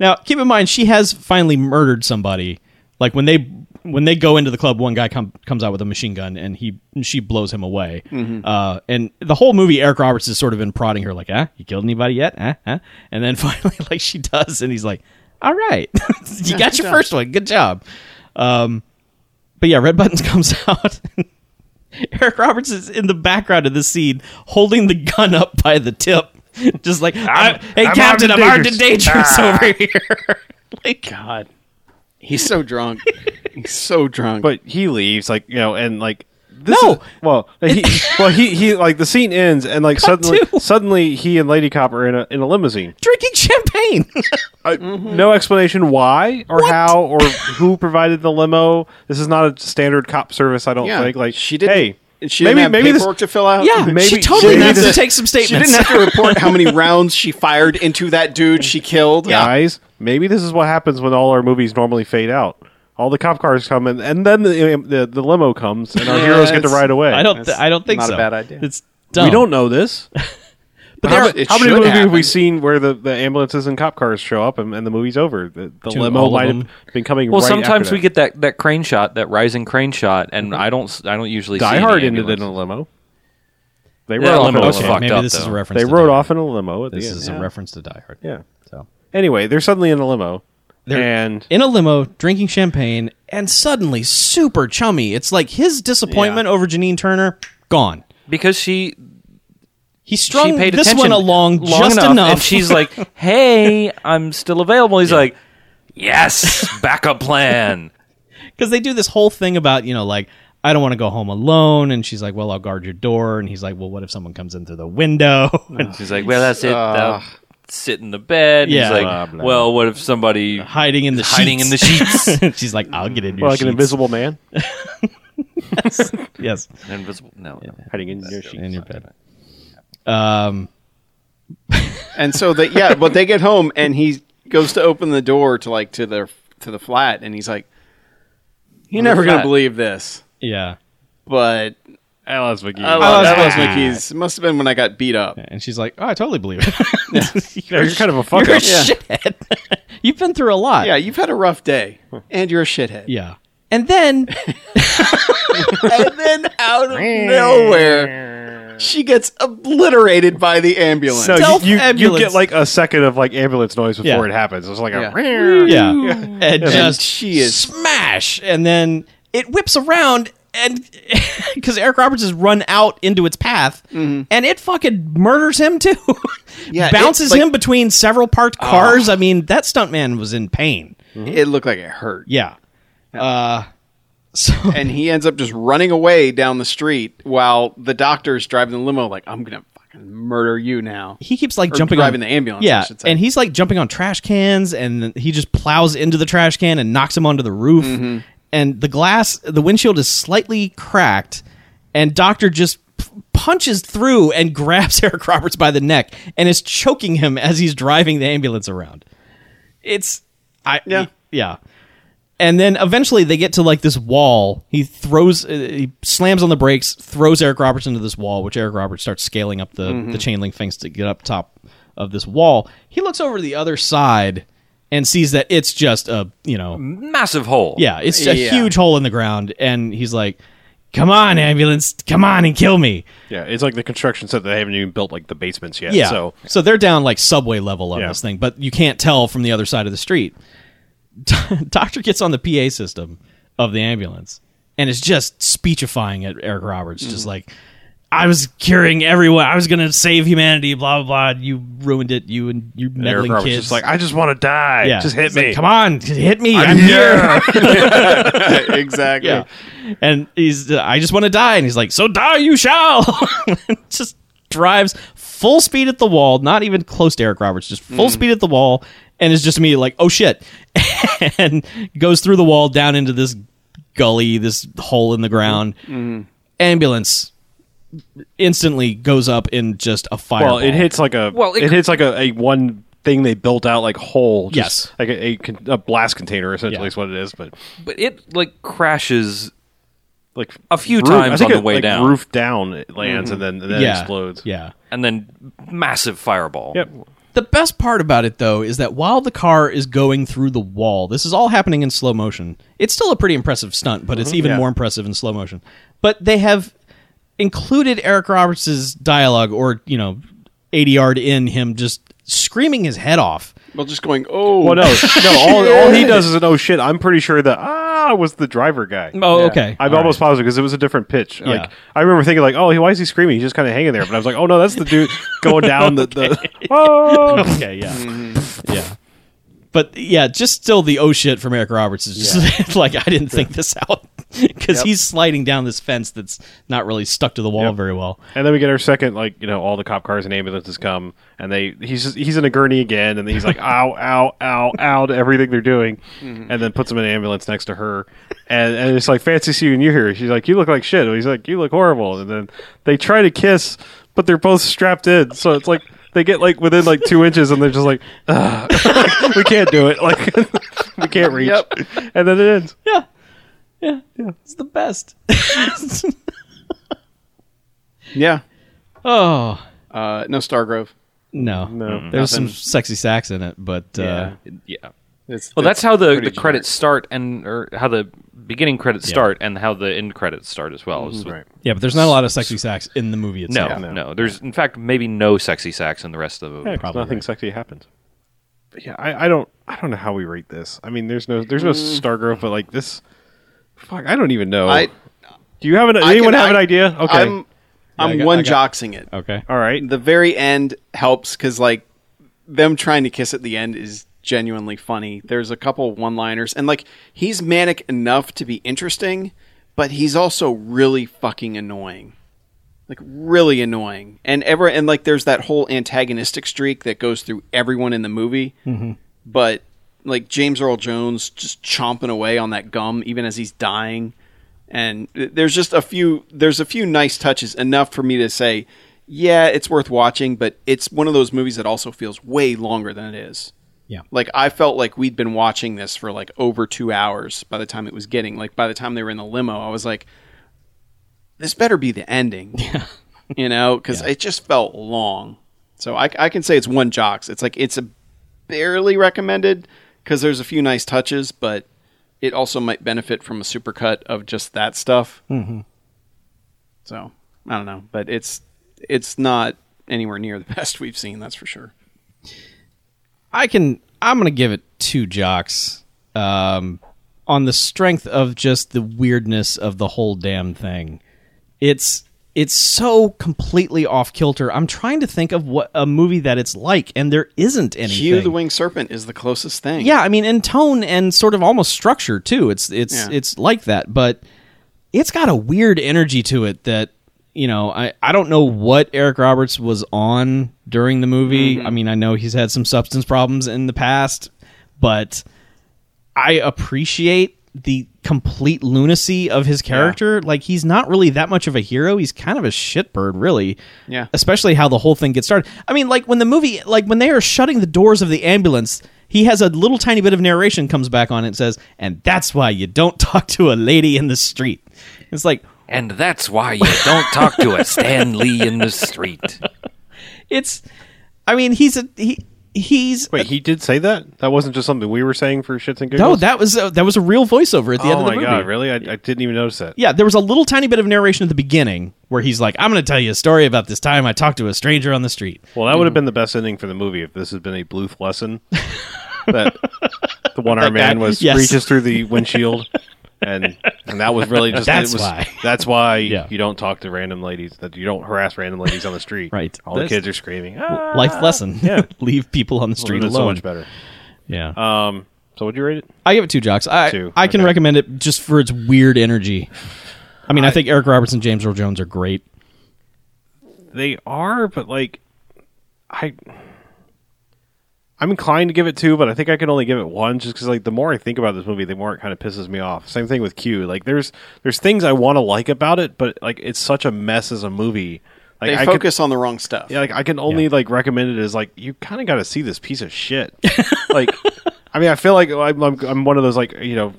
[SPEAKER 3] Now, keep in mind, she has finally murdered somebody. Like when they when they go into the club, one guy com- comes out with a machine gun and he she blows him away. Uh, and the whole movie, Eric Roberts has sort of been prodding her, like, "Ah, you killed anybody yet? Ah, ah." And then finally, like she does, and he's like, "All right, you got your first one. Good job." Um, but yeah, Red Buttons comes out. Eric Roberts is in the background of the scene, holding the gun up by the tip, just like, i "Hey,
[SPEAKER 2] I'm
[SPEAKER 3] Captain,
[SPEAKER 2] armed
[SPEAKER 3] I'm
[SPEAKER 2] and
[SPEAKER 3] armed and dangerous over here." like,
[SPEAKER 4] God. He's so drunk. He's so drunk.
[SPEAKER 2] But he leaves, like you know, and like this
[SPEAKER 3] No!
[SPEAKER 2] is- well, he, well, he he like the scene ends, and like suddenly,
[SPEAKER 3] to-
[SPEAKER 2] suddenly he and Lady Cop are in a in a limousine.
[SPEAKER 3] drinking champagne.
[SPEAKER 2] I- No explanation why or how or who provided the limo. This is not a standard cop service. I don't
[SPEAKER 4] yeah,
[SPEAKER 2] think. Like
[SPEAKER 4] she didn't.
[SPEAKER 2] Hey,
[SPEAKER 4] she
[SPEAKER 2] maybe
[SPEAKER 4] didn't have
[SPEAKER 2] maybe this.
[SPEAKER 4] paperwork to fill out.
[SPEAKER 3] yeah,
[SPEAKER 2] Maybe-
[SPEAKER 3] she totally
[SPEAKER 2] maybe
[SPEAKER 3] needs to
[SPEAKER 2] this-
[SPEAKER 3] take some
[SPEAKER 4] She
[SPEAKER 3] statements.
[SPEAKER 4] didn't have to report how many rounds she fired into that dude she killed.
[SPEAKER 2] guys, maybe this is what happens when all our movies normally fade out. All the cop cars come in, and then the the, the limo comes, and our
[SPEAKER 4] Yeah,
[SPEAKER 2] heroes get to
[SPEAKER 4] it's-
[SPEAKER 2] ride away.
[SPEAKER 3] I don't. Th- I don't think
[SPEAKER 4] not a
[SPEAKER 3] so.
[SPEAKER 4] bad idea.
[SPEAKER 3] It's dumb.
[SPEAKER 2] We don't know this.
[SPEAKER 4] But
[SPEAKER 2] how,
[SPEAKER 4] there-
[SPEAKER 2] ma-
[SPEAKER 4] it
[SPEAKER 2] how many
[SPEAKER 4] should
[SPEAKER 2] movies
[SPEAKER 4] happen.
[SPEAKER 2] have we seen where the, the ambulances and cop cars show up and, and the movie's over? The, the
[SPEAKER 3] Dude,
[SPEAKER 2] limo
[SPEAKER 3] all of
[SPEAKER 2] might
[SPEAKER 3] them.
[SPEAKER 2] have been coming.
[SPEAKER 5] Well,
[SPEAKER 2] right
[SPEAKER 5] sometimes
[SPEAKER 2] after
[SPEAKER 5] we
[SPEAKER 2] that. Mm-hmm.
[SPEAKER 5] get that, that crane shot, that rising crane shot, and I don't s- I don't usually see
[SPEAKER 2] Die
[SPEAKER 5] any
[SPEAKER 2] Hard ended in
[SPEAKER 5] ambulances.
[SPEAKER 2] a limo. They
[SPEAKER 5] Yeah,
[SPEAKER 2] rode off in
[SPEAKER 5] limo
[SPEAKER 2] a
[SPEAKER 5] was
[SPEAKER 2] limo.
[SPEAKER 3] Okay,
[SPEAKER 5] fucked
[SPEAKER 3] maybe
[SPEAKER 5] up,
[SPEAKER 3] this is
[SPEAKER 5] though.
[SPEAKER 3] a reference.
[SPEAKER 2] They
[SPEAKER 3] to
[SPEAKER 2] rode
[SPEAKER 3] Die
[SPEAKER 2] off in a limo at
[SPEAKER 3] Hard. This
[SPEAKER 2] the end.
[SPEAKER 3] is a reference to Die Hard.
[SPEAKER 2] yeah.
[SPEAKER 3] So
[SPEAKER 2] Anyway, they're suddenly in a limo,
[SPEAKER 3] they're
[SPEAKER 2] and
[SPEAKER 3] in a limo drinking champagne and suddenly super chummy. It's like his disappointment over Janine Turner gone.
[SPEAKER 5] because she
[SPEAKER 3] He strung
[SPEAKER 5] she paid
[SPEAKER 3] this
[SPEAKER 5] attention
[SPEAKER 3] one along
[SPEAKER 5] long
[SPEAKER 3] just enough,
[SPEAKER 5] and she's like, "Hey, I'm still available." He's like, "Yes, backup plan."
[SPEAKER 3] because they do this whole thing about you know like I don't want to go home alone, and she's like, "Well, I'll guard your door," and he's like, "Well, what if someone comes in through the window?" and
[SPEAKER 5] She's like, "Well, that's it. I'll sit in the bed." And
[SPEAKER 3] Yeah.
[SPEAKER 5] He's like,
[SPEAKER 3] Blah,
[SPEAKER 2] blah.
[SPEAKER 5] "Well, what if somebody
[SPEAKER 3] hiding in the
[SPEAKER 5] hiding in the
[SPEAKER 3] sheets.
[SPEAKER 5] sheets?"
[SPEAKER 3] she's like, "I'll get in your
[SPEAKER 2] well, like an
[SPEAKER 3] sheets."
[SPEAKER 2] invisible man
[SPEAKER 3] yes,
[SPEAKER 5] Invisible. No. no.
[SPEAKER 2] hiding in your sheet.
[SPEAKER 3] in your bed. Um,
[SPEAKER 4] And so they yeah, but they get home and he goes to open the door to like to their to the flat and he's like You're never gonna
[SPEAKER 5] flat.
[SPEAKER 4] believe this.
[SPEAKER 3] yeah,
[SPEAKER 4] But
[SPEAKER 2] Alice McGee.
[SPEAKER 4] I love
[SPEAKER 3] that's
[SPEAKER 4] Alice
[SPEAKER 3] bad.
[SPEAKER 4] McKees. It must have been when I got beat up.
[SPEAKER 3] and she's like, "Oh, I totally believe it."
[SPEAKER 2] Yeah, you're kind of a
[SPEAKER 3] You're a
[SPEAKER 2] fucker.
[SPEAKER 3] shithead. You've been through a lot.
[SPEAKER 4] Yeah, you've had a rough day. And you're a shithead.
[SPEAKER 3] yeah. And then
[SPEAKER 4] And then out of nowhere she gets obliterated by the ambulance.
[SPEAKER 2] So
[SPEAKER 3] Stealth
[SPEAKER 2] you, you, you
[SPEAKER 3] ambulance.
[SPEAKER 2] get like a second of like ambulance noise before
[SPEAKER 3] Yeah.
[SPEAKER 2] it happens. It's like
[SPEAKER 4] Yeah.
[SPEAKER 2] a
[SPEAKER 3] yeah, and just
[SPEAKER 4] she is-
[SPEAKER 3] smash, and then it whips around, and because Eric Roberts has run out into its path, and it fucking murders him too.
[SPEAKER 4] Mm-hmm. Yeah,
[SPEAKER 3] bounces
[SPEAKER 4] it's like- Ah.
[SPEAKER 3] him between several parked cars. I mean, that stuntman was in pain.
[SPEAKER 4] it looked like it hurt.
[SPEAKER 3] Yeah. Uh, so
[SPEAKER 4] And he ends up just running away down the street while the doctor's driving the limo like, I'm gonna fucking murder you now.
[SPEAKER 3] he keeps like
[SPEAKER 4] Or
[SPEAKER 3] jumping
[SPEAKER 4] driving
[SPEAKER 3] on,
[SPEAKER 4] the ambulance, I
[SPEAKER 3] Yeah,
[SPEAKER 4] should say.
[SPEAKER 3] and he's like jumping on trash cans, and then he just plows into the trash can and knocks him onto the roof.
[SPEAKER 4] Mm-hmm.
[SPEAKER 3] And the glass, the windshield is slightly cracked, and Doctor just p- punches through and grabs Eric Roberts by the neck and is choking him as he's driving the ambulance around. It's I yeah.
[SPEAKER 4] Yeah.
[SPEAKER 3] And then eventually they get to like this wall. He throws, uh, he slams on the brakes, throws Eric Roberts into this wall, which Eric Roberts starts scaling up the, the chain link things to get up top of this wall. He looks over to the other side and sees that it's just a, you know,
[SPEAKER 5] Massive hole.
[SPEAKER 3] yeah, it's a
[SPEAKER 4] Yeah.
[SPEAKER 3] huge hole in the ground. And he's like, come on, ambulance, come on and kill me.
[SPEAKER 2] yeah. It's like the construction set that they haven't even built like the basements yet.
[SPEAKER 3] Yeah.
[SPEAKER 2] So
[SPEAKER 3] they're down like subway level on
[SPEAKER 2] Yeah.
[SPEAKER 3] this thing, but you can't tell from the other side of the street. Doctor gets on the PA system of the ambulance and is just speechifying at Eric Roberts,
[SPEAKER 2] Mm-hmm.
[SPEAKER 3] just like, I was curing everyone. I was going to save humanity, blah, blah, blah. You ruined it. You and you
[SPEAKER 2] Eric
[SPEAKER 3] meddling
[SPEAKER 2] Roberts
[SPEAKER 3] kids.
[SPEAKER 2] just like, I just want to die.
[SPEAKER 3] yeah.
[SPEAKER 2] Just hit
[SPEAKER 3] He's
[SPEAKER 2] me.
[SPEAKER 3] like, Come on, just hit me. I'm, here.
[SPEAKER 2] Yeah.
[SPEAKER 4] exactly.
[SPEAKER 3] Yeah. And he's, uh, I just want to die. And he's like, so die you shall. just drives full speed at the wall, not even close to Eric Roberts, just
[SPEAKER 2] Mm.
[SPEAKER 3] full speed at the wall. And is just immediately like, oh shit. and goes through the wall down into this gully, this hole in the ground.
[SPEAKER 2] Mm-hmm.
[SPEAKER 3] Ambulance instantly goes up in just a fireball.
[SPEAKER 2] Well, it hits like a
[SPEAKER 5] Well, it-
[SPEAKER 2] it, hits like a, a one thing they built out like whole. just
[SPEAKER 3] Yes.
[SPEAKER 2] like a, a, con- a blast container essentially
[SPEAKER 3] Yeah.
[SPEAKER 2] is what it is. But
[SPEAKER 5] But it like crashes
[SPEAKER 2] like
[SPEAKER 5] a few
[SPEAKER 2] roof- I
[SPEAKER 5] times
[SPEAKER 2] think
[SPEAKER 5] on the
[SPEAKER 2] it,
[SPEAKER 5] way
[SPEAKER 2] like,
[SPEAKER 5] down,
[SPEAKER 2] roof down it lands and then and then
[SPEAKER 3] yeah.
[SPEAKER 2] explodes.
[SPEAKER 3] Yeah.
[SPEAKER 5] and then massive fireball.
[SPEAKER 2] Yep.
[SPEAKER 3] The best part about it, though, is that while the car is going through the wall, this is all happening in slow motion. It's still a pretty impressive stunt, but it's even
[SPEAKER 2] yeah.
[SPEAKER 3] more impressive in slow motion. But they have included Eric Roberts' dialogue, or you know, eighty yard in him just screaming his head off.
[SPEAKER 4] Well, just going, oh,
[SPEAKER 2] Well, no, no. All, all he does is an oh shit. I'm pretty sure that ah was the driver guy.
[SPEAKER 3] Oh, okay.
[SPEAKER 2] I'm almost positive because it was a different pitch.
[SPEAKER 3] Yeah.
[SPEAKER 2] Like I remember thinking, like, oh, why is he screaming? He's just kind of hanging there. But I was like, oh no, that's the dude going down the. the oh,
[SPEAKER 3] okay, yeah, yeah. But yeah, just still the oh shit from Eric Roberts is just like I didn't think this out because he's sliding down this fence that's not really stuck to the wall
[SPEAKER 2] Yep.
[SPEAKER 3] very well.
[SPEAKER 2] And then we get our second, like you know, all the cop cars and ambulances come, and they he's just, he's in a gurney again, and then he's like, ow, ow, ow, ow to everything they're doing, and then puts him in an ambulance next to her, and and it's like fancy seeing you here. She's like, you look like shit. And he's like, you look horrible. And then they try to kiss, but they're both strapped in, so it's like they get like within like two inches, and they're just like, "Ugh." we can't do it, like we can't reach,
[SPEAKER 4] Yep.
[SPEAKER 2] and then it ends.
[SPEAKER 3] Yeah. Yeah. It's the best.
[SPEAKER 4] yeah,
[SPEAKER 3] oh.
[SPEAKER 4] uh, no Stargrove.
[SPEAKER 3] No. No. There's some sexy sax in it, but uh,
[SPEAKER 5] Yeah.
[SPEAKER 4] It's,
[SPEAKER 5] Well,
[SPEAKER 4] it's
[SPEAKER 5] that's how the,
[SPEAKER 4] pretty
[SPEAKER 5] the credits
[SPEAKER 4] generic.
[SPEAKER 5] start and or how the beginning credits start and how the end credits start as well.
[SPEAKER 4] Mhm.
[SPEAKER 5] It's-
[SPEAKER 2] Right.
[SPEAKER 3] Yeah, but there's not a lot of sexy sax in the movie
[SPEAKER 5] No,
[SPEAKER 3] itself.
[SPEAKER 5] no, There's in fact maybe no sexy sax in the rest of the movie.
[SPEAKER 2] Yeah, 'cause
[SPEAKER 3] Probably
[SPEAKER 2] nothing
[SPEAKER 3] right.
[SPEAKER 2] sexy happens. But yeah, I, I don't I don't know how we rate this. I mean, there's no there's no Stargrove, but like this. Fuck, I don't even know.
[SPEAKER 4] Mm. I,
[SPEAKER 2] Do you have an?
[SPEAKER 4] I
[SPEAKER 2] Anyone
[SPEAKER 4] can-
[SPEAKER 2] have an
[SPEAKER 4] I-
[SPEAKER 2] idea? Okay,
[SPEAKER 4] I'm, I'm
[SPEAKER 3] I got- I
[SPEAKER 4] one
[SPEAKER 3] got-
[SPEAKER 4] joxing it.
[SPEAKER 3] Okay.
[SPEAKER 2] all right.
[SPEAKER 4] The very end helps because like them trying to kiss at the end is genuinely funny. There's a couple one liners and like he's manic enough to be interesting, but he's also really fucking annoying. Like really annoying. And ever and like there's that whole antagonistic streak that goes through everyone in the movie. But like James Earl Jones just chomping away on that gum even as he's dying. And there's just a few there's a few nice touches enough for me to say, yeah, it's worth watching, but it's one of those movies that also feels way longer than it is.
[SPEAKER 3] Yeah.
[SPEAKER 4] Like I felt like we'd been watching this for like over 2 hours by the time it was getting like by the time they were in the limo, I was like this better be the ending. Yeah. you know, cuz it just felt long. So I I can say it's one jocks. It's like it's a barely recommended cuz there's a few nice touches, but it also might benefit from a supercut of just that stuff. So I don't know, but it's it's not anywhere near the best we've seen. That's for sure.
[SPEAKER 3] I can. I'm gonna give it two jocks, um, on the strength of just the weirdness of the whole damn thing. It's it's so completely off kilter. I'm trying to think of what a movie that it's like, and there isn't anything.
[SPEAKER 4] Hugh the Winged Serpent is the closest thing.
[SPEAKER 3] Yeah, I mean, in tone and sort of almost structure too. It's it's
[SPEAKER 4] Yeah.
[SPEAKER 3] it's like that, but it's got a weird energy to it that you know I I don't know what Eric Roberts was on during the movie.
[SPEAKER 4] Mm-hmm.
[SPEAKER 3] I mean, I know he's had some substance problems in the past, but I appreciate the complete lunacy of his character. Like he's not really that much of a hero. He's kind of a shitbird, really.
[SPEAKER 4] Yeah.
[SPEAKER 3] Especially how the whole thing gets started. I mean, like when the movie, like when they are shutting the doors of the ambulance, he has a little tiny bit of narration comes back on it and says, "And that's why you don't talk to a lady in the street." It's like
[SPEAKER 1] And that's why you don't talk to a Stan Lee in the street.
[SPEAKER 3] it's. I mean, he's a he. He's
[SPEAKER 2] Wait, he did say that. That wasn't just something we were saying for shits and
[SPEAKER 3] no.
[SPEAKER 2] giggles.
[SPEAKER 3] That was a, that was a real voiceover at the
[SPEAKER 2] oh
[SPEAKER 3] end of the
[SPEAKER 2] my
[SPEAKER 3] movie.
[SPEAKER 2] god, really? I, I didn't even notice that.
[SPEAKER 3] yeah, there was a little tiny bit of narration at the beginning where he's like, "I'm going to tell you a story about this time I talked to a stranger on the street."
[SPEAKER 2] Well, that would have been the best ending for the movie if this had been a Bluth lesson. that the one armed man was
[SPEAKER 3] Yes.
[SPEAKER 2] reaches through the windshield, and and that was really just
[SPEAKER 3] That's
[SPEAKER 2] it was,
[SPEAKER 3] why.
[SPEAKER 2] That's why
[SPEAKER 3] Yeah.
[SPEAKER 2] you don't talk to random ladies. That you don't harass random ladies on the street.
[SPEAKER 3] Right.
[SPEAKER 2] All
[SPEAKER 3] That's-
[SPEAKER 2] the kids are screaming. Ah,
[SPEAKER 3] Life lesson:
[SPEAKER 2] yeah.
[SPEAKER 3] leave people on the street
[SPEAKER 2] it's
[SPEAKER 3] alone.
[SPEAKER 2] so much better.
[SPEAKER 3] Yeah,
[SPEAKER 2] Um. So would you rate it?
[SPEAKER 3] I give it two jocks. I
[SPEAKER 2] two,
[SPEAKER 3] I can
[SPEAKER 2] okay.
[SPEAKER 3] recommend it just for its weird energy. I mean, I, think Eric Roberts and James Earl Jones are great.
[SPEAKER 2] They are, but like, I. I'm inclined to give it two, but I think I can only give it one just because, like, the more I think about this movie, the more it kind of pisses me off. Same thing with Q. Like, there's there's things I want to like about it, but like, it's such a mess as a movie. Like,
[SPEAKER 4] they
[SPEAKER 2] I could-
[SPEAKER 4] focus on the wrong stuff.
[SPEAKER 2] Yeah, like I can only like recommend it as like you kind of got to see this piece of shit. like, I mean, I feel like I'm, I'm I'm one of those like you know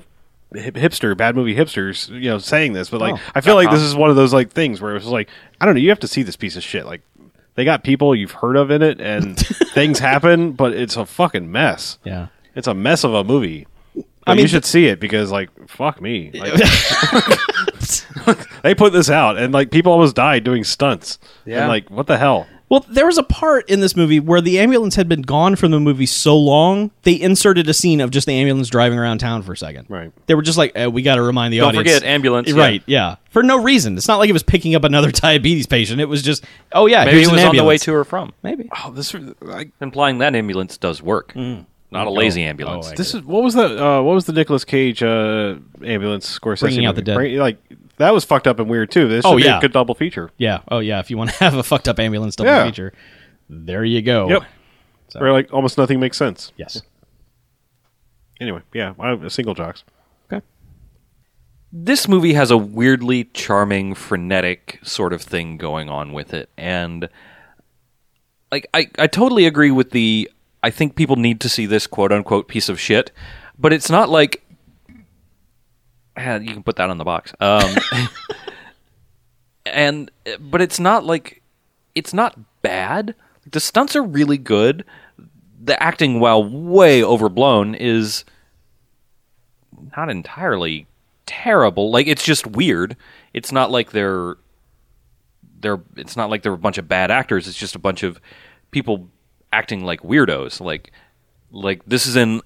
[SPEAKER 2] hip, hipster bad movie hipsters you know saying this, but like I feel like this is one of those like things where it's like I don't know, you have to see this piece of shit. Like they got people you've heard of in it, and things happen, but it's a fucking mess.
[SPEAKER 3] Yeah.
[SPEAKER 2] it's a mess of a movie. I
[SPEAKER 3] mean,
[SPEAKER 2] you should see it because, like, fuck me, Like, they put this out, and like people almost died doing stunts. Yeah, and, like what the hell?
[SPEAKER 3] Well, there was a part in this movie where the ambulance had been gone from the movie so long, they inserted a scene of just the ambulance driving around town for a second.
[SPEAKER 2] Right.
[SPEAKER 3] They were just like, eh, we got to remind the
[SPEAKER 5] Don't
[SPEAKER 3] audience.
[SPEAKER 5] forget ambulance,
[SPEAKER 3] Right, yeah. For no reason. It's not like it was picking up another diabetes patient. It was just, oh, yeah.
[SPEAKER 5] Maybe
[SPEAKER 3] here's
[SPEAKER 5] it
[SPEAKER 3] an
[SPEAKER 5] was on the way
[SPEAKER 3] ambulance.
[SPEAKER 5] to or from.
[SPEAKER 3] Maybe.
[SPEAKER 2] Oh, this like
[SPEAKER 5] Implying that ambulance does work. Not a lazy ambulance.
[SPEAKER 3] Mm. Oh, I-
[SPEAKER 2] this is what was the uh, what was the Nicolas Cage uh, ambulance Scorsese
[SPEAKER 3] Bringing Out
[SPEAKER 2] movie?
[SPEAKER 3] the Dead.
[SPEAKER 2] Bring- like that was fucked up and weird too. This
[SPEAKER 3] Oh,
[SPEAKER 2] should be
[SPEAKER 3] yeah.
[SPEAKER 2] a good double feature.
[SPEAKER 3] Yeah. Oh, yeah. If you want to have a fucked up ambulance double
[SPEAKER 2] Yeah.
[SPEAKER 3] feature, there you go.
[SPEAKER 2] Yep, where like almost nothing makes sense.
[SPEAKER 3] Yes.
[SPEAKER 2] Anyway, yeah, I, single jocks.
[SPEAKER 3] Okay.
[SPEAKER 5] this movie has a weirdly charming frenetic sort of thing going on with it and like I, I totally agree with the i think people need to see this quote unquote piece of shit but it's not like Ah, you can put that on the box um, and but it's not like it's not bad the stunts are really good the acting, while way overblown, is not entirely terrible. Like it's just weird. It's not like they're they're it's not like they're a bunch of bad actors. It's just a bunch of people acting like weirdos. Like like this is an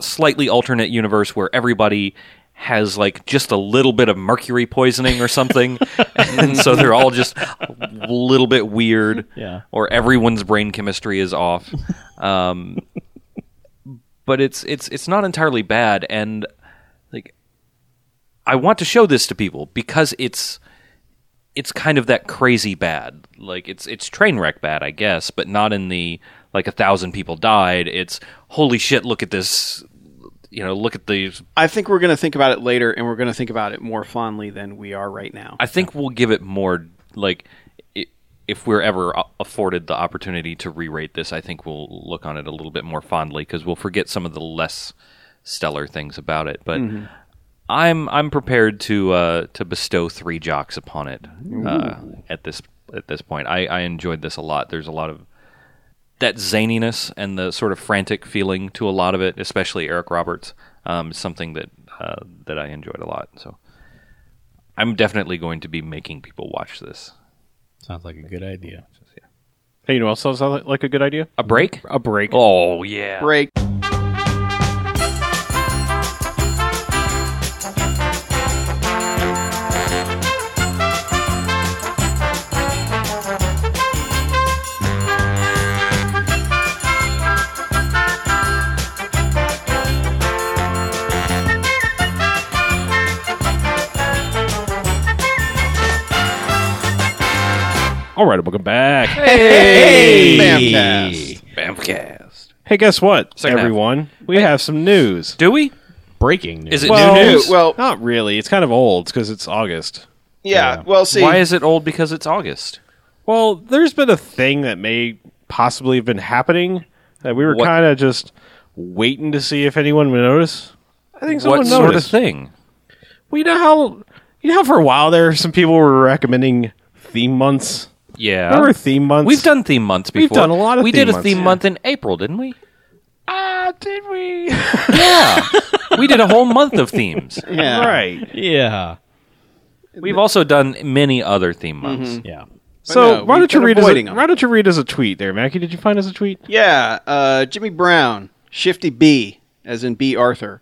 [SPEAKER 5] slightly alternate universe where everybody has like just a little bit of mercury poisoning or something and so they're all just a little bit weird
[SPEAKER 3] Yeah.
[SPEAKER 5] or everyone's brain chemistry is off um, but it's it's it's not entirely bad and like i want to show this to people because it's it's kind of that crazy bad. Like it's it's train wreck bad, I guess, but not in the like a thousand people died. It's holy shit, look at this you know, look at these
[SPEAKER 4] I think we're going to think about it later, and we're going to think about it more fondly than we are right now.
[SPEAKER 5] I think we'll give it more like i- if we're ever a- afforded the opportunity to re-rate this, I think we'll look on it a little bit more fondly because we'll forget some of the less stellar things about it. But I'm I'm prepared to uh, to bestow three jocks upon it uh, at this at this point. I, I enjoyed this a lot. There's a lot of that zaniness and the sort of frantic feeling to a lot of it, especially Eric Roberts, um, is something that uh, that I enjoyed a lot. So I'm definitely going to be making people watch this.
[SPEAKER 3] Sounds like a good idea.
[SPEAKER 2] Hey, you know what else sounds li- like a good idea?
[SPEAKER 5] A break?
[SPEAKER 2] A break.
[SPEAKER 5] Oh yeah.
[SPEAKER 4] Break.
[SPEAKER 2] All right, welcome back. Hey,
[SPEAKER 4] Bamcast.
[SPEAKER 5] Bamcast.
[SPEAKER 2] guess what,
[SPEAKER 5] Second half.
[SPEAKER 2] everyone? We have some news.
[SPEAKER 5] Do we?
[SPEAKER 3] Breaking news.
[SPEAKER 5] Is it
[SPEAKER 2] Well,
[SPEAKER 5] new news?
[SPEAKER 4] well-
[SPEAKER 2] not really. It's kind of old because it's August.
[SPEAKER 4] Yeah, Well, see,
[SPEAKER 5] Why is it old? Because it's August.
[SPEAKER 2] Well, there's been a thing that may possibly have been happening that we were
[SPEAKER 5] What-
[SPEAKER 2] kind of just waiting to see if anyone would notice. I think someone
[SPEAKER 5] What sort of
[SPEAKER 2] noticed.
[SPEAKER 5] thing?
[SPEAKER 2] Well, you know how you know how for a while there, some people were recommending theme months.
[SPEAKER 5] Yeah.
[SPEAKER 2] Remember theme months?
[SPEAKER 5] We've done theme months before.
[SPEAKER 2] We've done a lot of
[SPEAKER 5] We
[SPEAKER 2] theme
[SPEAKER 5] did a
[SPEAKER 2] months,
[SPEAKER 5] theme
[SPEAKER 2] yeah.
[SPEAKER 5] month in April, didn't we?
[SPEAKER 2] Ah, did we?
[SPEAKER 5] Yeah. we did a whole month of themes.
[SPEAKER 4] yeah.
[SPEAKER 2] right.
[SPEAKER 3] yeah.
[SPEAKER 5] We've also done many other theme
[SPEAKER 2] Mm-hmm.
[SPEAKER 5] months.
[SPEAKER 3] Yeah.
[SPEAKER 2] So
[SPEAKER 4] no,
[SPEAKER 2] why
[SPEAKER 4] we've
[SPEAKER 2] don't you
[SPEAKER 4] been
[SPEAKER 2] read us? A,
[SPEAKER 4] avoiding 'em.
[SPEAKER 2] why don't you read us a tweet there, Mackie? Did you find us a tweet?
[SPEAKER 4] Yeah, uh, Jimmy Brown, Shifty B, as in B. Arthur,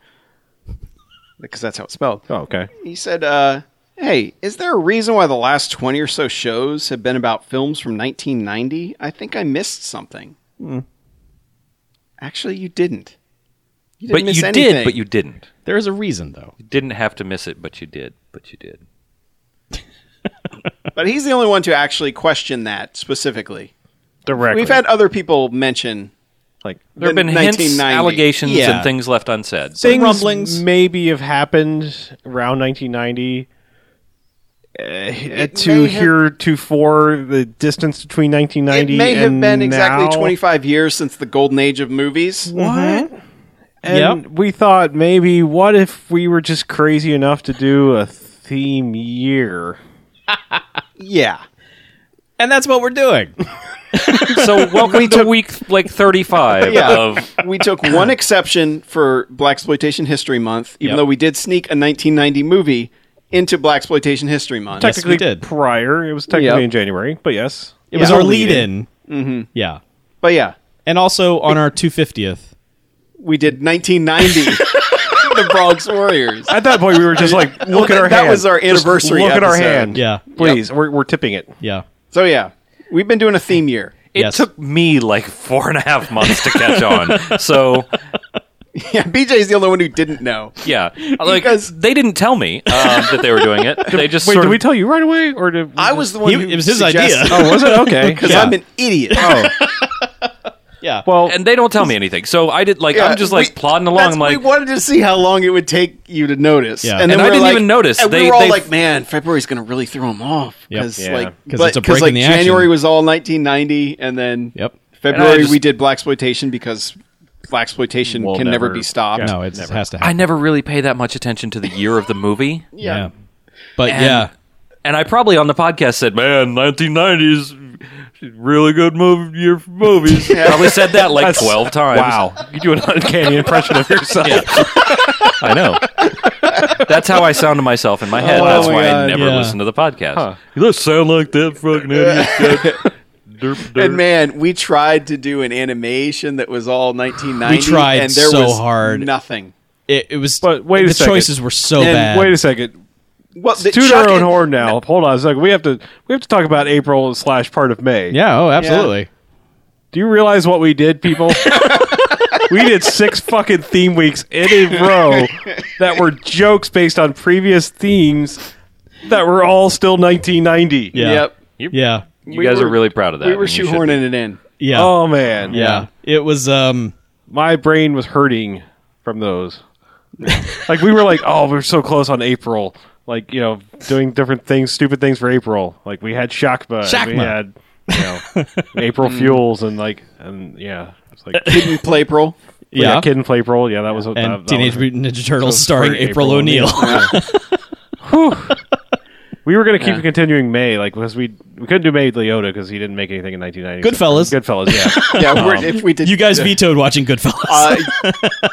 [SPEAKER 4] because that's how it's spelled.
[SPEAKER 2] Oh, okay.
[SPEAKER 4] He said, uh, "Hey, is there a reason why the last twenty or so shows have been about films from 1990? I think I missed something.
[SPEAKER 5] Hmm.
[SPEAKER 4] Actually, you didn't. You didn't
[SPEAKER 5] But
[SPEAKER 4] miss
[SPEAKER 5] you
[SPEAKER 4] anything.
[SPEAKER 5] did, but you didn't.
[SPEAKER 3] There is a reason though.
[SPEAKER 5] You didn't have to miss it, but you did. But you did.
[SPEAKER 4] But he's the only one to actually question that specifically.
[SPEAKER 2] Directly.
[SPEAKER 4] We've had other people mention
[SPEAKER 2] like
[SPEAKER 5] There have
[SPEAKER 4] The
[SPEAKER 5] been hints,
[SPEAKER 4] 1990.
[SPEAKER 5] allegations,
[SPEAKER 3] Yeah.
[SPEAKER 5] and things left unsaid.
[SPEAKER 2] things
[SPEAKER 3] rumblings.
[SPEAKER 2] maybe have happened around 1990 uh, to
[SPEAKER 4] may have-
[SPEAKER 2] heretofore the distance between 1990
[SPEAKER 4] it may have
[SPEAKER 2] and
[SPEAKER 4] been exactly
[SPEAKER 2] now.
[SPEAKER 4] 25 years since the golden age of movies.
[SPEAKER 2] What? And we thought maybe what if we were just crazy enough to do a theme year?
[SPEAKER 4] Yeah.
[SPEAKER 3] And that's what we're doing.
[SPEAKER 5] So welcome to week like thirty-five
[SPEAKER 4] Yeah.
[SPEAKER 5] of
[SPEAKER 4] we took one exception for Black Exploitation History Month, even
[SPEAKER 3] Yep.
[SPEAKER 4] though we did sneak a 1990 movie into Black Exploitation History Month.
[SPEAKER 3] Yes, we
[SPEAKER 2] Technically
[SPEAKER 3] did.
[SPEAKER 2] prior. It was technically
[SPEAKER 4] Yep.
[SPEAKER 2] in January, but yes.
[SPEAKER 3] It was
[SPEAKER 4] Yeah.
[SPEAKER 3] our lead in. Mm-hmm. Yeah.
[SPEAKER 4] But yeah,
[SPEAKER 3] And also on our 250th.
[SPEAKER 4] we did 1990, The Bronx Warriors.
[SPEAKER 2] At that point, we were just like, look at
[SPEAKER 4] that-
[SPEAKER 2] our
[SPEAKER 4] that
[SPEAKER 2] hand.
[SPEAKER 4] was our
[SPEAKER 2] Just
[SPEAKER 4] anniversary
[SPEAKER 2] Look at our
[SPEAKER 4] episode.
[SPEAKER 2] hand.
[SPEAKER 3] Yeah.
[SPEAKER 2] Please, we're, we're tipping it.
[SPEAKER 3] Yeah.
[SPEAKER 4] So yeah, we've been doing a theme year.
[SPEAKER 5] It
[SPEAKER 3] Yes.
[SPEAKER 5] took me like four and a half months to catch on. So
[SPEAKER 4] Yeah, BJ's the only one who didn't know.
[SPEAKER 5] yeah, like
[SPEAKER 4] Because-
[SPEAKER 5] they didn't tell me um, that they were doing it. They just
[SPEAKER 2] Wait,
[SPEAKER 5] sort
[SPEAKER 2] did
[SPEAKER 5] of,
[SPEAKER 2] we tell you right away, or did
[SPEAKER 4] I was the one.
[SPEAKER 3] He-
[SPEAKER 4] who
[SPEAKER 3] it was his idea.
[SPEAKER 2] Oh, was it okay?
[SPEAKER 4] because I'm an idiot.
[SPEAKER 3] Yeah.
[SPEAKER 2] well,
[SPEAKER 5] and they don't tell me anything. So I did like
[SPEAKER 4] Yeah,
[SPEAKER 5] I'm just like
[SPEAKER 4] we-
[SPEAKER 5] plodding along.
[SPEAKER 4] that's-
[SPEAKER 5] I'm like
[SPEAKER 4] we wanted to see how long it would take you to notice.
[SPEAKER 3] Yeah.
[SPEAKER 4] then
[SPEAKER 5] And I
[SPEAKER 4] we're
[SPEAKER 5] didn't
[SPEAKER 4] like-
[SPEAKER 5] even notice.
[SPEAKER 4] And
[SPEAKER 5] They-
[SPEAKER 4] we were all
[SPEAKER 5] they-
[SPEAKER 4] like, "Man, February's going to really throw them off."
[SPEAKER 3] Yep.
[SPEAKER 4] Because
[SPEAKER 2] Yeah.
[SPEAKER 4] like,
[SPEAKER 3] 'Cause
[SPEAKER 4] but-
[SPEAKER 3] it's a break in
[SPEAKER 4] like
[SPEAKER 3] the action.
[SPEAKER 4] January was all 1990, and then
[SPEAKER 3] Yep.
[SPEAKER 5] And I
[SPEAKER 4] February
[SPEAKER 5] just-
[SPEAKER 4] we did black exploitation because black exploitation
[SPEAKER 2] Will
[SPEAKER 4] can never,
[SPEAKER 2] never-
[SPEAKER 4] be stopped.
[SPEAKER 2] yeah.
[SPEAKER 3] no, it
[SPEAKER 2] Never.
[SPEAKER 3] has to
[SPEAKER 5] I
[SPEAKER 3] happen.
[SPEAKER 5] never really pay that much attention to the year of the movie.
[SPEAKER 3] yeah. But yeah.
[SPEAKER 5] And I probably on the podcast said, "Man, 1990s really good movie year for movies. Probably said that like
[SPEAKER 2] That's-
[SPEAKER 5] twelve times.
[SPEAKER 2] Wow, you do an uncanny impression of yourself.
[SPEAKER 5] I know. That's how I sound to myself in my head.
[SPEAKER 2] Oh
[SPEAKER 5] That's
[SPEAKER 2] my
[SPEAKER 5] why I
[SPEAKER 2] God,
[SPEAKER 5] never
[SPEAKER 3] yeah.
[SPEAKER 5] listen to the podcast.
[SPEAKER 2] Huh.
[SPEAKER 5] You don't sound like that fucking idiot. that derp, derp.
[SPEAKER 4] And man, we tried to do an animation that was all 1990.
[SPEAKER 3] We tried
[SPEAKER 4] and there
[SPEAKER 3] so
[SPEAKER 4] was
[SPEAKER 3] hard.
[SPEAKER 4] Nothing.
[SPEAKER 3] It, it was.
[SPEAKER 2] But wait a
[SPEAKER 3] the
[SPEAKER 2] second.
[SPEAKER 3] choices were so
[SPEAKER 4] And
[SPEAKER 3] bad.
[SPEAKER 2] Wait a second.
[SPEAKER 4] Well, the
[SPEAKER 2] Toot our
[SPEAKER 4] Chuck
[SPEAKER 2] own
[SPEAKER 4] and-
[SPEAKER 2] horn now. Hold on a second. We have to we have to talk about April slash part of May.
[SPEAKER 3] yeah. Oh, absolutely.
[SPEAKER 2] Do you realize what we did, people? we did six fucking theme weeks in a row that were jokes based on previous themes that were all still 1990.
[SPEAKER 3] Yeah.
[SPEAKER 4] Yep.
[SPEAKER 3] Yeah.
[SPEAKER 5] you
[SPEAKER 4] we
[SPEAKER 5] guys
[SPEAKER 4] were-
[SPEAKER 5] are really proud of that.
[SPEAKER 4] We were
[SPEAKER 5] and you should
[SPEAKER 4] shoehorning it in.
[SPEAKER 3] Yeah.
[SPEAKER 2] Oh man.
[SPEAKER 3] yeah. It was. Um.
[SPEAKER 2] My brain was hurting from those. like we were like, oh, we we're so close on April. Like you know, doing different things, stupid things for April. Like we had Shakma, and we
[SPEAKER 3] Shakma.
[SPEAKER 2] had you know April fuels, and like and yeah, it's like
[SPEAKER 4] Didn't play April.
[SPEAKER 2] yeah,
[SPEAKER 3] Yeah.
[SPEAKER 2] Kid and Play April. Yeah, that was that,
[SPEAKER 3] and
[SPEAKER 2] that
[SPEAKER 3] Teenage
[SPEAKER 2] was-
[SPEAKER 3] Mutant Ninja Turtles starring
[SPEAKER 2] Sorry,
[SPEAKER 3] April, O'Neil.
[SPEAKER 2] Yeah. Whew. We were gonna keep continuing May, like because we we couldn't do May with Leota because he didn't make anything in 1990.
[SPEAKER 3] Goodfellas.
[SPEAKER 2] Goodfellas, yeah.
[SPEAKER 4] Yeah, we're, if we did,
[SPEAKER 3] Um, you guys vetoed watching Goodfellas.
[SPEAKER 4] Uh,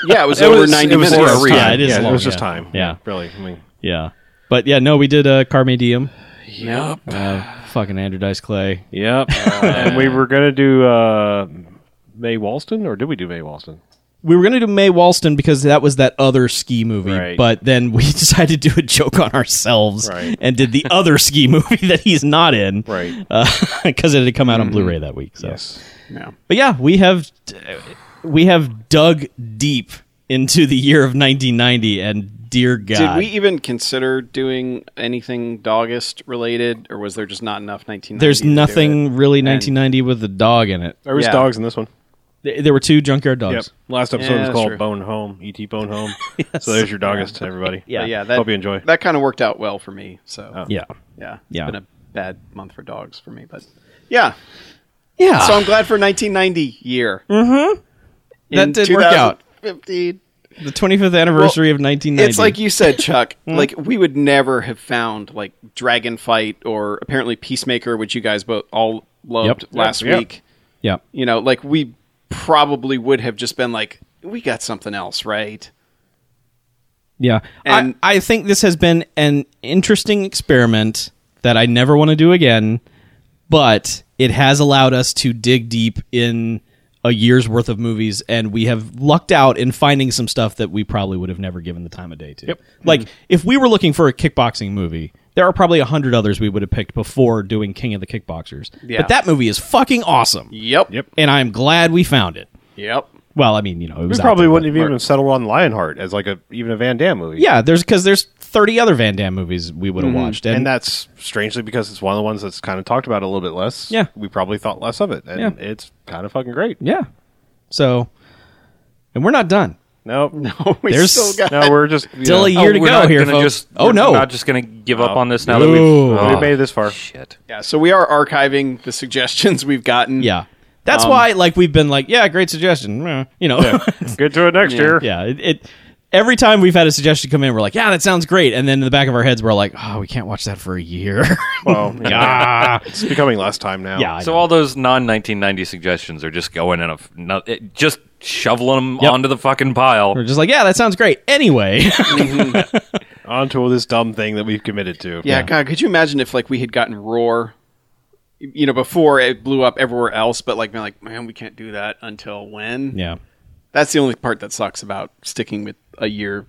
[SPEAKER 4] yeah, it was
[SPEAKER 2] It
[SPEAKER 4] over
[SPEAKER 2] was-
[SPEAKER 4] 90
[SPEAKER 2] it was
[SPEAKER 4] minutes.
[SPEAKER 2] just
[SPEAKER 5] Yeah,
[SPEAKER 2] time.
[SPEAKER 3] it is
[SPEAKER 2] Yeah,
[SPEAKER 3] long,
[SPEAKER 2] was just
[SPEAKER 3] yeah.
[SPEAKER 2] time.
[SPEAKER 3] Yeah.
[SPEAKER 2] really. I mean,
[SPEAKER 3] yeah. But yeah, no, we did uh, Carme Diem.
[SPEAKER 4] Yep.
[SPEAKER 3] Uh, fucking Andrew Dice Clay.
[SPEAKER 2] yep. and we were gonna do uh, May Walston, or did we do May Walston?
[SPEAKER 3] we were going to do Mae Walston because that was that other ski movie,
[SPEAKER 2] Right.
[SPEAKER 3] but then we decided to do a joke on ourselves
[SPEAKER 2] Right.
[SPEAKER 3] and did the other ski movie that he's not in,
[SPEAKER 2] Right.
[SPEAKER 3] Because it had come out on Blu-ray that week. So,
[SPEAKER 2] Yes.
[SPEAKER 4] Yeah.
[SPEAKER 3] but yeah, we have we have dug deep into the year of 1990, and dear God,
[SPEAKER 4] Did we even consider doing anything doggist related, or was there just not enough 1990?
[SPEAKER 3] there's
[SPEAKER 4] to do
[SPEAKER 3] nothing
[SPEAKER 4] it?
[SPEAKER 3] really 1990 with the dog in it.
[SPEAKER 2] There was
[SPEAKER 4] Yeah.
[SPEAKER 2] dogs in this one.
[SPEAKER 3] Th- There were two junkyard dogs.
[SPEAKER 2] Yep. Last episode
[SPEAKER 4] Yeah,
[SPEAKER 2] was
[SPEAKER 4] that's
[SPEAKER 2] called
[SPEAKER 4] true.
[SPEAKER 2] Bone Home, ET Bone Home. So there's your doggist, everybody.
[SPEAKER 3] Yeah.
[SPEAKER 4] But yeah, that,
[SPEAKER 2] Hope you enjoy. Oh.
[SPEAKER 4] That kind of worked out well for me. So
[SPEAKER 3] Yeah,
[SPEAKER 4] yeah,
[SPEAKER 3] Yeah.
[SPEAKER 4] It's been a bad month for dogs for me, but yeah.
[SPEAKER 3] yeah.
[SPEAKER 4] So I'm glad for 1990 year. Mm-hmm.
[SPEAKER 3] That did work out.
[SPEAKER 4] 2015.
[SPEAKER 3] the 25th anniversary of 1990.
[SPEAKER 4] It's like you said, Chuck.
[SPEAKER 3] Mm-hmm.
[SPEAKER 4] like we would never have found like Dragon Fight or apparently Peacemaker, which you guys both all loved
[SPEAKER 3] Yep.
[SPEAKER 4] last
[SPEAKER 2] Yep.
[SPEAKER 4] week.
[SPEAKER 3] yeah,
[SPEAKER 4] You know, like we probably would have just been like, we got something else, right?
[SPEAKER 3] Yeah.
[SPEAKER 4] And-
[SPEAKER 3] I, I think this has been an interesting experiment that I never want to do again, but it has allowed us to dig deep in a year's worth of movies, and we have lucked out in finding some stuff that we probably would have never given the time of day to. Like,
[SPEAKER 2] Mm-hmm.
[SPEAKER 3] if we were looking for a kickboxing movie, there are probably a hundred others we would have picked before doing King of the Kickboxers.
[SPEAKER 4] Yeah.
[SPEAKER 3] But that movie is fucking awesome.
[SPEAKER 4] Yep.
[SPEAKER 2] Yep.
[SPEAKER 3] And I'm glad we found it.
[SPEAKER 4] Yep.
[SPEAKER 3] Well, I mean, you know, it
[SPEAKER 2] We
[SPEAKER 3] was out
[SPEAKER 2] probably
[SPEAKER 3] there,
[SPEAKER 2] wouldn't have even settled on Lionheart as like a even a Van Damme movie.
[SPEAKER 3] Yeah, there's because there's 30 other Van Damme movies we would have watched, and,
[SPEAKER 2] and that's strangely because it's one of the ones that's kind of talked about a little bit less.
[SPEAKER 3] Yeah.
[SPEAKER 2] we probably thought less of it, and
[SPEAKER 3] Yeah.
[SPEAKER 2] it's kind of fucking great.
[SPEAKER 3] yeah. So, and we're not done.
[SPEAKER 2] No, no,
[SPEAKER 4] We
[SPEAKER 3] There's-
[SPEAKER 4] still got
[SPEAKER 2] no, we're just
[SPEAKER 3] Still a
[SPEAKER 2] yeah.
[SPEAKER 3] year to
[SPEAKER 5] Oh, we're
[SPEAKER 3] go
[SPEAKER 5] not
[SPEAKER 3] here,
[SPEAKER 5] gonna
[SPEAKER 3] folks.
[SPEAKER 5] Just,
[SPEAKER 3] Oh,
[SPEAKER 5] we're
[SPEAKER 3] no.
[SPEAKER 5] not just gonna give up on this now that
[SPEAKER 3] No.
[SPEAKER 5] we've,
[SPEAKER 2] we
[SPEAKER 5] Oh,
[SPEAKER 2] made it this far.
[SPEAKER 5] Shit.
[SPEAKER 4] yeah. So we are archiving the suggestions we've gotten.
[SPEAKER 3] Yeah, that's why like we've been like, yeah, great suggestion. meh, You know, yeah.
[SPEAKER 2] Get to it next year.
[SPEAKER 3] it, it. Every time we've had a suggestion come in, we're like, yeah, that sounds great, and then in the back of our heads, we're like, oh, we can't watch that for a year.
[SPEAKER 2] Well, yeah,
[SPEAKER 3] ah,
[SPEAKER 2] it's becoming less time now.
[SPEAKER 3] yeah. I
[SPEAKER 5] So
[SPEAKER 3] know.
[SPEAKER 5] all those non-1990 suggestions are just going in a f- no, it, just shoveling them
[SPEAKER 3] Yep.
[SPEAKER 5] onto the fucking pile.
[SPEAKER 3] we're just like, yeah, that sounds great. Anyway,
[SPEAKER 2] onto this dumb thing that we've committed to.
[SPEAKER 4] yeah. God, could you imagine if like we had gotten Roar, you know, before it blew up everywhere else, but like, being like, man, we can't do that until when?
[SPEAKER 3] yeah,
[SPEAKER 4] That's the only part that sucks about sticking with a year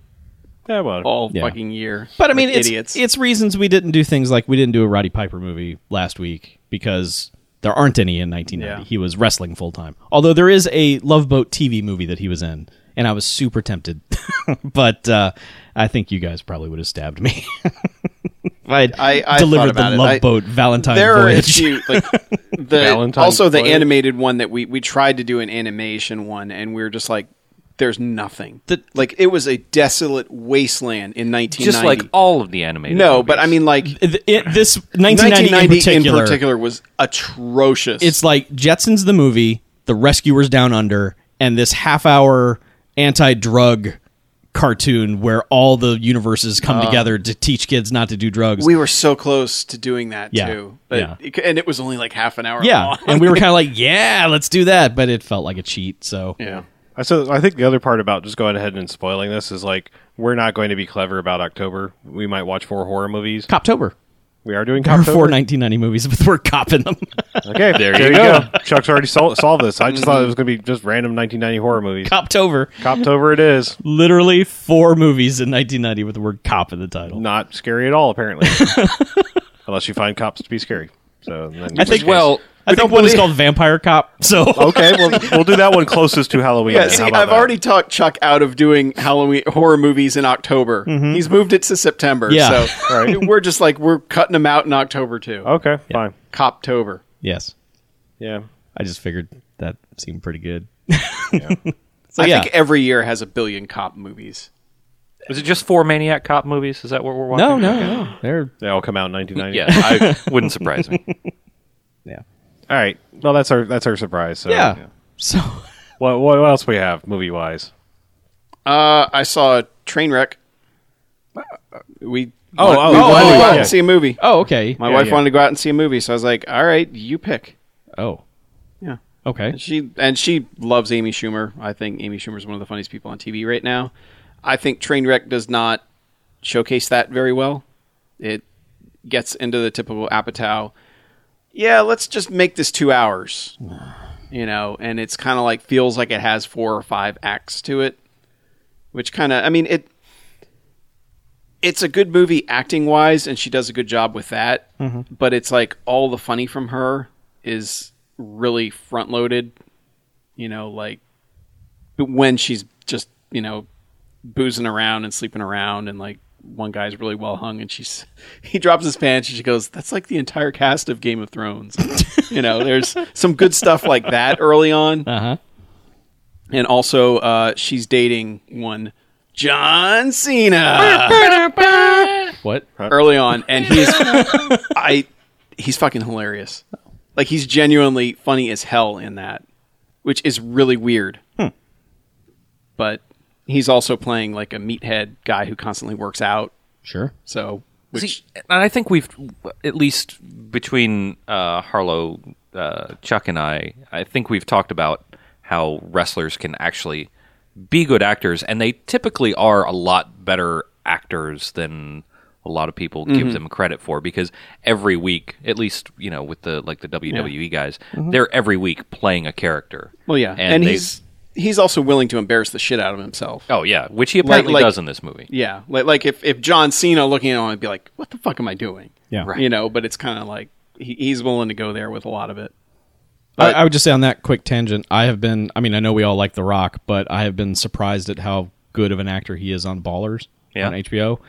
[SPEAKER 2] yeah well,
[SPEAKER 4] all
[SPEAKER 3] Yeah.
[SPEAKER 4] fucking year.
[SPEAKER 3] But I mean,
[SPEAKER 4] Like
[SPEAKER 3] it's
[SPEAKER 4] idiots.
[SPEAKER 3] it's reasons we didn't do things like we didn't do a Roddy Piper movie last week because there aren't any in 1990.
[SPEAKER 4] Yeah.
[SPEAKER 3] He was wrestling full time. Although there is a Love Boat TV movie that he was in, and I was super tempted, but uh, I think you guys probably would have stabbed me. if I'd
[SPEAKER 4] I- I thought
[SPEAKER 3] delivered
[SPEAKER 4] about
[SPEAKER 3] the
[SPEAKER 4] it.
[SPEAKER 3] Love
[SPEAKER 4] I-
[SPEAKER 3] Boat Valentine
[SPEAKER 4] there are a
[SPEAKER 3] voyage.
[SPEAKER 4] few like the
[SPEAKER 2] Valentine's
[SPEAKER 4] also the
[SPEAKER 2] Voyage.
[SPEAKER 4] animated one that we we tried to do an animation one, and we were just like, there's nothing.
[SPEAKER 3] The-
[SPEAKER 4] like it was a desolate wasteland in 1990.
[SPEAKER 5] Just like all of the animated.
[SPEAKER 4] no, but I
[SPEAKER 5] movies.
[SPEAKER 4] mean like.
[SPEAKER 3] Th- it- this 1990,
[SPEAKER 4] 1990
[SPEAKER 3] in particular,
[SPEAKER 4] was atrocious.
[SPEAKER 3] it's like Jetsons the movie, The Rescuers Down Under, and this half hour anti drug cartoon where all the universes come together to teach kids not to do drugs.
[SPEAKER 4] We were so close to doing that
[SPEAKER 3] Yeah.
[SPEAKER 4] too, but
[SPEAKER 3] Yeah.
[SPEAKER 4] it, and it was only like half an hour.
[SPEAKER 3] yeah,
[SPEAKER 4] long.
[SPEAKER 3] and we were kind of like, yeah, let's do that, but it felt like a cheat. So
[SPEAKER 4] yeah.
[SPEAKER 2] I so I think the other part about just going ahead and spoiling this is like we're not going to be clever about October. We might watch four horror movies.
[SPEAKER 3] Coptober.
[SPEAKER 2] We are doing
[SPEAKER 3] There are
[SPEAKER 2] Coptober.
[SPEAKER 3] four 1990 movies with the word cop in them.
[SPEAKER 2] Okay, there,
[SPEAKER 5] you
[SPEAKER 2] you go. Chuck's already sol- solved this. I just thought it was going to be just random 1990 horror movies.
[SPEAKER 3] Coptober.
[SPEAKER 2] Coptober it is.
[SPEAKER 3] Literally four movies in 1990 with the word cop in the title.
[SPEAKER 2] Not scary at all, apparently. Unless you find cops to be scary. So then
[SPEAKER 3] I think-
[SPEAKER 5] Well,
[SPEAKER 3] I think one is called Vampire Cop. So
[SPEAKER 2] okay, well, we'll do that one closest to Halloween.
[SPEAKER 4] Yeah,
[SPEAKER 2] then.
[SPEAKER 4] see,
[SPEAKER 2] How
[SPEAKER 4] I've
[SPEAKER 2] about that?
[SPEAKER 4] already talked Chuck out of doing Halloween horror movies in October.
[SPEAKER 2] Mm-hmm.
[SPEAKER 4] He's moved it to September.
[SPEAKER 3] Yeah.
[SPEAKER 4] So we're just like, we're cutting them out in October too.
[SPEAKER 2] Okay, fine.
[SPEAKER 4] Coptober.
[SPEAKER 3] yes,
[SPEAKER 2] Yeah.
[SPEAKER 3] I just figured that seemed pretty good.
[SPEAKER 4] I
[SPEAKER 3] yeah.
[SPEAKER 4] think every year has a billion cop movies.
[SPEAKER 5] is it just four Maniac Cop movies? Is that what we're watching?
[SPEAKER 3] No, no, no. They're
[SPEAKER 2] They all come out in 1990.
[SPEAKER 5] Yeah, I wouldn't surprise me.
[SPEAKER 3] yeah,
[SPEAKER 2] All right. Well, that's our that's our surprise. So
[SPEAKER 3] yeah. So
[SPEAKER 2] What what else we have movie wise?
[SPEAKER 4] Uh, I saw a train wreck. Uh, We
[SPEAKER 2] Oh,
[SPEAKER 4] wa-
[SPEAKER 2] oh,
[SPEAKER 4] we
[SPEAKER 2] oh,
[SPEAKER 4] wanted to go out
[SPEAKER 2] yeah.
[SPEAKER 4] and see a movie.
[SPEAKER 3] oh okay.
[SPEAKER 4] My
[SPEAKER 2] Yeah,
[SPEAKER 4] wife
[SPEAKER 2] yeah.
[SPEAKER 4] wanted to go out and see a movie, so I was like, "All right, you pick."
[SPEAKER 3] Oh
[SPEAKER 4] Yeah.
[SPEAKER 3] okay.
[SPEAKER 4] She and she loves Amy Schumer. I think Amy Schumer is one of the funniest people on TV right now. I think Trainwreck does not showcase that very well. It gets into the typical Apatow. Yeah, let's just make this two hours. You know, and it's kind of like feels like it has four or five acts to it, which kind of I mean it. It's a good movie acting wise, and she does a good job with that. But it's like all the funny from her is really front loaded. You know, like but when she's just you know boozing around and sleeping around and like one guy's really well hung and she's he drops his pants and she goes that's like the entire cast of game of thrones you know there's some good stuff like that early on
[SPEAKER 3] Uh huh.
[SPEAKER 4] and also uh, she's dating one john cena
[SPEAKER 3] What?
[SPEAKER 4] early on and he's i he's fucking hilarious like he's genuinely funny as hell in that which is really weird but he's also playing like a meathead guy who constantly works out
[SPEAKER 3] Sure.
[SPEAKER 4] so which
[SPEAKER 5] See, and I think we've, at least between uh, Harlow, uh, Chuck, and I, I think we've talked about how wrestlers can actually be good actors, and they typically are a lot better actors than a lot of people
[SPEAKER 4] Mm-hmm.
[SPEAKER 5] give them credit for because every week at least you know with the like the WWE guys they're every week playing a character
[SPEAKER 4] Mm-hmm. well yeah and,
[SPEAKER 5] and, they-
[SPEAKER 4] he's he's also willing to embarrass the shit out of himself
[SPEAKER 5] oh yeah which he apparently
[SPEAKER 4] like-
[SPEAKER 5] does in this movie
[SPEAKER 4] yeah like, like if, if john cena looking at him would be like what the fuck am i doing
[SPEAKER 3] Yeah. Right.
[SPEAKER 4] you know but it's kind of like he, he's willing to go there with a lot of it
[SPEAKER 3] I, I would just say on that quick tangent, I have been. I mean, I know we all like The Rock, but I have been surprised at how good of an actor he is on Ballers
[SPEAKER 5] Yeah.
[SPEAKER 3] on HBO.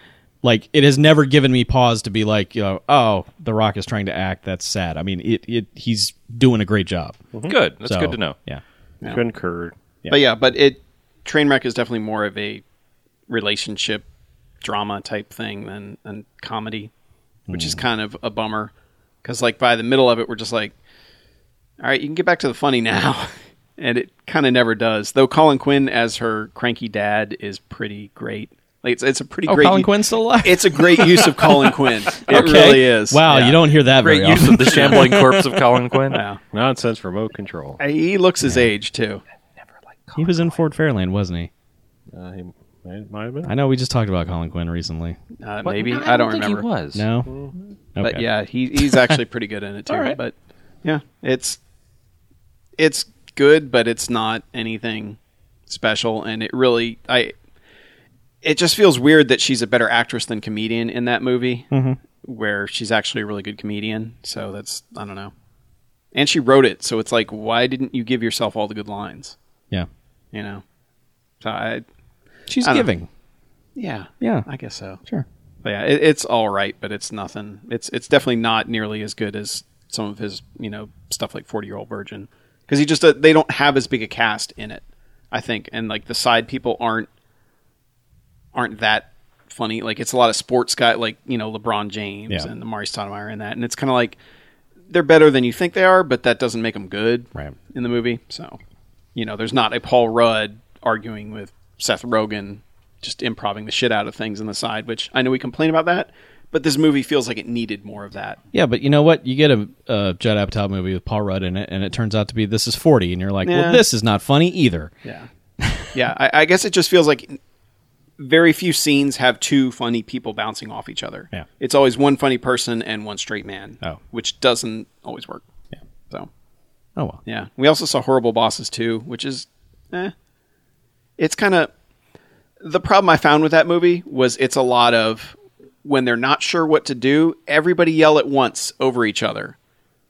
[SPEAKER 3] Like, it has never given me pause to be like, you know, oh, The Rock is trying to act. That's sad. I mean, it. it he's doing a great job.
[SPEAKER 4] Mm-hmm.
[SPEAKER 5] good that's
[SPEAKER 3] So,
[SPEAKER 5] good to know
[SPEAKER 3] Yeah.
[SPEAKER 2] Concurred.
[SPEAKER 4] But yeah, but it Trainwreck is definitely more of a relationship drama type thing than than comedy, which
[SPEAKER 3] Hmm.
[SPEAKER 4] is kind of a bummer because like by the middle of it, we're just like, all right, you can get back to the funny now, and it kind of never does. Though Colin Quinn as her cranky dad is pretty great. Like it's, it's a pretty
[SPEAKER 3] Oh,
[SPEAKER 4] great.
[SPEAKER 3] Colin Quinn's still alive?
[SPEAKER 4] It's a great use of Colin Quinn. It
[SPEAKER 3] Okay.
[SPEAKER 4] really is.
[SPEAKER 3] Wow,
[SPEAKER 4] Yeah.
[SPEAKER 3] you don't hear that
[SPEAKER 5] great
[SPEAKER 3] very
[SPEAKER 5] use
[SPEAKER 3] often.
[SPEAKER 5] of the shambling corpse of Colin Quinn
[SPEAKER 4] Yeah.
[SPEAKER 2] Nonsense remote control.
[SPEAKER 4] He looks his age too.
[SPEAKER 3] he was in Ford Fairlane, wasn't he?
[SPEAKER 2] Uh, he might, might have been.
[SPEAKER 3] I know we just talked about Colin Quinn recently.
[SPEAKER 4] Uh,
[SPEAKER 5] What?
[SPEAKER 4] maybe
[SPEAKER 5] No,
[SPEAKER 4] I don't,
[SPEAKER 5] think
[SPEAKER 4] remember.
[SPEAKER 5] he was
[SPEAKER 3] No.
[SPEAKER 4] but
[SPEAKER 3] Okay.
[SPEAKER 4] yeah, he, he's actually pretty good in it too.
[SPEAKER 3] All right.
[SPEAKER 4] But yeah, it's it's good, but it's not anything special, and it really I it just feels weird that she's a better actress than comedian in that movie,
[SPEAKER 3] Mm-hmm.
[SPEAKER 4] where she's actually a really good comedian. So that's I don't know, and she wrote it, so it's like why didn't you give yourself all the good lines?
[SPEAKER 3] Yeah.
[SPEAKER 4] You know, so I
[SPEAKER 3] She's
[SPEAKER 4] I don't-
[SPEAKER 3] giving.
[SPEAKER 4] yeah
[SPEAKER 3] Yeah.
[SPEAKER 4] I guess so.
[SPEAKER 3] Sure.
[SPEAKER 4] But yeah, it, it's all right, but it's nothing. It's it's definitely not nearly as good as some of his you know stuff like Forty Year Old Virgin because he just uh, they don't have as big a cast in it, I think, and like the side people aren't aren't that funny. Like it's a lot of sports guy like you know LeBron James
[SPEAKER 3] Yeah.
[SPEAKER 4] and the Mari Stoudemire and that, and it's kind of like they're better than you think they are, but that doesn't make them good
[SPEAKER 3] Right.
[SPEAKER 4] in the movie. So you know, there's not a Paul Rudd arguing with Seth Rogen just improving the shit out of things on the side, which I know we complain about that, but this movie feels like it needed more of that.
[SPEAKER 3] Yeah, but you know what? You get a, a Judd Apatow movie with Paul Rudd in it, and it turns out to be this is forty, and you're like,
[SPEAKER 4] Yeah.
[SPEAKER 3] well, this is not funny either.
[SPEAKER 4] Yeah. yeah. I, I guess it just feels like very few scenes have two funny people bouncing off each other.
[SPEAKER 3] Yeah.
[SPEAKER 4] It's always one funny person and one straight man.
[SPEAKER 3] Oh.
[SPEAKER 4] Which doesn't always work. Yeah. So
[SPEAKER 3] Oh well.
[SPEAKER 4] yeah. We also saw horrible bosses too, which is eh. It's kinda the problem I found with that movie was it's a lot of when they're not sure what to do, everybody yell at once over each other.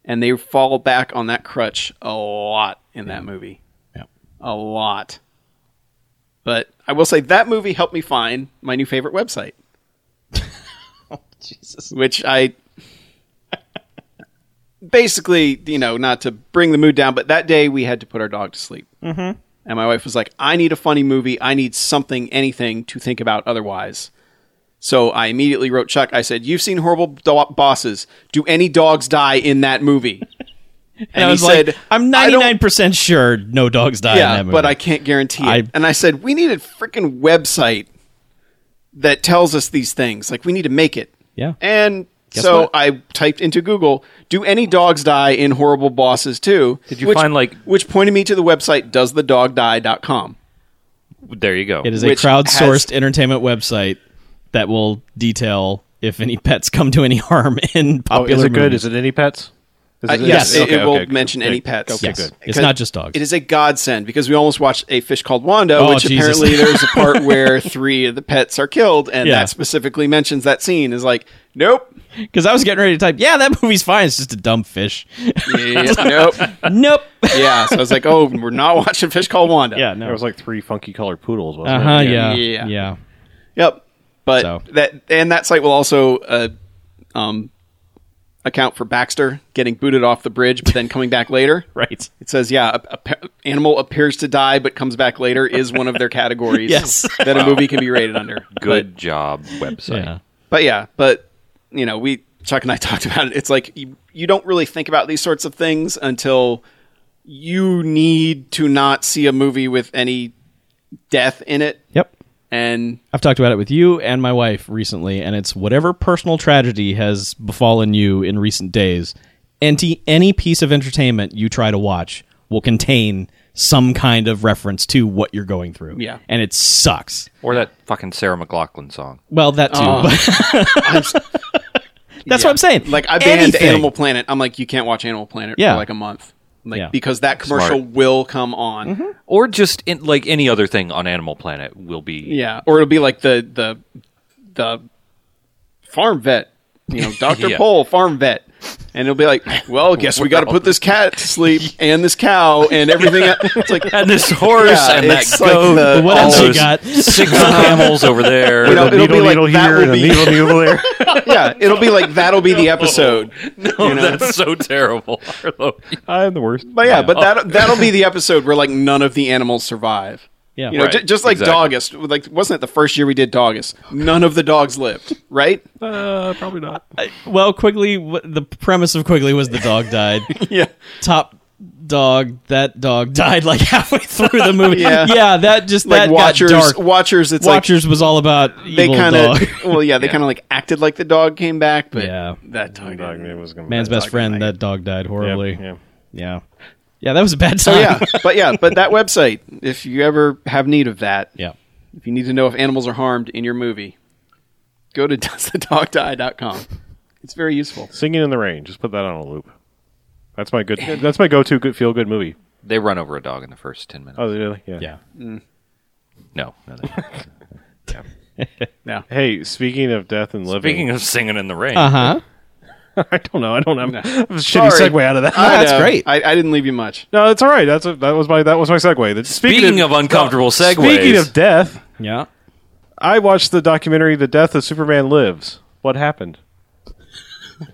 [SPEAKER 4] And they fall back on that crutch a lot in that movie
[SPEAKER 3] Yeah.
[SPEAKER 4] a lot. But I will say that movie helped me find my new favorite website,
[SPEAKER 3] Jesus.
[SPEAKER 4] which I basically, you know, not to bring the mood down, but that day we had to put our dog to sleep. Mm-hmm. And my wife was like, I need a funny movie. I need something, anything to think about otherwise. So I immediately wrote Chuck. I said, You've seen horrible do- bosses. Do any dogs die in that movie? And,
[SPEAKER 3] And I was
[SPEAKER 4] he
[SPEAKER 3] like,
[SPEAKER 4] said,
[SPEAKER 3] I'm
[SPEAKER 4] "I
[SPEAKER 3] ninety
[SPEAKER 4] don't-
[SPEAKER 3] nine percent sure no dogs die
[SPEAKER 4] yeah,
[SPEAKER 3] in that movie.
[SPEAKER 4] but I can't guarantee it.
[SPEAKER 3] I-
[SPEAKER 4] and I said, we need a freaking website that tells us these things. Like, we need to make it.
[SPEAKER 3] Yeah.
[SPEAKER 4] And so
[SPEAKER 3] what?
[SPEAKER 4] I typed into Google, do any dogs die in horrible bosses too?
[SPEAKER 5] Did you find, like-
[SPEAKER 4] Which pointed me to the website doesthedogdie.com.
[SPEAKER 5] There you go.
[SPEAKER 3] It is a
[SPEAKER 4] which
[SPEAKER 3] crowdsourced
[SPEAKER 4] has-
[SPEAKER 3] entertainment website that will detail if any pets come to any harm in
[SPEAKER 2] Oh,
[SPEAKER 3] popular
[SPEAKER 2] is it good?
[SPEAKER 3] movies.
[SPEAKER 2] Is it any pets? Is
[SPEAKER 4] Uh, yes, it,
[SPEAKER 2] Okay,
[SPEAKER 4] it will
[SPEAKER 2] okay, good.
[SPEAKER 4] mention any pets.
[SPEAKER 2] Okay,
[SPEAKER 3] Yes.
[SPEAKER 2] good.
[SPEAKER 3] It's not just dogs.
[SPEAKER 4] It is a godsend because we almost watched A Fish Called Wanda,
[SPEAKER 3] Oh,
[SPEAKER 4] which
[SPEAKER 3] Jesus.
[SPEAKER 4] apparently there's a part where three of the pets are killed, and
[SPEAKER 3] Yeah.
[SPEAKER 4] that specifically mentions that scene. Is like, nope,
[SPEAKER 3] Because I was getting ready to type, yeah, that movie's fine. It's just a dumb fish.
[SPEAKER 4] Yeah, nope.
[SPEAKER 3] nope.
[SPEAKER 4] Yeah, so I was like, oh, we're not watching Fish Called Wanda.
[SPEAKER 3] yeah,
[SPEAKER 2] There
[SPEAKER 3] no.
[SPEAKER 2] was like three funky colored poodles. Wasn't
[SPEAKER 3] Uh huh.
[SPEAKER 2] it?
[SPEAKER 3] Yeah.
[SPEAKER 4] Yeah.
[SPEAKER 3] Yeah.
[SPEAKER 4] Yep. But
[SPEAKER 3] So.
[SPEAKER 4] that and that site will also uh, um, account for Baxter getting booted off the bridge, but then coming back later.
[SPEAKER 3] Right.
[SPEAKER 4] It says, yeah, a, a pe- animal appears to die but comes back later is one of their categories
[SPEAKER 3] Yes.
[SPEAKER 4] that a movie can be rated under.
[SPEAKER 5] Good job, website.
[SPEAKER 3] Yeah.
[SPEAKER 4] But yeah, but you know, we Chuck and I talked about it. It's like you, you don't really think about these sorts of things until you need to not see a movie with any death in it.
[SPEAKER 3] Yep.
[SPEAKER 4] And
[SPEAKER 3] I've talked about it with you and my wife recently, and it's whatever personal tragedy has befallen you in recent days. Any any piece of entertainment you try to watch will contain some kind of reference to what you're going through.
[SPEAKER 4] Yeah.
[SPEAKER 3] and it sucks.
[SPEAKER 5] Or that fucking Sarah McLaughlin song.
[SPEAKER 3] Well, that too.
[SPEAKER 4] Oh.
[SPEAKER 3] but that's what I'm saying.
[SPEAKER 4] like I banned
[SPEAKER 3] Anything.
[SPEAKER 4] Animal Planet. I'm like, you can't watch Animal Planet
[SPEAKER 3] Yeah.
[SPEAKER 4] for like a month. Like
[SPEAKER 3] Yeah.
[SPEAKER 4] because that commercial
[SPEAKER 5] Smart.
[SPEAKER 4] will come on.
[SPEAKER 5] Or just in, like any other thing on Animal Planet will be.
[SPEAKER 4] Yeah. Or it'll be like the the the farm vet. You know, Dr.
[SPEAKER 5] Yeah.
[SPEAKER 4] Pole, farm vet. And it'll be like, well, guess we got to put this cat to sleep and this cow and everything. else. It's like,
[SPEAKER 5] And this horse
[SPEAKER 4] Yeah,
[SPEAKER 5] and that
[SPEAKER 4] it's like
[SPEAKER 5] goat.
[SPEAKER 4] the-
[SPEAKER 5] and
[SPEAKER 4] What
[SPEAKER 5] all
[SPEAKER 4] else
[SPEAKER 3] you
[SPEAKER 5] those
[SPEAKER 3] got?
[SPEAKER 5] Six camels over there.
[SPEAKER 4] You know,
[SPEAKER 2] The
[SPEAKER 4] it'll
[SPEAKER 2] needle,
[SPEAKER 4] be like
[SPEAKER 2] needle
[SPEAKER 4] that
[SPEAKER 2] here
[SPEAKER 4] will
[SPEAKER 2] and a
[SPEAKER 4] be-
[SPEAKER 2] needle, needle there.
[SPEAKER 4] yeah, it'll be like that'll be the episode.
[SPEAKER 5] no, that's so terrible, Arlo.
[SPEAKER 2] I'm the worst.
[SPEAKER 4] But yeah, but that that'll be the episode where like none of the animals survive.
[SPEAKER 3] Yeah.
[SPEAKER 4] You know,
[SPEAKER 5] Right,
[SPEAKER 4] ju- just like
[SPEAKER 5] exactly.
[SPEAKER 4] Doggist. Like, wasn't it the first year we did Doggist? None of the dogs lived, right?
[SPEAKER 2] Uh, probably not.
[SPEAKER 3] Well, Quigley. w- The premise of Quigley was the dog died.
[SPEAKER 4] Yeah.
[SPEAKER 3] Top dog. That dog died like halfway through the movie.
[SPEAKER 4] Yeah.
[SPEAKER 3] that just
[SPEAKER 4] Like
[SPEAKER 3] that
[SPEAKER 4] Watchers,
[SPEAKER 3] got dark.
[SPEAKER 4] Watchers. It's
[SPEAKER 3] Watchers was all about
[SPEAKER 4] like they
[SPEAKER 3] evil
[SPEAKER 4] kind of,
[SPEAKER 3] dog.
[SPEAKER 4] well, yeah, they kind of like acted like the dog came back, but
[SPEAKER 3] Yeah.
[SPEAKER 4] that dog.
[SPEAKER 2] Dog,
[SPEAKER 4] didn't.
[SPEAKER 2] it was gonna-
[SPEAKER 3] Man's
[SPEAKER 2] that
[SPEAKER 3] best
[SPEAKER 2] dog-
[SPEAKER 3] friend. That dog died
[SPEAKER 2] Yeah,
[SPEAKER 3] horribly.
[SPEAKER 2] yeah.
[SPEAKER 3] Yeah. Yeah, that was a bad time.
[SPEAKER 4] So Oh, yeah, but yeah, but that website. If you ever have need of that,
[SPEAKER 3] yeah.
[SPEAKER 4] if you need to know if animals are harmed in your movie, go to doesthedogdie.com. It's very useful.
[SPEAKER 2] Singing in the rain. Just put that on a loop. That's my good. That's my go-to good feel good movie.
[SPEAKER 5] They run over a dog in the first 10 minutes.
[SPEAKER 2] Oh, really? Yeah.
[SPEAKER 3] Yeah.
[SPEAKER 5] No. no they don't.
[SPEAKER 4] Yeah.
[SPEAKER 2] Hey, speaking of death and living,
[SPEAKER 5] Speaking of singing in the rain,
[SPEAKER 3] Uh huh.
[SPEAKER 2] I don't know. I don't have a shitty
[SPEAKER 4] Sorry.
[SPEAKER 2] segue out of that.
[SPEAKER 3] that's
[SPEAKER 4] I know.
[SPEAKER 3] great.
[SPEAKER 4] um, I, I didn't leave you much.
[SPEAKER 2] no, it's all right. That's a, that was my that was my segue. That-
[SPEAKER 5] speaking, of, uncomfortable segues,
[SPEAKER 2] speaking of death,
[SPEAKER 3] Yeah.
[SPEAKER 2] I watched the documentary "The Death of Superman Lives." What happened?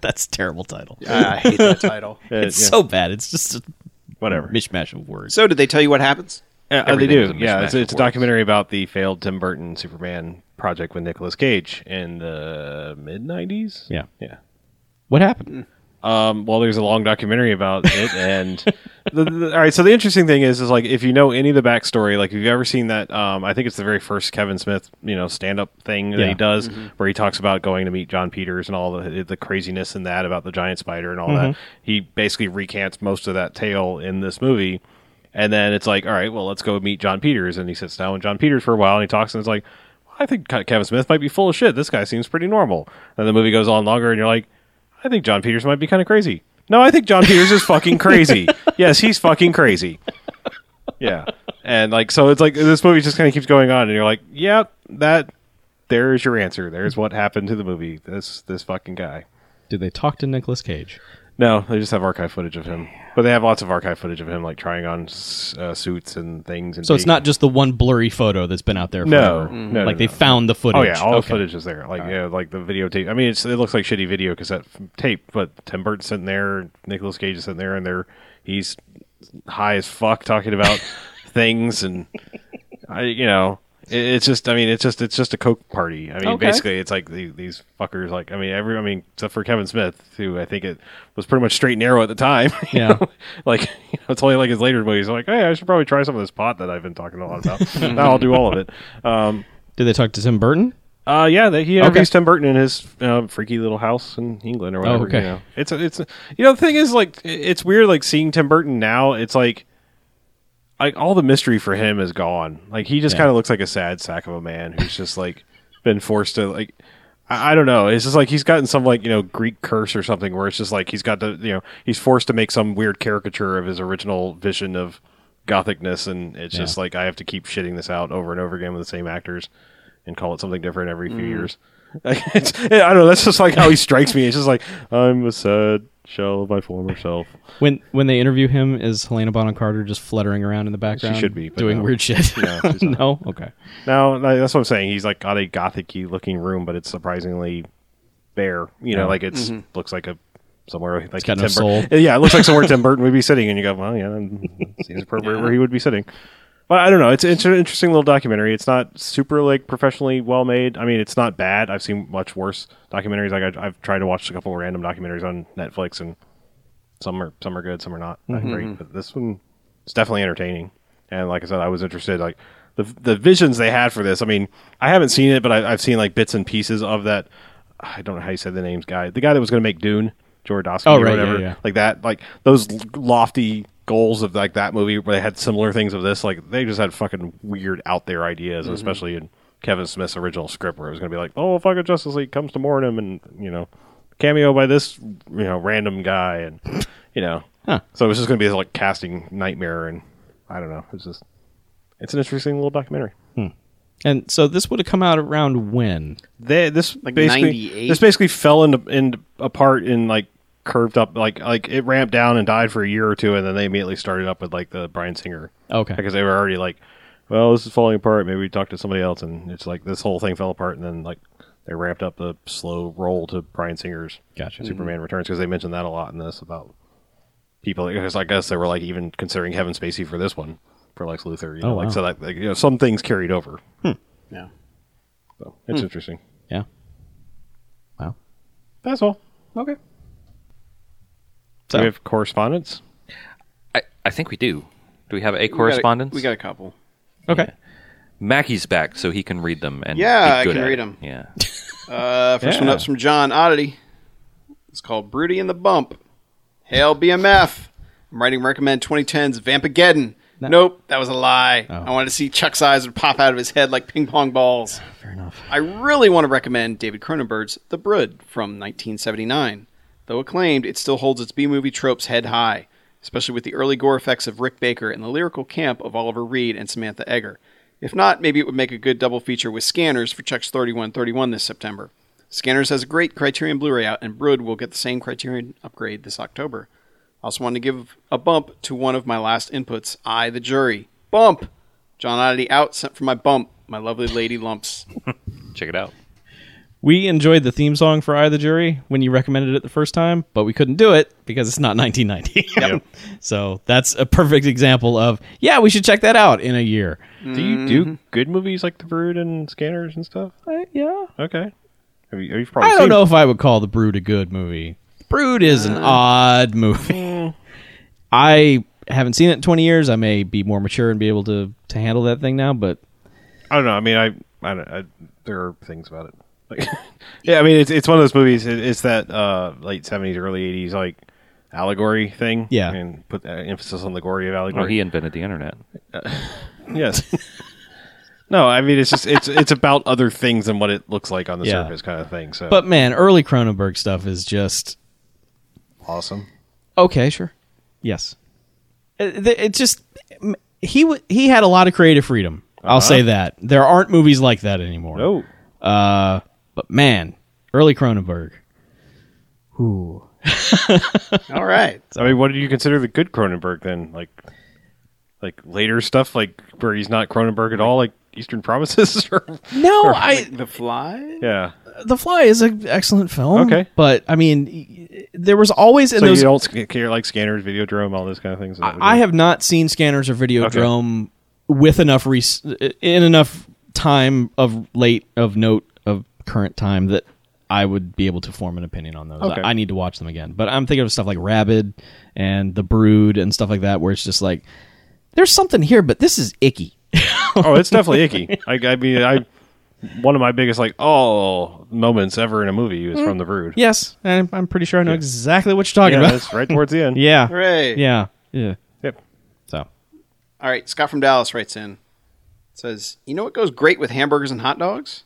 [SPEAKER 3] That's a terrible title.
[SPEAKER 4] I hate that title.
[SPEAKER 2] Uh,
[SPEAKER 3] It's
[SPEAKER 2] yeah,
[SPEAKER 3] so bad. It's just a
[SPEAKER 2] whatever.
[SPEAKER 3] mishmash of words.
[SPEAKER 4] So, did they tell you what happens?
[SPEAKER 2] Yeah, uh, they
[SPEAKER 5] Everything
[SPEAKER 2] do.
[SPEAKER 5] was a
[SPEAKER 2] Yeah,
[SPEAKER 5] mishmash
[SPEAKER 2] it's, it's a
[SPEAKER 5] of words.
[SPEAKER 2] documentary about the failed Tim Burton Superman project with Nicolas Cage in the mid '90s.
[SPEAKER 3] Yeah.
[SPEAKER 2] yeah.
[SPEAKER 3] What happened?
[SPEAKER 2] Um, well, there's a long documentary about it, and the, the- all right. So the interesting thing is, is like if you know any of the backstory, like if you've ever seen that, um, I think it's the very first Kevin Smith, you know, stand up thing that
[SPEAKER 3] Yeah.
[SPEAKER 2] he does, where he talks about going to meet John Peters and all the the craziness and that about the giant spider and all that. He basically recants most of that tale in this movie, and then it's like, all right, well, let's go meet John Peters, and he sits down with John Peters for a while, and he talks, and it's like, I think Ke- Kevin Smith might be full of shit. This guy seems pretty normal, and the movie goes on longer, and you're like. I think John Peters might be kind of crazy. No, I think John Peters is fucking crazy. Yes, he's fucking crazy. Yeah. And like so it's like this movie just kind of keeps going on and you're like, "Yep, that there's your answer. There's what happened to the movie. This this fucking guy."
[SPEAKER 3] Did they talk to Nicolas Cage?
[SPEAKER 2] No, they just have archive footage of him. But they have lots of archive footage of him like trying on s- uh, suits and things and
[SPEAKER 3] So it's
[SPEAKER 2] being-
[SPEAKER 3] not just the one blurry photo that's been out there.
[SPEAKER 2] No.
[SPEAKER 3] Forever.
[SPEAKER 2] No, no,
[SPEAKER 3] like they
[SPEAKER 2] no.
[SPEAKER 3] found the footage.
[SPEAKER 2] Oh yeah, all
[SPEAKER 3] Okay.
[SPEAKER 2] the footage is there. Like yeah, like the videotape. I mean, it's, it looks like shitty video cassette f- tape, but Tim Burton's sitting there, Nicolas Cage is sitting there, and they're he's high as fuck talking about things, and I, you know, it, it's just. I mean, it's just it's just a coke party. I mean,
[SPEAKER 3] Okay.
[SPEAKER 2] basically, it's like the, these fuckers. Like I mean, every I mean, except for Kevin Smith, who I think it was pretty much straight and narrow at the time. you
[SPEAKER 3] Yeah.
[SPEAKER 2] know? like you know, it's only like his later movies. I'm like, hey, I should probably try some of this pot that I've been talking a lot about. now I'll do all of it. Um,
[SPEAKER 3] Did they talk to Tim Burton?
[SPEAKER 2] uh, yeah, that he interviews Tim Burton in his uh, freaky little house in England or whatever.
[SPEAKER 3] okay.
[SPEAKER 2] You know. It's a, it's a- you know the thing is like i- it's weird like seeing Tim Burton now. It's like like all the mystery for him is gone. Like he just kind of looks like a sad sack of a man who's just like been forced to like I, I don't know. It's just like he's gotten some like you know Greek curse or something where it's just like he's got to you know he's forced to make some weird caricature of his original vision of gothicness and it's just like I have to keep shitting this out over and over again with the same actors and call it something different every few years. Like, it's, I don't know. That's just like how he strikes me. It's just like I'm a sad shell of my former self.
[SPEAKER 3] When when they interview him, is Helena Bonham Carter just fluttering around in the background?
[SPEAKER 2] should be, but
[SPEAKER 3] doing
[SPEAKER 2] no.
[SPEAKER 3] weird shit.
[SPEAKER 2] No, she's not.
[SPEAKER 3] no, okay.
[SPEAKER 2] No, no, that's what I'm saying. He's like got a gothicy looking room, but it's surprisingly bare. You know, like it's looks like a somewhere like
[SPEAKER 3] got no
[SPEAKER 2] Tim
[SPEAKER 3] soul.
[SPEAKER 2] Burton. Yeah, it looks like somewhere Tim Burton would be sitting, and you go, well, yeah, that seems appropriate where he would be sitting. But I don't know. It's, it's an interesting little documentary. It's not super like professionally well made. I mean, it's not bad. I've seen much worse documentaries. Like I, I've tried to watch a couple random documentaries on Netflix, and some are some are good, some are not that
[SPEAKER 3] Mm-hmm.
[SPEAKER 2] great. But this one is definitely entertaining. And like I said, I was interested. Like the the visions they had for this. I mean, I haven't seen it, but I, I've seen like bits and pieces of that. I don't know how you said the names guy, the guy that was going to make Dune, Jordowski
[SPEAKER 3] Oh,
[SPEAKER 2] or
[SPEAKER 3] right, yeah,
[SPEAKER 2] whatever,
[SPEAKER 3] yeah.
[SPEAKER 2] like that. Like those l- lofty goals of like that movie where they had similar things of this. Like they just had fucking weird out there ideas,
[SPEAKER 3] Mm-hmm.
[SPEAKER 2] especially in Kevin Smith's original script where it was going to be like, oh, fucking Justice League comes to mourn him, and you know, cameo by this you know random guy, and you know,
[SPEAKER 3] Huh.
[SPEAKER 2] so it was just going to be like casting nightmare, and I don't know, it's just it's an interesting little documentary.
[SPEAKER 3] And so this would have come out around when?
[SPEAKER 2] They, this
[SPEAKER 4] Like
[SPEAKER 2] basically
[SPEAKER 4] 98?
[SPEAKER 2] this basically fell into into apart and like curved up like like it ramped down and died for a year or two and then they immediately started up with like the Brian Singer
[SPEAKER 3] Okay.
[SPEAKER 2] because they were already like well this is falling apart maybe we talk to somebody else and it's like this whole thing fell apart and then like they ramped up the slow roll to Brian Singer's
[SPEAKER 3] Gotcha.
[SPEAKER 2] Superman Returns because they mentioned that a lot in this about people because I guess they were like even considering Kevin Spacey for this one for Lex Luthor you know
[SPEAKER 3] Oh, wow.
[SPEAKER 2] like so like, like you know some things carried over
[SPEAKER 4] Yeah.
[SPEAKER 2] so it's interesting
[SPEAKER 3] Yeah. Wow.
[SPEAKER 2] that's all
[SPEAKER 3] Okay.
[SPEAKER 2] Do
[SPEAKER 3] So-
[SPEAKER 2] we have correspondence?
[SPEAKER 5] I, I think we do. Do we have a
[SPEAKER 4] We got a-
[SPEAKER 5] correspondence?
[SPEAKER 4] We got a couple.
[SPEAKER 3] Okay.
[SPEAKER 5] Mackey's back, so he can read them. And
[SPEAKER 4] Yeah,
[SPEAKER 5] be
[SPEAKER 4] I
[SPEAKER 5] good
[SPEAKER 4] can
[SPEAKER 5] at
[SPEAKER 4] read
[SPEAKER 5] it.
[SPEAKER 4] them.
[SPEAKER 5] Yeah.
[SPEAKER 4] Uh, first one up's from John Oddity. It's called Broody and the Bump. Hail BMF. I'm writing recommend 2010's Vampageddon. Nope, that was a lie. I wanted to see Chuck's eyes would pop out of his head like ping pong balls.
[SPEAKER 3] Fair enough.
[SPEAKER 4] I really want to recommend David Cronenberg's The Brood from 1979. Though acclaimed, it still holds its B movie tropes head high, especially with the early gore effects of Rick Baker and the lyrical camp of Oliver Reed and Samantha Egger. If not, maybe it would make a good double feature with Scanners for Chuck's 3131 this September. Scanners has a great Criterion Blu ray out, and Brood will get the same Criterion upgrade this October. I also wanted to give a bump to one of my last inputs, I the Jury. Bump! John Oddity out, sent for my bump, my lovely lady lumps.
[SPEAKER 5] Check it out.
[SPEAKER 3] We enjoyed the theme song for Eye of the Jury when you recommended it the first time, but we couldn't do it because it's not 1990. So that's a perfect example of, yeah, we should check that out in a year.
[SPEAKER 2] Do you
[SPEAKER 3] Mm-hmm.
[SPEAKER 2] do good movies like The Brood and Scanners and stuff?
[SPEAKER 3] Uh, yeah.
[SPEAKER 2] Okay. Have you, have you probably
[SPEAKER 3] I
[SPEAKER 2] seen
[SPEAKER 3] don't know if I would call The Brood a good movie. Brood is an odd movie. I haven't seen it in 20 years. I may be more mature and be able to, to handle that thing now, but
[SPEAKER 2] I don't know. I mean, I, I, don't, I there are things about it. Like, yeah, I mean, it's it's one of those movies. It, it's that uh, late seventies, early eighties, like allegory thing.
[SPEAKER 3] Yeah. Oh,
[SPEAKER 2] and put that emphasis on the gory of allegory.
[SPEAKER 5] Well, he invented the internet.
[SPEAKER 2] Yes. no, I mean, it's just it's it's about other things than what it looks like on the
[SPEAKER 3] Yeah.
[SPEAKER 2] surface, kind of thing. So,
[SPEAKER 3] but man, early Cronenberg stuff is just
[SPEAKER 2] awesome.
[SPEAKER 3] Okay, sure. Yes. It, it- it just m- he w- he had a lot of creative freedom. I'll say that there aren't movies like that anymore.
[SPEAKER 2] Oh,
[SPEAKER 3] Uh, but man, early Cronenberg. Ooh.
[SPEAKER 4] All right.
[SPEAKER 2] I mean, what do you consider the good Cronenberg then? Like, like later stuff, like where he's not Cronenberg at all, like Eastern Promises, or
[SPEAKER 3] No, I
[SPEAKER 4] The Fly?
[SPEAKER 2] yeah.
[SPEAKER 3] The Fly is an excellent film.
[SPEAKER 2] Okay.
[SPEAKER 3] but I mean, y- y- there was always in
[SPEAKER 2] So
[SPEAKER 3] those.
[SPEAKER 2] you don't sc- care like scanners, Videodrome, all those kind of things.
[SPEAKER 3] I have not seen Scanners or Videodrome with enough res- in enough time of late of note of current time that I would be able to form an opinion on those.
[SPEAKER 2] Okay.
[SPEAKER 3] I, I need to watch them again, but I'm thinking of stuff like Rabid and The Brood and stuff like that, where it's just like there's something here, but this is icky.
[SPEAKER 2] oh, it's definitely icky. I, I mean, I one of my biggest like oh moments ever in a movie is
[SPEAKER 3] Mm.
[SPEAKER 2] from The Brood.
[SPEAKER 3] yes, I'm, I'm pretty sure I know exactly what you're talking
[SPEAKER 2] Yeah,
[SPEAKER 3] about.
[SPEAKER 2] that's right towards the end.
[SPEAKER 3] Yeah,
[SPEAKER 4] Hooray.
[SPEAKER 3] yeah, yeah.
[SPEAKER 2] Yep.
[SPEAKER 3] So
[SPEAKER 4] All right. Scott from Dallas writes in. Says, you know what goes great with hamburgers and hot dogs?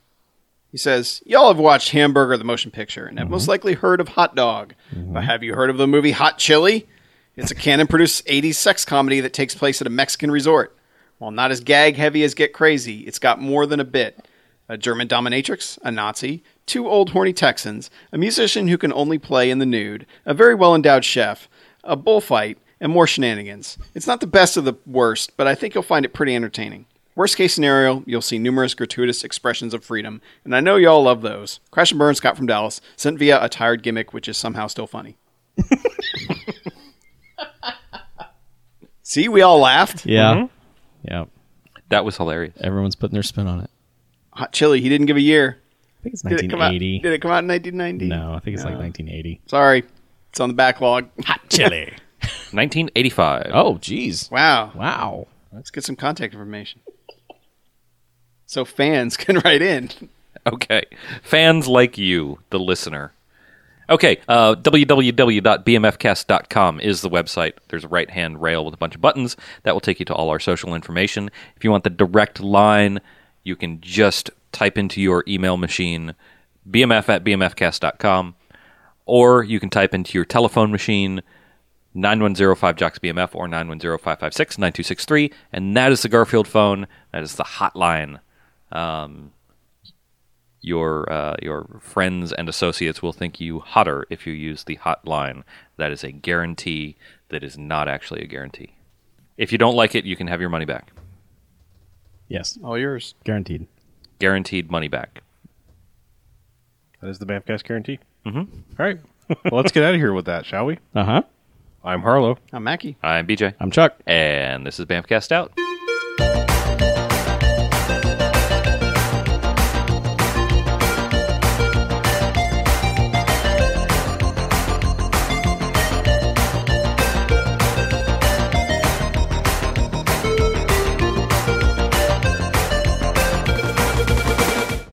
[SPEAKER 4] He says, y'all have watched Hamburger the Motion Picture and have most likely heard of Hot Dog. But have you heard of the movie Hot Chili? It's a canon produced 80s sex comedy that takes place at a Mexican resort. While not as gag heavy as Get Crazy, it's got more than a bit. A German dominatrix, a Nazi, two old horny Texans, a musician who can only play in the nude, a very well endowed chef, a bullfight, and more shenanigans. It's not the best of the worst, but I think you'll find it pretty entertaining. Worst case scenario, you'll see numerous gratuitous expressions of freedom, and I know y'all love those. Crash and Burn Scott from Dallas, sent via a tired gimmick, which is somehow still funny. see, we all laughed.
[SPEAKER 3] yeah, yeah.
[SPEAKER 5] That was hilarious.
[SPEAKER 3] Everyone's putting their spin on it.
[SPEAKER 4] Hot Chili, he didn't give a year.
[SPEAKER 3] I think it's
[SPEAKER 4] Did it come out?
[SPEAKER 3] 1980.
[SPEAKER 4] Did it come out in 1990?
[SPEAKER 3] No, I think it's like 1980.
[SPEAKER 4] Sorry, it's on the backlog. Hot Chili.
[SPEAKER 5] 1985.
[SPEAKER 3] Oh, jeez.
[SPEAKER 4] Wow.
[SPEAKER 3] Wow.
[SPEAKER 4] Let's get some contact information. So fans can write in.
[SPEAKER 5] Okay. Fans like you, the listener. Okay, uh, www.bmfcast.com is the website. There's a right hand rail with a bunch of buttons that will take you to all our social information. If you want the direct line, you can just type into your email machine bmf at bmfcast.com, or you can type into your telephone machine 9105 Jocks BMF or 910556 9263, and that is the Garfield phone. That is the hotline your uh, your friends and associates will think you hotter if you use the hotline. That is a guarantee that is not actually a guarantee. If you don't like it, you can have your money back.
[SPEAKER 3] Yes,
[SPEAKER 4] All yours.
[SPEAKER 3] guaranteed.
[SPEAKER 5] Guaranteed money back.
[SPEAKER 2] That is the Bamfcast guarantee. Mm-hmm. right. Well, let's get out of here with that, shall we?
[SPEAKER 3] Uh huh.
[SPEAKER 2] I'm Harlow.
[SPEAKER 4] I'm Mackie.
[SPEAKER 5] I'm BJ,
[SPEAKER 3] I'm Chuck.
[SPEAKER 5] and this is Bamcast out.